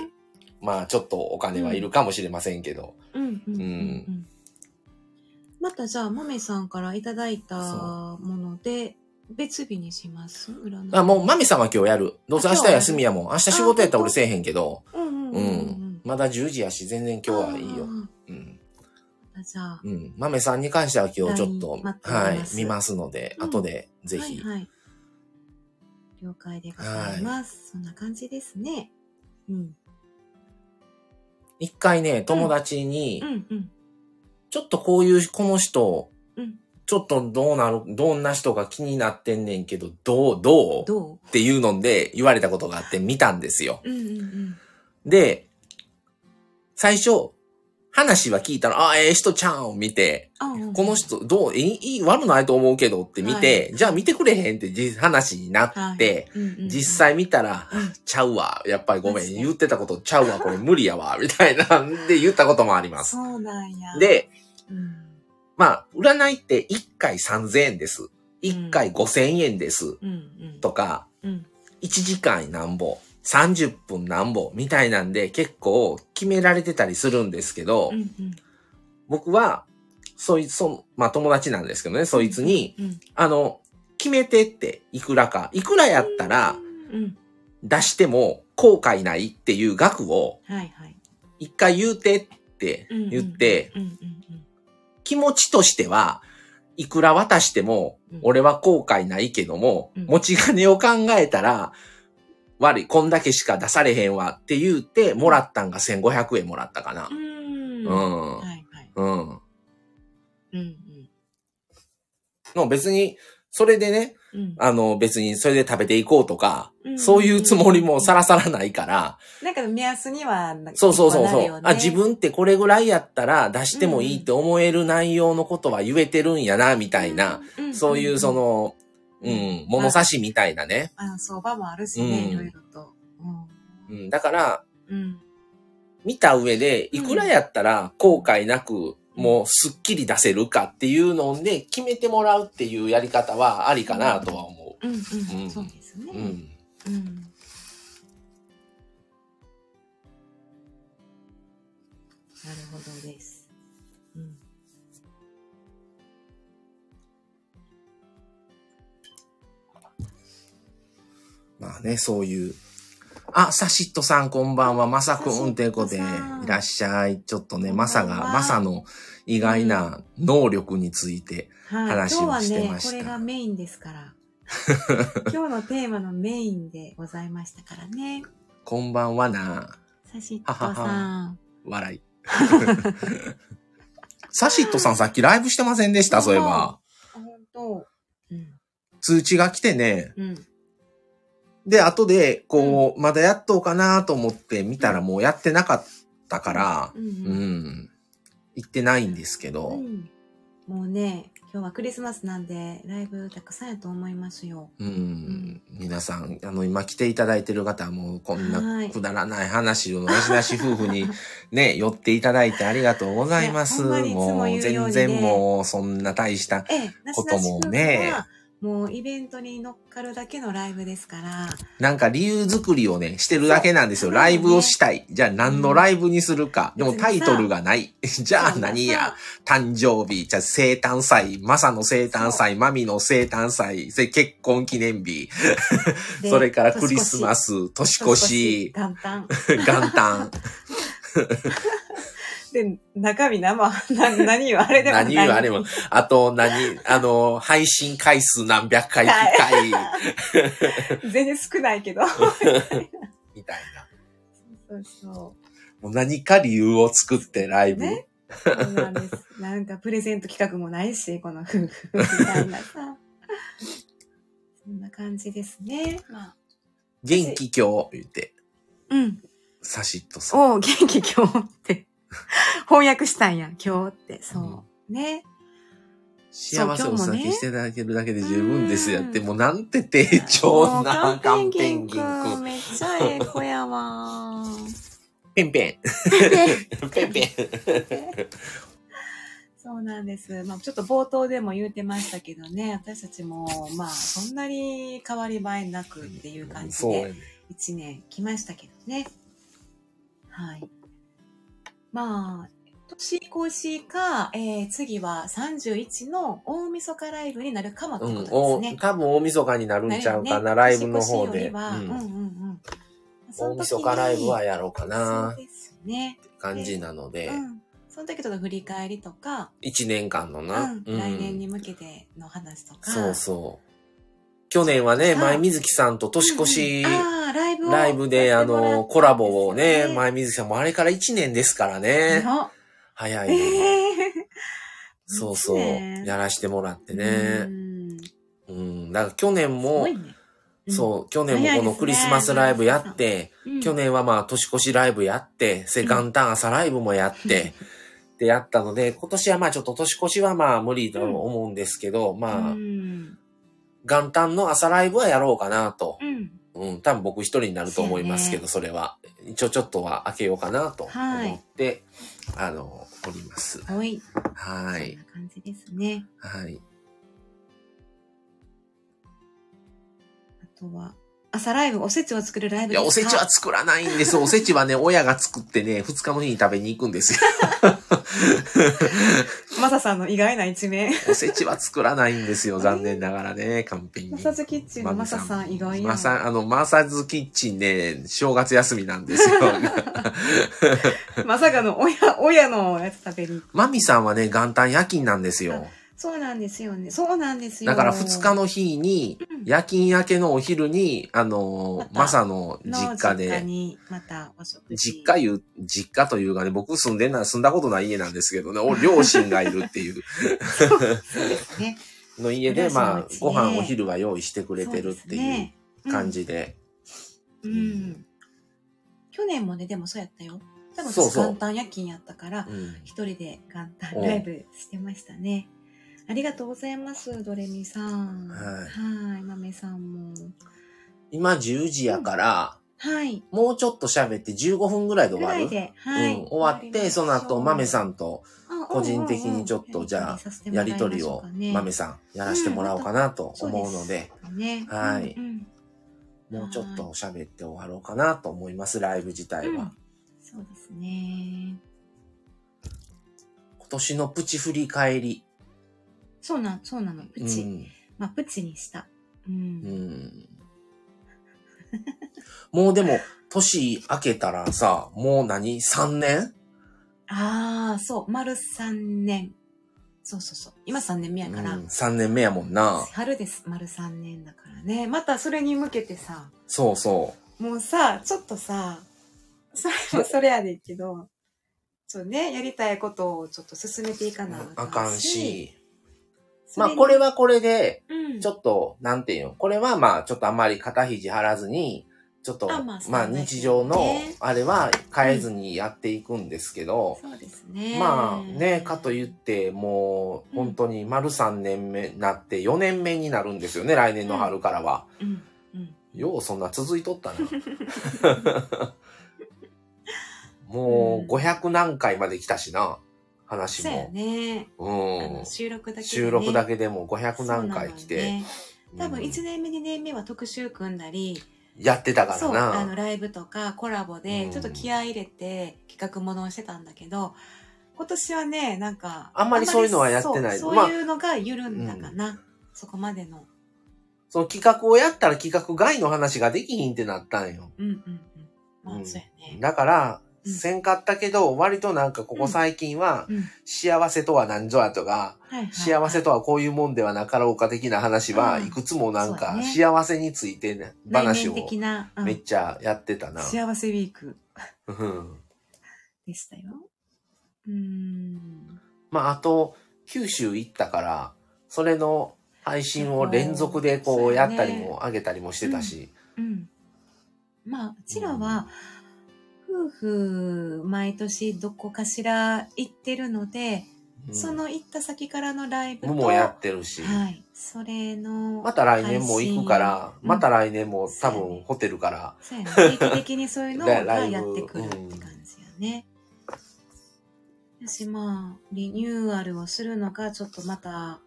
[SPEAKER 2] まあちょっとお金はいるかもしれませんけど、
[SPEAKER 3] うんうんうんう
[SPEAKER 2] うん
[SPEAKER 3] またじゃあ、もめさんからいただいた
[SPEAKER 2] そ
[SPEAKER 3] もので、別日にします占い。
[SPEAKER 2] あ、もう、マミさんは今日やる。どうせ
[SPEAKER 3] あ
[SPEAKER 2] 明
[SPEAKER 3] 今日
[SPEAKER 2] 日休みやもん。明日仕事やった
[SPEAKER 3] あ
[SPEAKER 2] ら俺せえへんけど。
[SPEAKER 3] うんうんう
[SPEAKER 2] うん
[SPEAKER 3] うんん。。
[SPEAKER 2] まだ10時やし、全然今日はいいよ。うん。
[SPEAKER 3] あー。じゃあ、
[SPEAKER 2] うん。マメさんに関しては今日ちょっと、
[SPEAKER 3] LINE 待って
[SPEAKER 2] は
[SPEAKER 3] ます
[SPEAKER 2] い、見ますので、
[SPEAKER 3] うん
[SPEAKER 2] 後でぜひ。
[SPEAKER 3] はいはい。了解でございます。そんな感じですね。うん。
[SPEAKER 2] 一回ね、友達に
[SPEAKER 3] う、んうん。
[SPEAKER 2] ちょっとこういう、この人
[SPEAKER 3] うん、
[SPEAKER 2] ちょっとどうなる、どんな人が気になってんねんけど、どう、どう
[SPEAKER 3] どう
[SPEAKER 2] っていうので言われたことがあって見たんですよ。
[SPEAKER 3] うんうんうん。
[SPEAKER 2] で、最初、話は聞いたら、あ、ええ人ちゃうんを見て、
[SPEAKER 3] あうん
[SPEAKER 2] この。人、どう、いいいい、悪ないと思うけどって見て、じゃあ見てくれへんってじ話にな
[SPEAKER 3] はい
[SPEAKER 2] って、
[SPEAKER 3] うんうんうん
[SPEAKER 2] 実際見たら、
[SPEAKER 3] うん
[SPEAKER 2] ちゃうわ、やっぱりごめ
[SPEAKER 3] 確
[SPEAKER 2] ん、
[SPEAKER 3] かに
[SPEAKER 2] 言ってたことちゃうわ、これ無理やわ、みたいなんで言ったこともあります。
[SPEAKER 3] そうなんや。、
[SPEAKER 2] で、
[SPEAKER 3] うん。
[SPEAKER 2] まあ、占いって1回3000円です。1回5000円です。
[SPEAKER 3] うんうん。
[SPEAKER 2] とか、
[SPEAKER 3] うん。
[SPEAKER 2] 1時間なんぼ、30分なんぼ、みたいなんで結構決められてたりするんですけど、
[SPEAKER 3] うんうん。
[SPEAKER 2] 僕は、そいつ、そのまあ友達なんですけどね、そいつに、
[SPEAKER 3] うん
[SPEAKER 2] あの、決めてって、いくらか。いくらやったら
[SPEAKER 3] うん。
[SPEAKER 2] 出しても後悔ないっていう額を
[SPEAKER 3] はいはい。
[SPEAKER 2] 一回言うてって言って、
[SPEAKER 3] うんうんうん。
[SPEAKER 2] 気持ちとしては、いくら渡しても
[SPEAKER 3] うん、
[SPEAKER 2] 俺は後悔ないけども、
[SPEAKER 3] うん
[SPEAKER 2] 持ち金を考えたら、悪い、こんだけしか出されへんわって言うて、もらったんが1500円もらったかな
[SPEAKER 3] う。ん。
[SPEAKER 2] う
[SPEAKER 3] は
[SPEAKER 2] ん。
[SPEAKER 3] いはい。
[SPEAKER 2] うん。
[SPEAKER 3] うんうん
[SPEAKER 2] の別に、それでね、
[SPEAKER 3] うん
[SPEAKER 2] あの別にそれで食べていこうとか、
[SPEAKER 3] うん。
[SPEAKER 2] そういうつもりもさらさらないから、
[SPEAKER 3] なんか目安にはな、
[SPEAKER 2] そうそうそうそう、
[SPEAKER 3] なるよね
[SPEAKER 2] あ、自分ってこれぐらいやったら出してもいいって思える内容のことは言えてるんやな、みたいな、、
[SPEAKER 3] んんん
[SPEAKER 2] そういうそ、の、うん、物差しみたいなね。
[SPEAKER 3] あの相場もあるしね、
[SPEAKER 2] うん
[SPEAKER 3] いろいろと。
[SPEAKER 2] うん、だから、
[SPEAKER 3] うん。うん。
[SPEAKER 2] 見た上で、いくらやったら後悔なく、
[SPEAKER 3] うん
[SPEAKER 2] もうすっきり出せるかっていうので、決めてもらうっていうやり方はありかなとは思
[SPEAKER 3] うんうん。
[SPEAKER 2] うん
[SPEAKER 3] そうですね。
[SPEAKER 2] う。
[SPEAKER 3] う
[SPEAKER 2] うん。
[SPEAKER 3] ん。
[SPEAKER 1] なるほどです。うん。
[SPEAKER 2] まあね、そういう。あ、サシットさんこんばんは、まさくんってこで、
[SPEAKER 1] サシットさん
[SPEAKER 2] いらっしゃい。ちょっとね、
[SPEAKER 1] こんばんは
[SPEAKER 2] まさが、まさの意外な能力について。
[SPEAKER 1] はい。
[SPEAKER 2] 話を
[SPEAKER 1] 今日
[SPEAKER 2] して
[SPEAKER 1] は
[SPEAKER 2] ま
[SPEAKER 1] ね、
[SPEAKER 2] した
[SPEAKER 1] これがメインですから。今日のテーマのメインでございましたからね。
[SPEAKER 2] こんばんはな、
[SPEAKER 1] サシットさん。
[SPEAKER 2] はは 笑い。サシットさんさっきライブしてませんでした、そういえば。
[SPEAKER 1] あ、本当。うん。
[SPEAKER 2] 通知が来てね。
[SPEAKER 1] うん。
[SPEAKER 2] で、後で、こう、まだやっとうかなと思って見たらもうやってなかったから、
[SPEAKER 1] うんう
[SPEAKER 2] う
[SPEAKER 1] ん。
[SPEAKER 2] ん。行ってないんですけど
[SPEAKER 1] う。んもうね、今日はクリスマスなんで、ライブたくさんやと思いますよ。
[SPEAKER 2] うん、皆さん、あの、今来ていただいてる方はもうこん
[SPEAKER 1] は
[SPEAKER 2] ないくだらない話を、なしなし夫婦 にね、寄っていただいてありがとうございます。
[SPEAKER 1] いやほんまにいつも言うようにね
[SPEAKER 2] 全然もう、そんな大した。
[SPEAKER 1] ええ、なし
[SPEAKER 2] こと
[SPEAKER 1] なし
[SPEAKER 2] も
[SPEAKER 1] 君
[SPEAKER 2] ね
[SPEAKER 1] は、もうイベントに乗っかるだけのライブですから。
[SPEAKER 2] なんか理由作りをね、してるだけなんですよ。
[SPEAKER 1] そうそうだ
[SPEAKER 2] ラ
[SPEAKER 1] ね
[SPEAKER 2] イブをしたい。じゃあ何のライブにするか。でもタイトルがない。 じゃあ何や。誕生日、じゃあ生誕祭、マサの生誕祭、マミの生誕祭、それ結婚記念日、
[SPEAKER 1] で
[SPEAKER 2] それからクリスマ。ス、年越し、
[SPEAKER 1] 元旦。
[SPEAKER 2] 元 旦。
[SPEAKER 1] で、中身生、な何よ、あれでも
[SPEAKER 2] 何よあれも。あと何、あの、配信回数何百回、
[SPEAKER 1] はい
[SPEAKER 2] 回、
[SPEAKER 1] 全然少ないけど。
[SPEAKER 2] みたいな。
[SPEAKER 1] そうそ
[SPEAKER 2] もう何か理由を作ってライブ。
[SPEAKER 1] ねう。そうなん です。なんかプレゼント企画もないし、この夫婦みたいなさ。そんな感じですね。まあ。
[SPEAKER 2] 元気今日、言って、
[SPEAKER 1] うん。
[SPEAKER 2] サシッとさん。
[SPEAKER 1] おう元気今日って。翻訳したんや、今日って。そう。ね。
[SPEAKER 2] 幸せをお
[SPEAKER 1] そう今日もね
[SPEAKER 2] 酒していただけるだけで十分ですやって、
[SPEAKER 1] うん
[SPEAKER 2] もうなんて低調
[SPEAKER 1] も
[SPEAKER 2] な
[SPEAKER 1] う
[SPEAKER 2] カ
[SPEAKER 1] カ
[SPEAKER 2] ン
[SPEAKER 1] ン
[SPEAKER 2] ペ
[SPEAKER 1] ペ
[SPEAKER 2] ン
[SPEAKER 1] ン
[SPEAKER 2] ギ
[SPEAKER 1] ギ
[SPEAKER 2] ン
[SPEAKER 1] ン
[SPEAKER 2] く
[SPEAKER 1] く
[SPEAKER 2] ん。
[SPEAKER 1] んめっちゃええ子やわ。
[SPEAKER 2] ペンペン。 ペ ンペン。
[SPEAKER 1] そうなんです。まあ、ちょっと冒頭でも言うてましたけどね、私たちも、まあ、そんなに変わり映えなくっていう感じ
[SPEAKER 2] そうや
[SPEAKER 1] で、
[SPEAKER 2] ね。
[SPEAKER 1] 一年来ましたけどね。はい。まあ、年越しか、えー、次は31の大晦日ライブになるかもってこ
[SPEAKER 2] うん
[SPEAKER 1] とで、す
[SPEAKER 2] お
[SPEAKER 1] ね。
[SPEAKER 2] 多分大晦日になるんちゃうかな、ライブの方
[SPEAKER 1] 年越しより
[SPEAKER 2] で。
[SPEAKER 1] はうんうん
[SPEAKER 2] うん
[SPEAKER 1] うん。
[SPEAKER 2] 大晦日ライブは
[SPEAKER 1] や
[SPEAKER 2] やろうかな
[SPEAKER 1] そ、うですね。
[SPEAKER 2] 感じなので
[SPEAKER 1] う、ん。その時ちょっと振り返りとか、
[SPEAKER 2] 一年間の
[SPEAKER 1] う
[SPEAKER 2] な。
[SPEAKER 1] ん、
[SPEAKER 2] うん
[SPEAKER 1] 来年に向けての話とか。
[SPEAKER 2] そうそう。去年はね、
[SPEAKER 1] あ
[SPEAKER 2] 前水木さんと年越し
[SPEAKER 1] うんうんああライブを
[SPEAKER 2] ライブで、
[SPEAKER 1] や
[SPEAKER 2] あ
[SPEAKER 1] ってもらったん
[SPEAKER 2] の、コラボをね、
[SPEAKER 1] ですよ
[SPEAKER 2] 前水木さんもあれから1年ですからね。
[SPEAKER 1] の
[SPEAKER 2] 早い
[SPEAKER 1] え
[SPEAKER 2] ね。
[SPEAKER 1] え
[SPEAKER 2] そうそう。
[SPEAKER 1] ね
[SPEAKER 2] やらしてもらって
[SPEAKER 1] う
[SPEAKER 2] ね。
[SPEAKER 1] んす
[SPEAKER 2] うん。だから去年も
[SPEAKER 1] ごい、ね。
[SPEAKER 2] そう、去年もこのクリスマスライブやって、
[SPEAKER 1] うん。うん
[SPEAKER 2] 去。年はまあ年越しライブやって、せ、元旦朝ライブもやって、でやったので、今年はまあちょっと年越しはまあ無理と思うんですけど、まあ
[SPEAKER 1] う、ん。
[SPEAKER 2] 元旦の朝ライブはやろうかなと。
[SPEAKER 1] うん。
[SPEAKER 2] うん、多分僕一人になると思いますけど、それは。一応ちょっとは開けようかなと思って、あの、おります。
[SPEAKER 1] おい。
[SPEAKER 2] は
[SPEAKER 1] そ
[SPEAKER 2] い
[SPEAKER 1] ん。な感じですね。
[SPEAKER 2] はい。
[SPEAKER 1] あとは、朝ライブ、おせちを作るライブ
[SPEAKER 2] い
[SPEAKER 1] です
[SPEAKER 2] や、
[SPEAKER 1] か
[SPEAKER 2] おせちは作らないんです。おせちはね、親が作ってね、二日の日に食べに行くんで すよ。
[SPEAKER 1] マサさんの意外な一面。
[SPEAKER 2] おせちは作らないんですよ。残念ながらね、完璧に。
[SPEAKER 1] マサズキッチンのマサさん意外や
[SPEAKER 2] マ
[SPEAKER 1] ん。
[SPEAKER 2] サ、あの、マサズキッチンね、正月休みな んですよ。
[SPEAKER 1] まさかの親、親のやつ食べに。
[SPEAKER 2] マミさんはね、元旦夜勤なんですよ。
[SPEAKER 1] そうなんですよね。そうなんですよ。
[SPEAKER 2] だから二日の日に、
[SPEAKER 1] うん
[SPEAKER 2] 夜勤明けのお昼に、あのー、
[SPEAKER 1] また
[SPEAKER 2] マサの実家
[SPEAKER 1] の実家
[SPEAKER 2] で、
[SPEAKER 1] にまたお食事
[SPEAKER 2] 実家いう、実家というかね、僕住んでんな、住んだことない家なんですけどね、お両親がいるっていう、
[SPEAKER 1] ね
[SPEAKER 2] の家で、
[SPEAKER 1] 両親の
[SPEAKER 2] まあ
[SPEAKER 1] うち、ね
[SPEAKER 2] ご飯お昼は用意してくれてるって
[SPEAKER 1] そうです
[SPEAKER 2] い
[SPEAKER 1] ね
[SPEAKER 2] う感、じで。
[SPEAKER 1] うんうん去年もねでもそうやったよ多分
[SPEAKER 2] そう
[SPEAKER 1] 私
[SPEAKER 2] そう
[SPEAKER 1] 元旦夜勤やったから
[SPEAKER 2] うん
[SPEAKER 1] 一人で元旦ライブしてましたねありがとうございますドレミさん
[SPEAKER 2] はい
[SPEAKER 1] い豆さんも
[SPEAKER 2] 今10時やから、
[SPEAKER 1] はい
[SPEAKER 2] もうちょっと喋って15分ぐらいで
[SPEAKER 1] ぐ
[SPEAKER 2] 終わ
[SPEAKER 1] ら
[SPEAKER 2] る
[SPEAKER 1] い。で、はい
[SPEAKER 2] うん、終わって、その後、豆さんと個人的にちょっとじゃあやりとりを、豆
[SPEAKER 1] さ
[SPEAKER 2] さんやらしてもらおうかなと思うので、
[SPEAKER 1] ね
[SPEAKER 2] はい
[SPEAKER 1] うんうん
[SPEAKER 2] もうちょっと喋って終わろうかなと思います、ライブ自体
[SPEAKER 1] う
[SPEAKER 2] は
[SPEAKER 1] ん。そうですね。
[SPEAKER 2] 年のプチ振り返り。
[SPEAKER 1] そうなん、そうなの。プチ。まあ、プチにした。う。
[SPEAKER 2] うん。うんん。 もうでも、年明けたらさ、もう何 ?3 年
[SPEAKER 1] ああ、そう。丸3年。そうそうそう。今3年目やから。
[SPEAKER 2] うん、3年目やもんな。
[SPEAKER 1] 春です。丸3年だからね。またそれに向けてさ、
[SPEAKER 2] そうそ
[SPEAKER 1] もうさ、ちょっとさ、それもそれやねんけど、そうね、やりたいことをちょっと進めていか
[SPEAKER 2] う
[SPEAKER 1] な。
[SPEAKER 2] あかん。し。
[SPEAKER 1] そ
[SPEAKER 2] ま
[SPEAKER 1] れ
[SPEAKER 2] あ
[SPEAKER 1] に
[SPEAKER 2] これ、はこれで、
[SPEAKER 1] うん、
[SPEAKER 2] ちょっと、なんていうの、これはまあちょっとあまり肩肘張らずに、ちょっと、
[SPEAKER 1] あま
[SPEAKER 2] ま
[SPEAKER 1] あ
[SPEAKER 2] あ、
[SPEAKER 1] そうだね
[SPEAKER 2] 日常の
[SPEAKER 1] ね、
[SPEAKER 2] あれは変えずにやっていくんですけど、
[SPEAKER 1] そうですね。
[SPEAKER 2] まあね、かといって、もう、
[SPEAKER 1] うん
[SPEAKER 2] 本当に丸3年目になって4年目になるんですよね、来年の春からは。
[SPEAKER 1] うん。うん。
[SPEAKER 2] ようそんな続い とったな。もう500何回まで来たしな、話
[SPEAKER 1] そうや
[SPEAKER 2] も。
[SPEAKER 1] ね。あ
[SPEAKER 2] うん
[SPEAKER 1] の。収録だけ、ね。
[SPEAKER 2] 収録だ
[SPEAKER 1] け
[SPEAKER 2] けでも500何回来て。
[SPEAKER 1] 多分
[SPEAKER 2] うん
[SPEAKER 1] 1年目2年目は特集組んだり、
[SPEAKER 2] やってたから
[SPEAKER 1] そうあの
[SPEAKER 2] な。
[SPEAKER 1] ライブとかコラボ
[SPEAKER 2] う
[SPEAKER 1] で
[SPEAKER 2] ん
[SPEAKER 1] ちょっと気合い入れて企画ものをしてたんだけど、今年はねなんか
[SPEAKER 2] あんまりそういうのはやってない
[SPEAKER 1] そう
[SPEAKER 2] まあ
[SPEAKER 1] そういうのが緩んだかな、そこまでの
[SPEAKER 2] その企画をやったら企画外の話ができひんってなったんよ。
[SPEAKER 1] うんうんうんまあ、
[SPEAKER 2] うん
[SPEAKER 1] そうやね
[SPEAKER 2] だから、
[SPEAKER 1] うん
[SPEAKER 2] せんかったけど、割となんかここ最近は、
[SPEAKER 1] うん
[SPEAKER 2] 幸せとは何ぞやとか、
[SPEAKER 1] はいはい
[SPEAKER 2] 幸せとはこういうもんではなかろうか的な話は
[SPEAKER 1] うん
[SPEAKER 2] いくつもなん
[SPEAKER 1] そう
[SPEAKER 2] か
[SPEAKER 1] だね
[SPEAKER 2] 幸せについてね話
[SPEAKER 1] 内
[SPEAKER 2] を
[SPEAKER 1] 面的な、うん
[SPEAKER 2] めっちゃやってたな。
[SPEAKER 1] 幸せウィーク
[SPEAKER 2] うん
[SPEAKER 1] でしたようーん
[SPEAKER 2] まああと九州行ったからそれの配信を連続でこ
[SPEAKER 1] そううだ
[SPEAKER 2] やっ
[SPEAKER 1] ね
[SPEAKER 2] たりも上げたりもしてたし。
[SPEAKER 1] うんまあうちらは、夫婦毎年どこかしら行ってるので、
[SPEAKER 2] うん
[SPEAKER 1] その行った先からのライブと
[SPEAKER 2] のもやってるし。
[SPEAKER 1] はい。それの、
[SPEAKER 2] また来年も行くから、
[SPEAKER 1] うん
[SPEAKER 2] また来年も多
[SPEAKER 1] そうや
[SPEAKER 2] 分
[SPEAKER 1] ね
[SPEAKER 2] ホテルから、
[SPEAKER 1] そうやね。定期的にそういうの
[SPEAKER 2] ラ
[SPEAKER 1] が
[SPEAKER 2] イブ
[SPEAKER 1] やってくるって感じやね。私まあ、リニューアルをするのが、ちょっとまた、
[SPEAKER 2] あ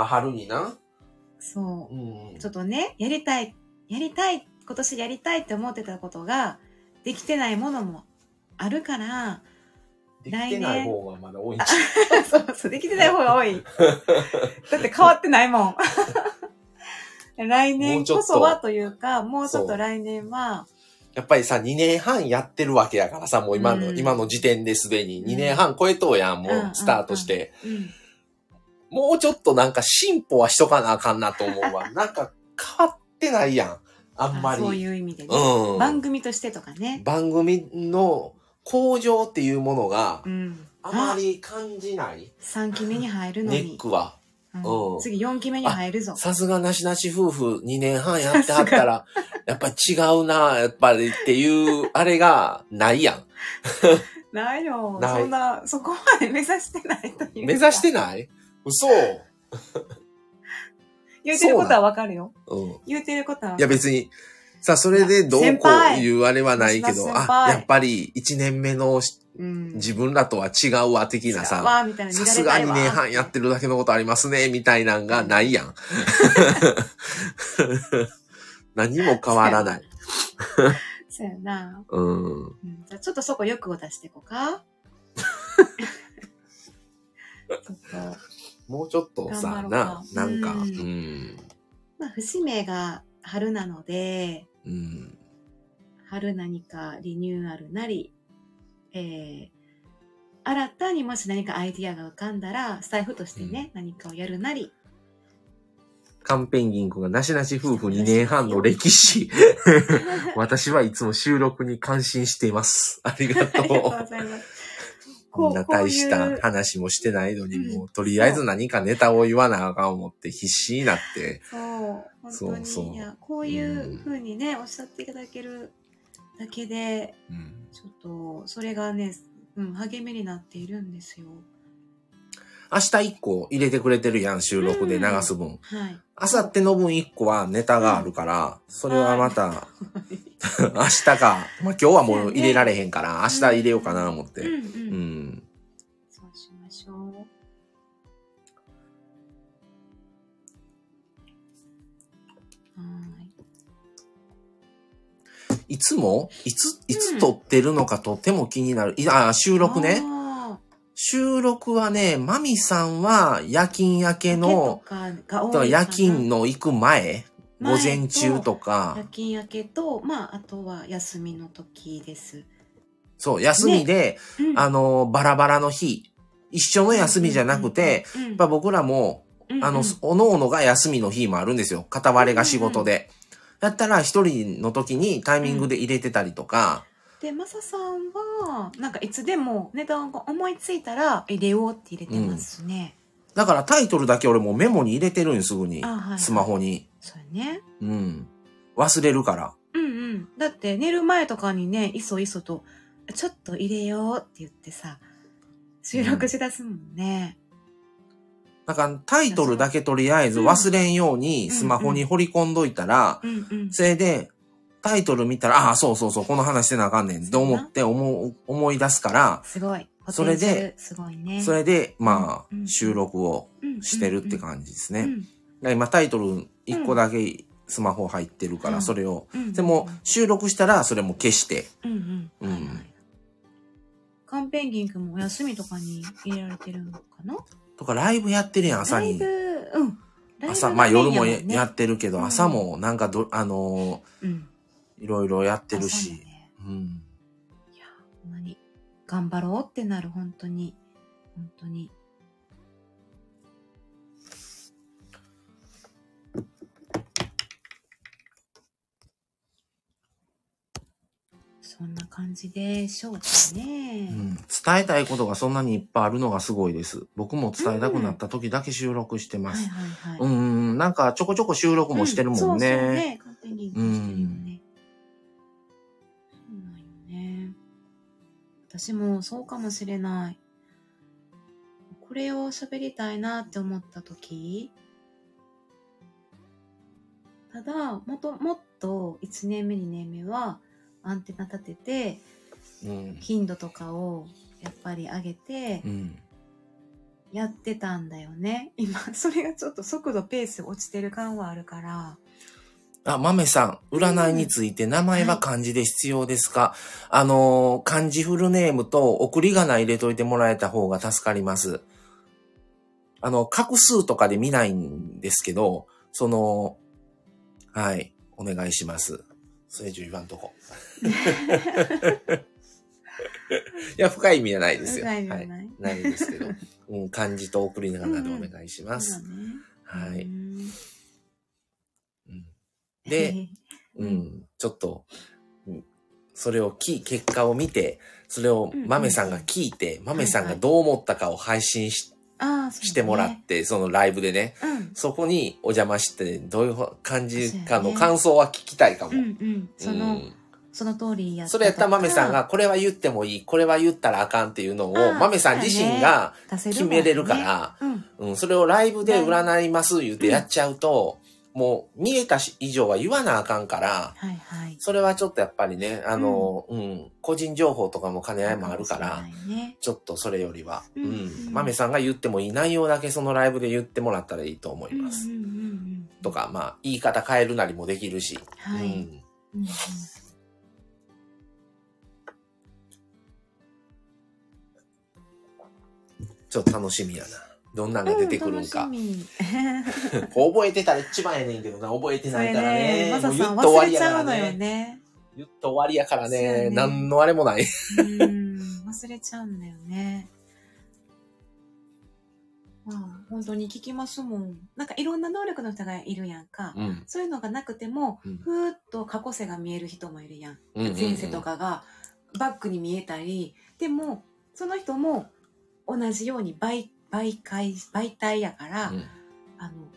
[SPEAKER 2] あ、春にな。
[SPEAKER 1] そうう、
[SPEAKER 2] ん
[SPEAKER 1] ちょっとね、やりたい、やりたい、今年やりたいって思ってたことが、できてないものもあるから、
[SPEAKER 2] できてない方がまだ多いんちゃう
[SPEAKER 1] そうそう、できてない方が多い。だって変わってない もん。来
[SPEAKER 2] もう
[SPEAKER 1] 年
[SPEAKER 2] ちょっ
[SPEAKER 1] ことそはというか、もうちょっ
[SPEAKER 2] そう
[SPEAKER 1] と来年は、
[SPEAKER 2] やっぱりさ、2年半やってるわけやからさ、もう今の、
[SPEAKER 1] うん
[SPEAKER 2] 今の時点ですでに2年半超えとうやん、も
[SPEAKER 1] うんうんう
[SPEAKER 2] うんスタートして。
[SPEAKER 1] うん、
[SPEAKER 2] もうちょっとなんか進歩はしとかなあかんなと思う わ。なんか変わってないやん、あんま
[SPEAKER 1] あ
[SPEAKER 2] り。
[SPEAKER 1] そう
[SPEAKER 2] う
[SPEAKER 1] いう意味でね、
[SPEAKER 2] ん。
[SPEAKER 1] 番組としてとかね、
[SPEAKER 2] 番組の向上っていうものが
[SPEAKER 1] う、ん、
[SPEAKER 2] あまり感じない、
[SPEAKER 1] 3期目に入るの
[SPEAKER 2] ネ
[SPEAKER 1] に
[SPEAKER 2] ッ、クは。
[SPEAKER 1] うん
[SPEAKER 2] うん
[SPEAKER 1] 次4期目に入るぞ
[SPEAKER 2] さすがなしなし夫婦2年半やってはったら、やっぱ違うな、やっぱりっていう、あれがないやん。
[SPEAKER 1] ないよ
[SPEAKER 2] ない
[SPEAKER 1] そんなそこまで目指してないというか
[SPEAKER 2] 目指してない嘘。
[SPEAKER 1] 言うてることはわかるよ
[SPEAKER 2] うん。
[SPEAKER 1] 言うてることはい
[SPEAKER 2] や別に、さあそれでどうこ
[SPEAKER 1] 先輩
[SPEAKER 2] ういうあれはないけ
[SPEAKER 1] 私の
[SPEAKER 2] ど、
[SPEAKER 1] 先
[SPEAKER 2] あ、
[SPEAKER 1] 輩
[SPEAKER 2] やっぱり1年目のし
[SPEAKER 1] うん
[SPEAKER 2] 自分らとは違うわ的な
[SPEAKER 1] 違う
[SPEAKER 2] さ、
[SPEAKER 1] わみたいな見ら
[SPEAKER 2] さ
[SPEAKER 1] れたいわ
[SPEAKER 2] すが2年半やってるだけのことありますね、みたいなんがな いやん。何も変わらない。
[SPEAKER 1] そうやな、
[SPEAKER 2] うん。
[SPEAKER 1] うん、じゃあちょっとそこ欲を出していこう かちょっと
[SPEAKER 2] もうちょっとさ、
[SPEAKER 1] 頑張ろう
[SPEAKER 2] な
[SPEAKER 1] か、
[SPEAKER 2] なんか、う
[SPEAKER 1] うん
[SPEAKER 2] ん。
[SPEAKER 1] まあ節目が春なので
[SPEAKER 2] うん
[SPEAKER 1] 春何かリニューアルなり、えー、新たにもし何かアイディアが浮かんだら、スタイフとしてね、何かをやるなり、
[SPEAKER 2] カンペンギン君がなしなし夫婦2年半の歴史。私はいつも収録に感心しています。ありが
[SPEAKER 1] あ
[SPEAKER 2] と
[SPEAKER 1] りがとうご
[SPEAKER 2] う。
[SPEAKER 1] ざいます。
[SPEAKER 2] こんな大した
[SPEAKER 1] こういう
[SPEAKER 2] 話もしてないのに、
[SPEAKER 1] うん
[SPEAKER 2] もうとりあえず何かネタを言わなあかん思って必死になって。
[SPEAKER 1] そう、本当に
[SPEAKER 2] そうそう
[SPEAKER 1] いや、こういうふうにね、おっしゃっていただけるだけで、
[SPEAKER 2] うん
[SPEAKER 1] ちょっと、それがね、うん、励みになっているんですよ。
[SPEAKER 2] 明日1個入れてくれてるやん、収録で流す分。
[SPEAKER 1] はい。
[SPEAKER 2] 明後日の分1個はネタがあるから、それはまた 明日か。まあ今日はもう入れられへんから、明日入れようかな思っ
[SPEAKER 1] う
[SPEAKER 2] て。
[SPEAKER 1] んうん。
[SPEAKER 2] うん。
[SPEAKER 1] そうしましょう。はい。
[SPEAKER 2] いつもいつ、いつ撮ってるのかとても気になる。いあー収録ね。
[SPEAKER 1] あ
[SPEAKER 2] 収録はね、マミさんは夜勤明けの、
[SPEAKER 1] 明けとかが多いかな
[SPEAKER 2] 夜勤の行く前、
[SPEAKER 1] 前
[SPEAKER 2] 午前中とか
[SPEAKER 1] 夜、勤明けと、まあ、あとは休みの時です。
[SPEAKER 2] そう、休みで、
[SPEAKER 1] うん
[SPEAKER 2] あの、バラバラの日、一緒の休みじゃなくて、、
[SPEAKER 1] うんうんうん
[SPEAKER 2] やっぱ僕らも、あの、おのおのが休みの日もあるんですよ。片割れが仕事で。だったら、一人の時にタイミングで入れてたりとか、
[SPEAKER 1] でマサさんはなんかいつでも値段が思いついたら入れようって入れてますね、
[SPEAKER 2] だからタイトルだけ俺もうメモに入れてるんよすぐに
[SPEAKER 1] あはい。
[SPEAKER 2] スマホに。
[SPEAKER 1] そうやね
[SPEAKER 2] うん。忘れるから。
[SPEAKER 1] うんうんだって寝る前とかにねいそいそと「ちょっと入れよう」って言ってさ収録しだすもんね、
[SPEAKER 2] だからタイトルだけとりあえず忘れんようにスマホに掘り込んどいたら、
[SPEAKER 1] うん、うん
[SPEAKER 2] それでタイトル見たら、ああ、そうそうそう、この話してなあかんねんって思って思う思い出すから、
[SPEAKER 1] すごいポ
[SPEAKER 2] そ
[SPEAKER 1] テ
[SPEAKER 2] れ
[SPEAKER 1] ンシ
[SPEAKER 2] で
[SPEAKER 1] ャルすごいね
[SPEAKER 2] それでま
[SPEAKER 1] う
[SPEAKER 2] あ
[SPEAKER 1] ん
[SPEAKER 2] 収録をしてるって
[SPEAKER 1] じ
[SPEAKER 2] 感じですね。だから今タイトル1個だけスマホ入ってるか
[SPEAKER 1] う
[SPEAKER 2] ら、
[SPEAKER 1] ん
[SPEAKER 2] それを。
[SPEAKER 1] うんうん、
[SPEAKER 2] でも収録したらそれも消して。
[SPEAKER 1] うんうん、はいはい
[SPEAKER 2] うん
[SPEAKER 1] カンペンギン君もお休みとかに入れられてるのかな
[SPEAKER 2] とかライブやってるやん、朝に。
[SPEAKER 1] ライブうんライブ
[SPEAKER 2] 朝、
[SPEAKER 1] が
[SPEAKER 2] まあ夜も
[SPEAKER 1] メインやんね
[SPEAKER 2] やってるけど、
[SPEAKER 1] うん
[SPEAKER 2] 朝もなんかど、あの
[SPEAKER 1] うん
[SPEAKER 2] ーいろいろやってる
[SPEAKER 1] 朝も
[SPEAKER 2] し。
[SPEAKER 1] ね
[SPEAKER 2] うん。
[SPEAKER 1] いやほんまに頑張ろうってなる本当に本当にそんな感じでしょうかね
[SPEAKER 2] う、ん伝えたいことがそんなにいっぱいあるのがすごいです。僕も伝えたくなった時だけ収録してま
[SPEAKER 1] はい
[SPEAKER 2] す。
[SPEAKER 1] はいはい、
[SPEAKER 2] うん、うん、なんかちょこちょこ収録もしてる
[SPEAKER 1] う
[SPEAKER 2] もん
[SPEAKER 1] んそうそう
[SPEAKER 2] ね。
[SPEAKER 1] ね勝手にしてるよね、そうなんよね私もそうかもしれないこれを喋りたいなって思った時ただもともっと1年目2年目はアンテナ立てて
[SPEAKER 2] うん。
[SPEAKER 1] 頻度とかをやっぱり上げて
[SPEAKER 2] うん。
[SPEAKER 1] やってたんだよね今それがちょっと速度ペース落ちてる感はあるから
[SPEAKER 2] あ、豆さん、占いについて名前は漢字で必要ですか、あのー漢字フルネームと送り仮名入れといてもらえた方が助かります。あの、画数とかで見ないんですけど、その、はい、お願いします。それ以上言わん とこ。いや、深い意味はないですよ。
[SPEAKER 1] 深い意味はない
[SPEAKER 2] はい、ないですけど、うん、漢字と送り仮名でお願いしま
[SPEAKER 1] そ
[SPEAKER 2] す。
[SPEAKER 1] うだね。
[SPEAKER 2] はいう
[SPEAKER 1] ん
[SPEAKER 2] うんで、う
[SPEAKER 1] うん
[SPEAKER 2] ん、ちょっと、うんそれをき、結果を見て、それを
[SPEAKER 1] うんうん
[SPEAKER 2] マメさんが聞いて、マメさん
[SPEAKER 1] はい
[SPEAKER 2] が
[SPEAKER 1] はい
[SPEAKER 2] どう思ったかを配信し,、
[SPEAKER 1] ああそうだね
[SPEAKER 2] てもらって、そのライブでね、
[SPEAKER 1] うん
[SPEAKER 2] そこにお邪魔して、どういう感じか
[SPEAKER 1] そう
[SPEAKER 2] の
[SPEAKER 1] やね
[SPEAKER 2] 感想は聞きたいかも。
[SPEAKER 1] うんうんその、
[SPEAKER 2] うん
[SPEAKER 1] その通りやった
[SPEAKER 2] それやったらマメさんが、これは言ってもいい、これは言ったらあかんっていうのを、
[SPEAKER 1] あ
[SPEAKER 2] マメさん自身が決めれるか、ら、
[SPEAKER 1] 出せもんね
[SPEAKER 2] うん、それをライブで占います言ってやっちゃうと、もう見えたし以上は言わなあかんから、
[SPEAKER 1] うん、はいはい
[SPEAKER 2] それはちょっとやっぱりね、あの、うん、個人情報とかも兼ね合いもあるから、
[SPEAKER 1] そうだね
[SPEAKER 2] ちょっとそれよりは、う
[SPEAKER 1] うんん、
[SPEAKER 2] マメさんが言ってもいい内容だけそのライブで言ってもらったらいいと思い
[SPEAKER 1] うんうん
[SPEAKER 2] ま
[SPEAKER 1] う
[SPEAKER 2] す。
[SPEAKER 1] んうん
[SPEAKER 2] とか、まあ、言い方変えるなりもできるし、
[SPEAKER 1] は
[SPEAKER 2] う
[SPEAKER 1] い、
[SPEAKER 2] ん。
[SPEAKER 1] うんうん
[SPEAKER 2] ちょっと楽しみやな。どんなのが出てくるんか。
[SPEAKER 1] うん 楽しみ
[SPEAKER 2] 覚えてたら一番やねんけどな、覚えて
[SPEAKER 1] そ
[SPEAKER 2] ない
[SPEAKER 1] れ
[SPEAKER 2] から
[SPEAKER 1] ね。
[SPEAKER 2] ね
[SPEAKER 1] マ
[SPEAKER 2] も
[SPEAKER 1] サ
[SPEAKER 2] う言
[SPEAKER 1] さ
[SPEAKER 2] っ
[SPEAKER 1] ん
[SPEAKER 2] と終わ
[SPEAKER 1] 忘
[SPEAKER 2] り
[SPEAKER 1] れち
[SPEAKER 2] やか
[SPEAKER 1] ゃ
[SPEAKER 2] ら
[SPEAKER 1] うのよ
[SPEAKER 2] ね。
[SPEAKER 1] ね
[SPEAKER 2] 言っと終わりやから
[SPEAKER 1] そう
[SPEAKER 2] ね。
[SPEAKER 1] やね
[SPEAKER 2] 何のあれもない。
[SPEAKER 1] うん忘れちゃうんだよね。まあ、本当に聞きますもん。なんかいろんな能力の人がいるやんか。
[SPEAKER 2] うん。
[SPEAKER 1] そういうのがなくても、
[SPEAKER 2] うん
[SPEAKER 1] ふーっと過去世が見える人もいるやん。
[SPEAKER 2] うんうんうん
[SPEAKER 1] 前世と。かがバックに見えたり、でも、その人も同じように媒媒介、媒体やから、
[SPEAKER 2] うん。
[SPEAKER 1] あの、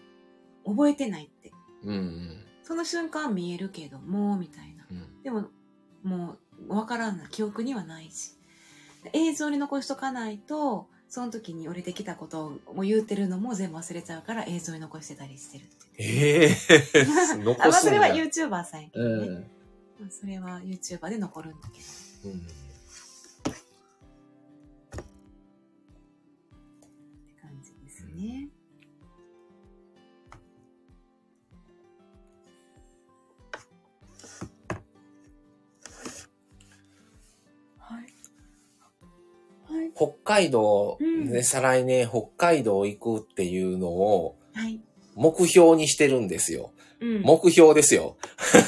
[SPEAKER 1] 覚えてないって。
[SPEAKER 2] うんうん。
[SPEAKER 1] その瞬間見えるけども、みたいな。
[SPEAKER 2] うん
[SPEAKER 1] でも、もう、わからんない。記憶にはないし。映像に残しとかないと、その時に降りてきたことを言うてるのも全部忘れちゃうから映像に残してたりしてるって言って。
[SPEAKER 2] ええ残
[SPEAKER 1] あ、まあ、
[SPEAKER 2] す
[SPEAKER 1] そ
[SPEAKER 2] ん
[SPEAKER 1] れは
[SPEAKER 2] や
[SPEAKER 1] YouTuber さんやけどね。
[SPEAKER 2] うん。
[SPEAKER 1] まあ、それは YouTuber で残るんだけど。
[SPEAKER 2] うん
[SPEAKER 1] って感じですね。はい。はい。
[SPEAKER 2] 北海道、
[SPEAKER 1] うん
[SPEAKER 2] ね、再来年北海道行くっていうのを
[SPEAKER 1] はい。
[SPEAKER 2] 目標にしてるんですよ。
[SPEAKER 1] うん。
[SPEAKER 2] 目標ですよ。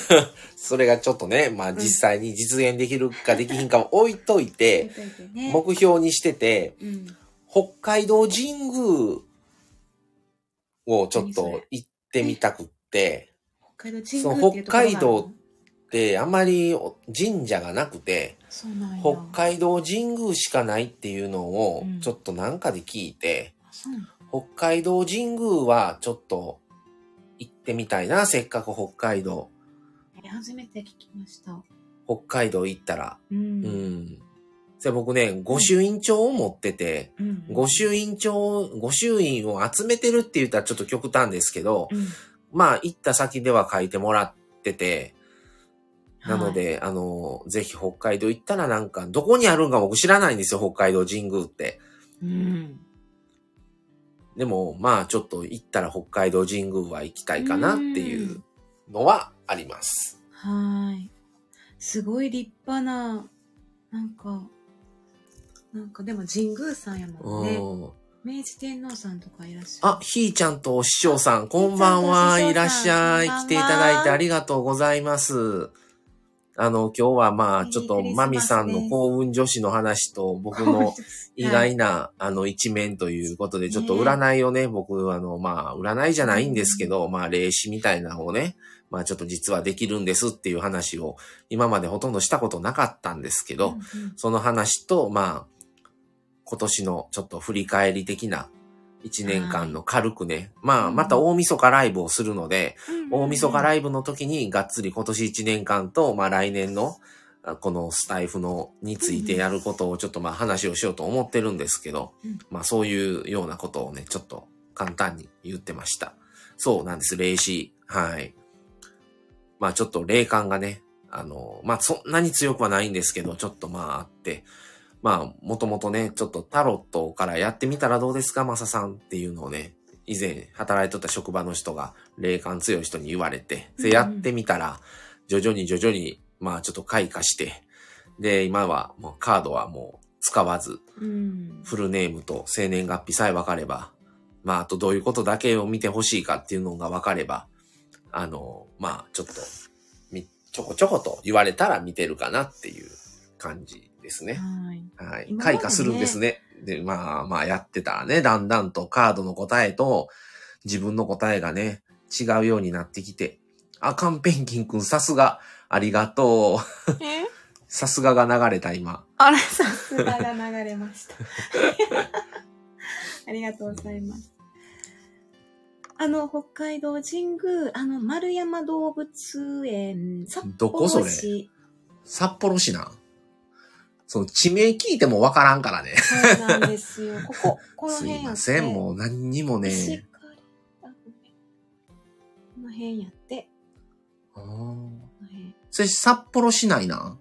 [SPEAKER 2] それがちょっとね、まあ実際に実現できるかできひんかを置いとい
[SPEAKER 1] 置い
[SPEAKER 2] て、
[SPEAKER 1] といてね
[SPEAKER 2] 目標にしてて、
[SPEAKER 1] うん。
[SPEAKER 2] 北海道神宮をちょっと行ってみたくって、
[SPEAKER 1] 北海道神宮っていうところがあるの
[SPEAKER 2] そう北海道。で、あまり神社がなくて、
[SPEAKER 1] そうなんや。
[SPEAKER 2] 北海道神宮しかないっていうのを
[SPEAKER 1] うん
[SPEAKER 2] ちょっとなんかで聞いて、
[SPEAKER 1] あそうなんや
[SPEAKER 2] 北海道神宮はちょっと行ってみたいな、せっかく北海道、
[SPEAKER 1] え初めて聞きました。
[SPEAKER 2] 北海道行ったら。
[SPEAKER 1] う。
[SPEAKER 2] うんん。それ僕ね、御朱印帳を持ってて、
[SPEAKER 1] うん。
[SPEAKER 2] 御朱印帳、御朱印を集めてるって言ったらちょっと極端ですけど、
[SPEAKER 1] うん
[SPEAKER 2] まあ行った先では書いてもらってて、なの
[SPEAKER 1] はい
[SPEAKER 2] で、あの、ぜひ北海道行ったらなんか、どこにあるんか僕知らないんですよ、北海道神宮って。
[SPEAKER 1] うん。
[SPEAKER 2] でも、まあちょっと行ったら北海道神宮は行きたいかなっていうのはあります。
[SPEAKER 1] はーい。すごい立派な、なんか、なんかでも神宮さんやもんね。
[SPEAKER 2] うん
[SPEAKER 1] 明治天皇さんとかいらっしゃる。
[SPEAKER 2] あ、ひーちゃんと師匠さん、こんばんは。
[SPEAKER 1] ひーちゃんと師匠さん
[SPEAKER 2] いらっしゃ
[SPEAKER 1] こんば
[SPEAKER 2] い。
[SPEAKER 1] んは
[SPEAKER 2] 来ていただいてありがとうございます。あの、今日はまあ、
[SPEAKER 1] メリー
[SPEAKER 2] ちょっと、
[SPEAKER 1] クリス
[SPEAKER 2] ま
[SPEAKER 1] マス
[SPEAKER 2] みさんの幸運女子の話と、僕 の意外な、あの、一面ということで、ちょっと
[SPEAKER 1] ね
[SPEAKER 2] 占いをね、僕、あの、まあ、占いじゃないんですけど、まあ、霊視みたいなのをね、まあ、ちょっと実はできるんですっていう話を、今までほとんどしたことなかったんですけど、
[SPEAKER 1] うんうん
[SPEAKER 2] その話と、まあ、今年のちょっと振り返り的な一年間の軽くね、まあ、
[SPEAKER 1] うん
[SPEAKER 2] また大晦日ライブをするので、大晦日
[SPEAKER 1] い
[SPEAKER 2] ライブの時にがっつり今年一年間と、まあ来年の、あこのスタイフのについてやることをちょっとまあ話をしようと思ってるんですけど、
[SPEAKER 1] うん
[SPEAKER 2] まあそういうようなことをね、ちょっと簡単に言ってました。そうなんです、霊視。はい。まあちょっと霊感がね、あの、まあそんなに強くはないんですけど、ちょっとまああって、まあもともとね、ちょっとタロットからやってみたらどうですか、マサさんっていうのをね、以前働いとった職場の人が霊感強い人に言われて、
[SPEAKER 1] うんう
[SPEAKER 2] で
[SPEAKER 1] ん
[SPEAKER 2] やってみたら、徐々に徐々に、まあちょっと開花して、で、今はもうカードはもう使わず、
[SPEAKER 1] うん。
[SPEAKER 2] フルネームと生年月日さえ分かれば、まああとどういうことだけを見てほしいかっていうのが分かれば、あの、まあちょっと、みちょこちょこと言われたら見てるかなっていう感じですね。
[SPEAKER 1] はい。
[SPEAKER 2] はい。
[SPEAKER 1] 今まで
[SPEAKER 2] 開
[SPEAKER 1] ね
[SPEAKER 2] 花するんですね。で、まあまあやってたらね、だんだんとカードの答えと自分の答えがね、違うようになってきて。あ、カンペンギンくん、さすが、ありがとう。
[SPEAKER 1] え
[SPEAKER 2] さすがが流れた、今。
[SPEAKER 1] あら、さすがが流れました。 ありがとうございます。あの、北海道神宮、あの、丸山動物園、札幌市。
[SPEAKER 2] どこそれ札幌市なんその地名聞いてもわからんからね。
[SPEAKER 1] そうなんです よ。ここ、この
[SPEAKER 2] す
[SPEAKER 1] 辺やっ
[SPEAKER 2] い
[SPEAKER 1] て。
[SPEAKER 2] ません、もう何にも
[SPEAKER 1] 石
[SPEAKER 2] ね
[SPEAKER 1] 狩。あごめんこの辺やって、
[SPEAKER 2] あ
[SPEAKER 1] こ
[SPEAKER 2] ー
[SPEAKER 1] の辺。
[SPEAKER 2] それ札幌市内なん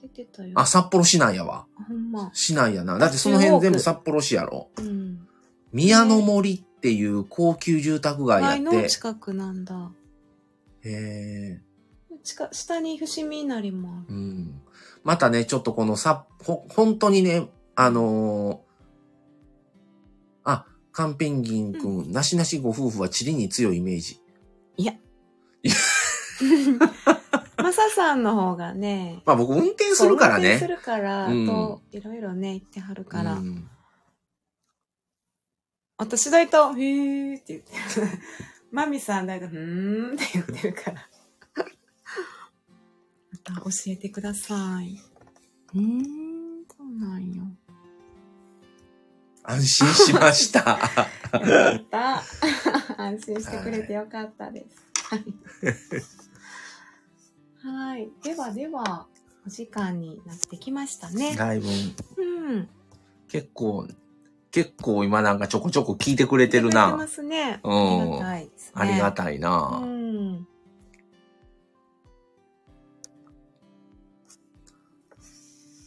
[SPEAKER 1] 出てたよ。
[SPEAKER 2] あ、札幌市内やわ。
[SPEAKER 1] ほんま。
[SPEAKER 2] 市内やな。だってその辺全部札幌市やろ。
[SPEAKER 1] うん。
[SPEAKER 2] 宮の森っていう高級住宅街や
[SPEAKER 1] 前
[SPEAKER 2] って
[SPEAKER 1] の。近くなんだ。
[SPEAKER 2] へ
[SPEAKER 1] 近下に伏見稲荷もあ る
[SPEAKER 2] ー。うん。またね、ちょっとこのさ、ほ、本当にね、あのーあ、カンペンギンくん、なしなしご夫婦は地理に強いイメージ。
[SPEAKER 1] マサさんの方がね、
[SPEAKER 2] まあ僕運転するから
[SPEAKER 1] 運転す
[SPEAKER 2] ね。
[SPEAKER 1] るから、
[SPEAKER 2] うん
[SPEAKER 1] と、いろいろね、言ってはるから。
[SPEAKER 2] うん
[SPEAKER 1] 私大体、へーって言って る。マミさん大体、うーんって言ってるから。また教えてください。うーん、そうなんよ。
[SPEAKER 2] 安心し ました。
[SPEAKER 1] よか った。安心してくれてよかったです。はい。はい。ではでは、お時間になってきましたね。
[SPEAKER 2] だいぶ、
[SPEAKER 1] うん。
[SPEAKER 2] 結構、結構今なんかちょこちょこ聞いてくれてる
[SPEAKER 1] いただいてま
[SPEAKER 2] な。
[SPEAKER 1] すね。
[SPEAKER 2] う
[SPEAKER 1] あ
[SPEAKER 2] ん
[SPEAKER 1] りがたいですね。
[SPEAKER 2] ありがたいうな。
[SPEAKER 1] ん。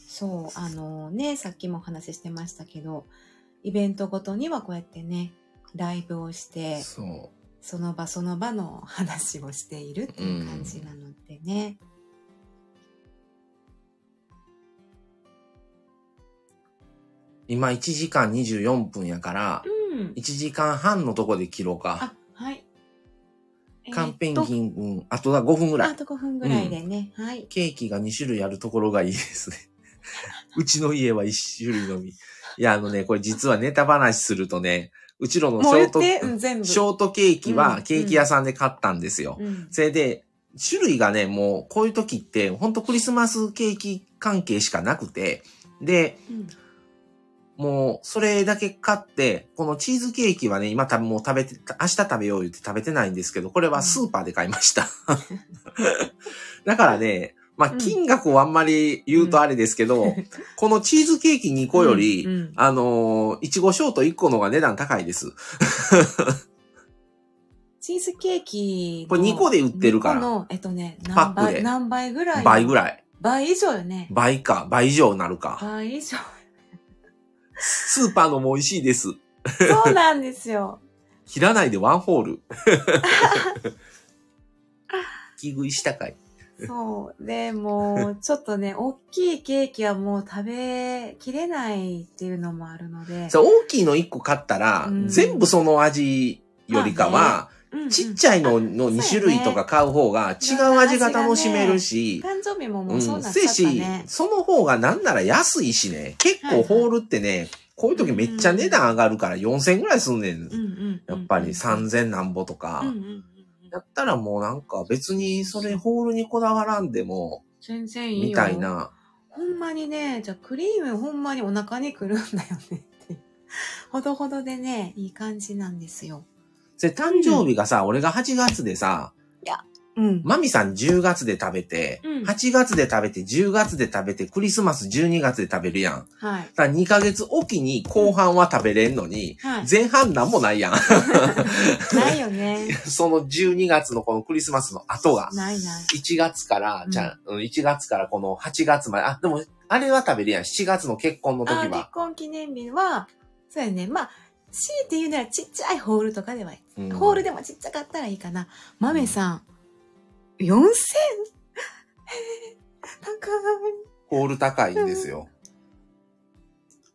[SPEAKER 1] そう、あのね、さっきもお話ししてましたけど、イベントごとにはこうやってね、ライブをして、
[SPEAKER 2] そう。
[SPEAKER 1] その場その場の話をしているっていう感じなのでね。
[SPEAKER 2] 今1時間24分やから、
[SPEAKER 1] うん
[SPEAKER 2] 1。時間半のとこで切ろうか。
[SPEAKER 1] あ、はい。
[SPEAKER 2] カンペン
[SPEAKER 1] えーっと
[SPEAKER 2] ギン、うん、あとだ5分ぐら
[SPEAKER 1] あ
[SPEAKER 2] い。
[SPEAKER 1] と5分ぐらいでね。はい。
[SPEAKER 2] ケーキが2種類あるところがいいで すね。うちの家は1種類のみ。いや、あのね、これ実はネタ話するとね、うちらのシ
[SPEAKER 1] もう
[SPEAKER 2] ョ
[SPEAKER 1] 言
[SPEAKER 2] ー
[SPEAKER 1] っ
[SPEAKER 2] ト、
[SPEAKER 1] て、うん、全部。
[SPEAKER 2] ショートケーキ
[SPEAKER 1] う
[SPEAKER 2] は
[SPEAKER 1] ん
[SPEAKER 2] ケーキ屋さんで買ったんですよ。
[SPEAKER 1] うん。
[SPEAKER 2] それで、種類がね、もうこういう時って、ほんとクリスマスケーキ関係しかなくて、で、
[SPEAKER 1] うん
[SPEAKER 2] もうそれだけ買って、このチーズケーキはね、今多分もう食べて、明日食べよう言って食べてないんですけど、これはスーパーで買いました。 だからね、まあ
[SPEAKER 1] うん
[SPEAKER 2] 金額をあんまり言うとあれですけど、 このチーズケーキ2個より、
[SPEAKER 1] うんうん
[SPEAKER 2] あのーいちごショート1個の方が値段高いです。
[SPEAKER 1] チーズケーキの。
[SPEAKER 2] これ2個で売ってるから
[SPEAKER 1] 二個の、えっとね、
[SPEAKER 2] パ
[SPEAKER 1] 何
[SPEAKER 2] ックで
[SPEAKER 1] 倍、何倍ぐらい
[SPEAKER 2] 倍ぐ
[SPEAKER 1] らい。
[SPEAKER 2] らい。
[SPEAKER 1] 倍以上よね。
[SPEAKER 2] 倍か、倍以上になるか。
[SPEAKER 1] 倍以上。
[SPEAKER 2] スーパーのも美味しいです。
[SPEAKER 1] そうなんですよ。
[SPEAKER 2] 切らないでワンホー ル。気食いしたかい。
[SPEAKER 1] そう。でもう、ちょっとね、 大きいケーキはもう食べきれないっていうのもあるので。
[SPEAKER 2] そう、大きいの1個買ったら、
[SPEAKER 1] うん
[SPEAKER 2] 全部その味よりかは、
[SPEAKER 1] うんうん
[SPEAKER 2] ちっちゃいのの2種類とか買う方が違う味が楽しめるし、
[SPEAKER 1] 誕生日もも
[SPEAKER 2] う、
[SPEAKER 1] うんそうなっ
[SPEAKER 2] せ
[SPEAKER 1] ち
[SPEAKER 2] や
[SPEAKER 1] ゃった
[SPEAKER 2] し
[SPEAKER 1] ね、。
[SPEAKER 2] その方がなんなら安いしね、結構ホールってね、こういう時めっちゃ値段上がるから4000ぐらいすんねん
[SPEAKER 1] う。んうんうん
[SPEAKER 2] やっぱ
[SPEAKER 1] う
[SPEAKER 2] り
[SPEAKER 1] ん
[SPEAKER 2] 3000なんぼとか。
[SPEAKER 1] うんうんうん
[SPEAKER 2] やったらもうなんか別にそれホールにこだわらんでも、
[SPEAKER 1] 全然いいよ。
[SPEAKER 2] みたい。な。
[SPEAKER 1] ほんまにね、じゃあクリームほんまにお腹にくるんだよねって。ほどほどでね、いい感じなんですよ。
[SPEAKER 2] それ誕生日がさ、俺が8月でさ、
[SPEAKER 1] うん。
[SPEAKER 2] マミさん10月で食べて、
[SPEAKER 1] うん
[SPEAKER 2] 8月で食べて、10月で食べて、クリスマス12月で食べるやん。
[SPEAKER 1] はい。
[SPEAKER 2] だから2ヶ月おきに後半は食べれんのに、
[SPEAKER 1] はい。
[SPEAKER 2] 前半なんもないやん。
[SPEAKER 1] ないよ ね。
[SPEAKER 2] その12月のこのクリスマスの後が。
[SPEAKER 1] ないない。
[SPEAKER 2] 1月から、
[SPEAKER 1] うん
[SPEAKER 2] じゃあ、うん1月からこの8月まで、あ、でも、あれは食べるやん。7月の結婚の時
[SPEAKER 1] あー
[SPEAKER 2] は
[SPEAKER 1] 結。婚記念日は、そうやね。まあ、強いて言うならちっちゃいホールとかではいい。
[SPEAKER 2] うん
[SPEAKER 1] ホールでもちっちゃかったらいいかな。マメさん、4000? 高い。
[SPEAKER 2] ホール高いんですよ。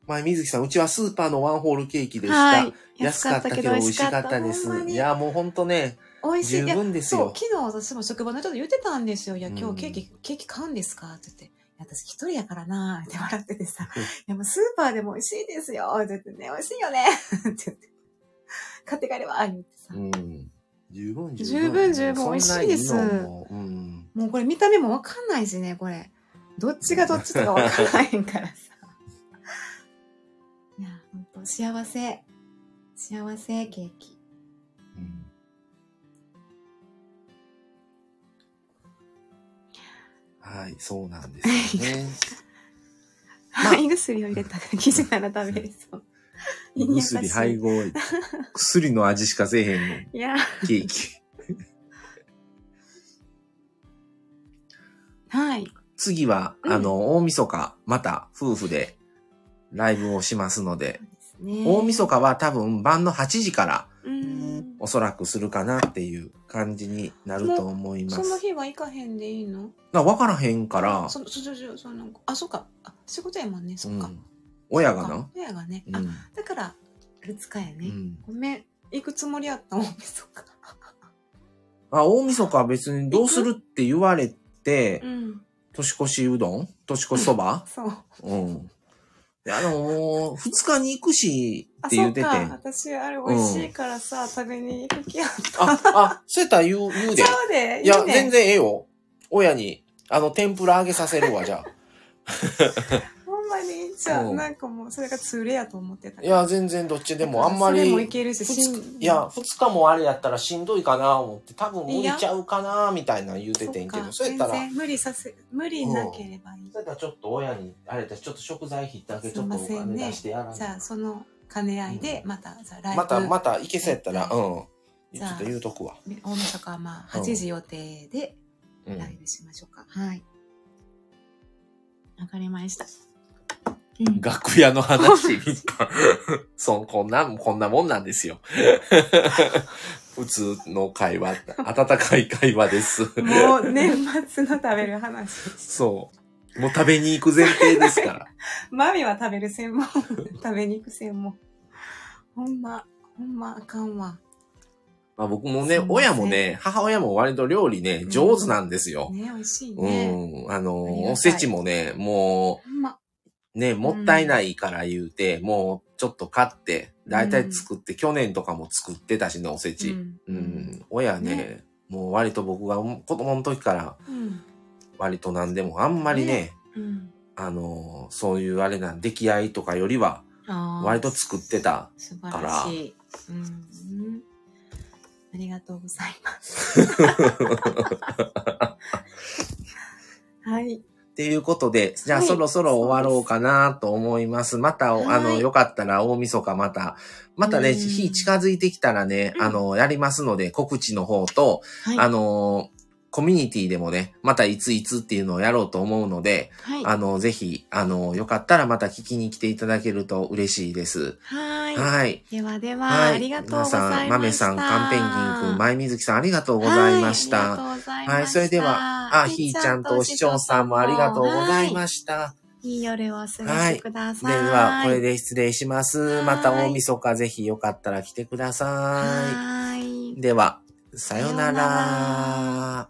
[SPEAKER 2] 前、水木さん、うちはスーパーのワンホールケーキでした。
[SPEAKER 1] はい。
[SPEAKER 2] 安かったけど美味しかったです
[SPEAKER 1] ほんま。に
[SPEAKER 2] いや、もうほんとね、
[SPEAKER 1] 美味しい。
[SPEAKER 2] 十
[SPEAKER 1] いや
[SPEAKER 2] 分です
[SPEAKER 1] そう
[SPEAKER 2] よ、。
[SPEAKER 1] 昨日私も職場の人と言ってたんですよ。いや、今
[SPEAKER 2] うん
[SPEAKER 1] 日ケーキ、ケーキ買うんですかって言って。いや私一人やからなーって笑っててさ。いや、もうスーパーでも美味しいですよって言ってね、美味しいよねって言って。買って帰ればー言ってさ。
[SPEAKER 2] うん。十分、
[SPEAKER 1] 十分十分美味しいです
[SPEAKER 2] そんないのもうん。
[SPEAKER 1] もうこれ見た目もわかんないしね、これ。どっちがどっちとかわかんないからさ。いや、ほんと、幸せ。幸せ、ケーキ。
[SPEAKER 2] うんはい、そうなんで すよね。まあ
[SPEAKER 1] 胃薬を入れた生地なら食べれそう。胃 に優しい
[SPEAKER 2] 薬配合。薬の味しかせえへんの。
[SPEAKER 1] いや、
[SPEAKER 2] ケーキ。
[SPEAKER 1] はい。
[SPEAKER 2] 次は、
[SPEAKER 1] うん
[SPEAKER 2] あの、大晦日、また夫婦でライブをしますので、
[SPEAKER 1] そうですね
[SPEAKER 2] 大晦日は多分晩の8時から
[SPEAKER 1] うん。
[SPEAKER 2] おそらくするかなっていう感じになると思いま
[SPEAKER 1] その
[SPEAKER 2] す。
[SPEAKER 1] 日は行かへんでいいの
[SPEAKER 2] な分からへんから、
[SPEAKER 1] そ、そ、そ、そ、その、あ、そっか。あ、仕事やもんね、そっ
[SPEAKER 2] う
[SPEAKER 1] か。
[SPEAKER 2] ん、親がな。
[SPEAKER 1] 親がね。
[SPEAKER 2] う
[SPEAKER 1] あ、
[SPEAKER 2] ん
[SPEAKER 1] だから、2日や
[SPEAKER 2] う
[SPEAKER 1] ね。
[SPEAKER 2] ん、
[SPEAKER 1] ごめん。行くつもりやった、大晦日。
[SPEAKER 2] あ大晦日は別にどうするって言われて
[SPEAKER 1] う、ん。
[SPEAKER 2] 年越しうどん年越しそば
[SPEAKER 1] そう。
[SPEAKER 2] うん。いや、でももう、二日に行くし
[SPEAKER 1] あ、
[SPEAKER 2] って言
[SPEAKER 1] そ
[SPEAKER 2] っ
[SPEAKER 1] って
[SPEAKER 2] て。
[SPEAKER 1] か。
[SPEAKER 2] あ、
[SPEAKER 1] 私、あれ美味しいからさ、食べに行く気やっ
[SPEAKER 2] あ、そうやったら言う、言う
[SPEAKER 1] ち
[SPEAKER 2] で。
[SPEAKER 1] ゃうで。
[SPEAKER 2] いや、
[SPEAKER 1] いね
[SPEAKER 2] 全。然ええよ。親に、あの、天ぷら揚げさせるわ、じゃ
[SPEAKER 1] ほんまに、じゃあ、
[SPEAKER 2] うん
[SPEAKER 1] なんかもう、それがツレやと思ってた
[SPEAKER 2] あ。
[SPEAKER 1] か
[SPEAKER 2] い
[SPEAKER 1] ら。
[SPEAKER 2] や、全然どっちでも、あんま
[SPEAKER 1] それも
[SPEAKER 2] り
[SPEAKER 1] い、けるし、
[SPEAKER 2] ふつ
[SPEAKER 1] しん
[SPEAKER 2] いや、、二日もあれやったらしんどいかな、思って、多分
[SPEAKER 1] い
[SPEAKER 2] 無理
[SPEAKER 1] や
[SPEAKER 2] ちゃうかな、みたいな言うててんけ
[SPEAKER 1] そっ
[SPEAKER 2] ど、
[SPEAKER 1] か
[SPEAKER 2] そうやったら、
[SPEAKER 1] 全然無理させ、無理なければいい
[SPEAKER 2] そう。やったらちょっと親に、あれやったらちょっと食材費だけちょっとお
[SPEAKER 1] すいません
[SPEAKER 2] 金
[SPEAKER 1] ね
[SPEAKER 2] 出してやら
[SPEAKER 1] じゃ
[SPEAKER 2] な
[SPEAKER 1] あ、その兼ね合いで、
[SPEAKER 2] う
[SPEAKER 1] また、じゃあ、ライブ。
[SPEAKER 2] また、また行けそうやったら、うん。ちょ
[SPEAKER 1] じゃあ
[SPEAKER 2] っと言うとくわ。
[SPEAKER 1] 大晦日はまあ、
[SPEAKER 2] うん
[SPEAKER 1] 8時予定で
[SPEAKER 2] うん
[SPEAKER 1] ライブしましょうか。はい。わかりました。うん。
[SPEAKER 2] 楽屋の話みたい。 そう、こんな、こんなもんなんですよ。 普通の会話、 温かい会話です。
[SPEAKER 1] もう、年末の食べる話。
[SPEAKER 2] そもう食べに行く前提ですから。
[SPEAKER 1] マミは食べる専 門。食べに行く専門。ほんま、ほんまあかんわ。
[SPEAKER 2] まあ僕も
[SPEAKER 1] すい
[SPEAKER 2] ね
[SPEAKER 1] ま、せん
[SPEAKER 2] 親もね、母親も割と料理ね、上手なんですよ。
[SPEAKER 1] ね、美味しいうね。
[SPEAKER 2] ん。あの
[SPEAKER 1] ありがたい
[SPEAKER 2] おせちもね、も
[SPEAKER 1] ほんま。
[SPEAKER 2] う、ね、もったいないから言うて、もうちょっと買って、だいたい作って、去年とかも作ってたしね、おせ
[SPEAKER 1] う
[SPEAKER 2] ち。
[SPEAKER 1] ん
[SPEAKER 2] うん。親ね
[SPEAKER 1] ね
[SPEAKER 2] もう割と僕が子供の時から
[SPEAKER 1] うん。
[SPEAKER 2] 割と何でも、あんまりね、
[SPEAKER 1] ねうん。
[SPEAKER 2] あのそういうあれなん、出来合いとかよりは、
[SPEAKER 1] あー
[SPEAKER 2] 割と作ってた。
[SPEAKER 1] 素晴らしい。うん。ありがとうございます。 はい。
[SPEAKER 2] っていうことで、じゃあ
[SPEAKER 1] はい
[SPEAKER 2] そろそろ終わろうかなと思います。また、
[SPEAKER 1] はい
[SPEAKER 2] あの、よかったら大晦日また、また
[SPEAKER 1] う
[SPEAKER 2] ね、
[SPEAKER 1] ん
[SPEAKER 2] 日近づいてきたらね、
[SPEAKER 1] うん
[SPEAKER 2] あの、やりますので、告知の方と、
[SPEAKER 1] はい。
[SPEAKER 2] あの、コミュニティでもね、またいついつっていうのをやろうと思うので、
[SPEAKER 1] はい。
[SPEAKER 2] あの、ぜひ、あの、よかったらまた聞きに来ていただけると嬉しいです。
[SPEAKER 1] はい。
[SPEAKER 2] はい。
[SPEAKER 1] ではでは、
[SPEAKER 2] はい。
[SPEAKER 1] ありがとうございました。
[SPEAKER 2] 皆さん、豆さん、カンペンギンくん、
[SPEAKER 1] あり
[SPEAKER 2] 前水木さん、ありがとうございました。
[SPEAKER 1] はい、ありがとうございました。
[SPEAKER 2] はい、それでは、あ、ひーちゃんとお師匠さんもありがとうございました。
[SPEAKER 1] す。いい夜をお過ごしくだ
[SPEAKER 2] で
[SPEAKER 1] さい。
[SPEAKER 2] は、これで失礼します。
[SPEAKER 1] い
[SPEAKER 2] また大晦日ぜひよかったら来てくださ
[SPEAKER 1] はい。
[SPEAKER 2] い。では、さような
[SPEAKER 1] さような
[SPEAKER 2] ら。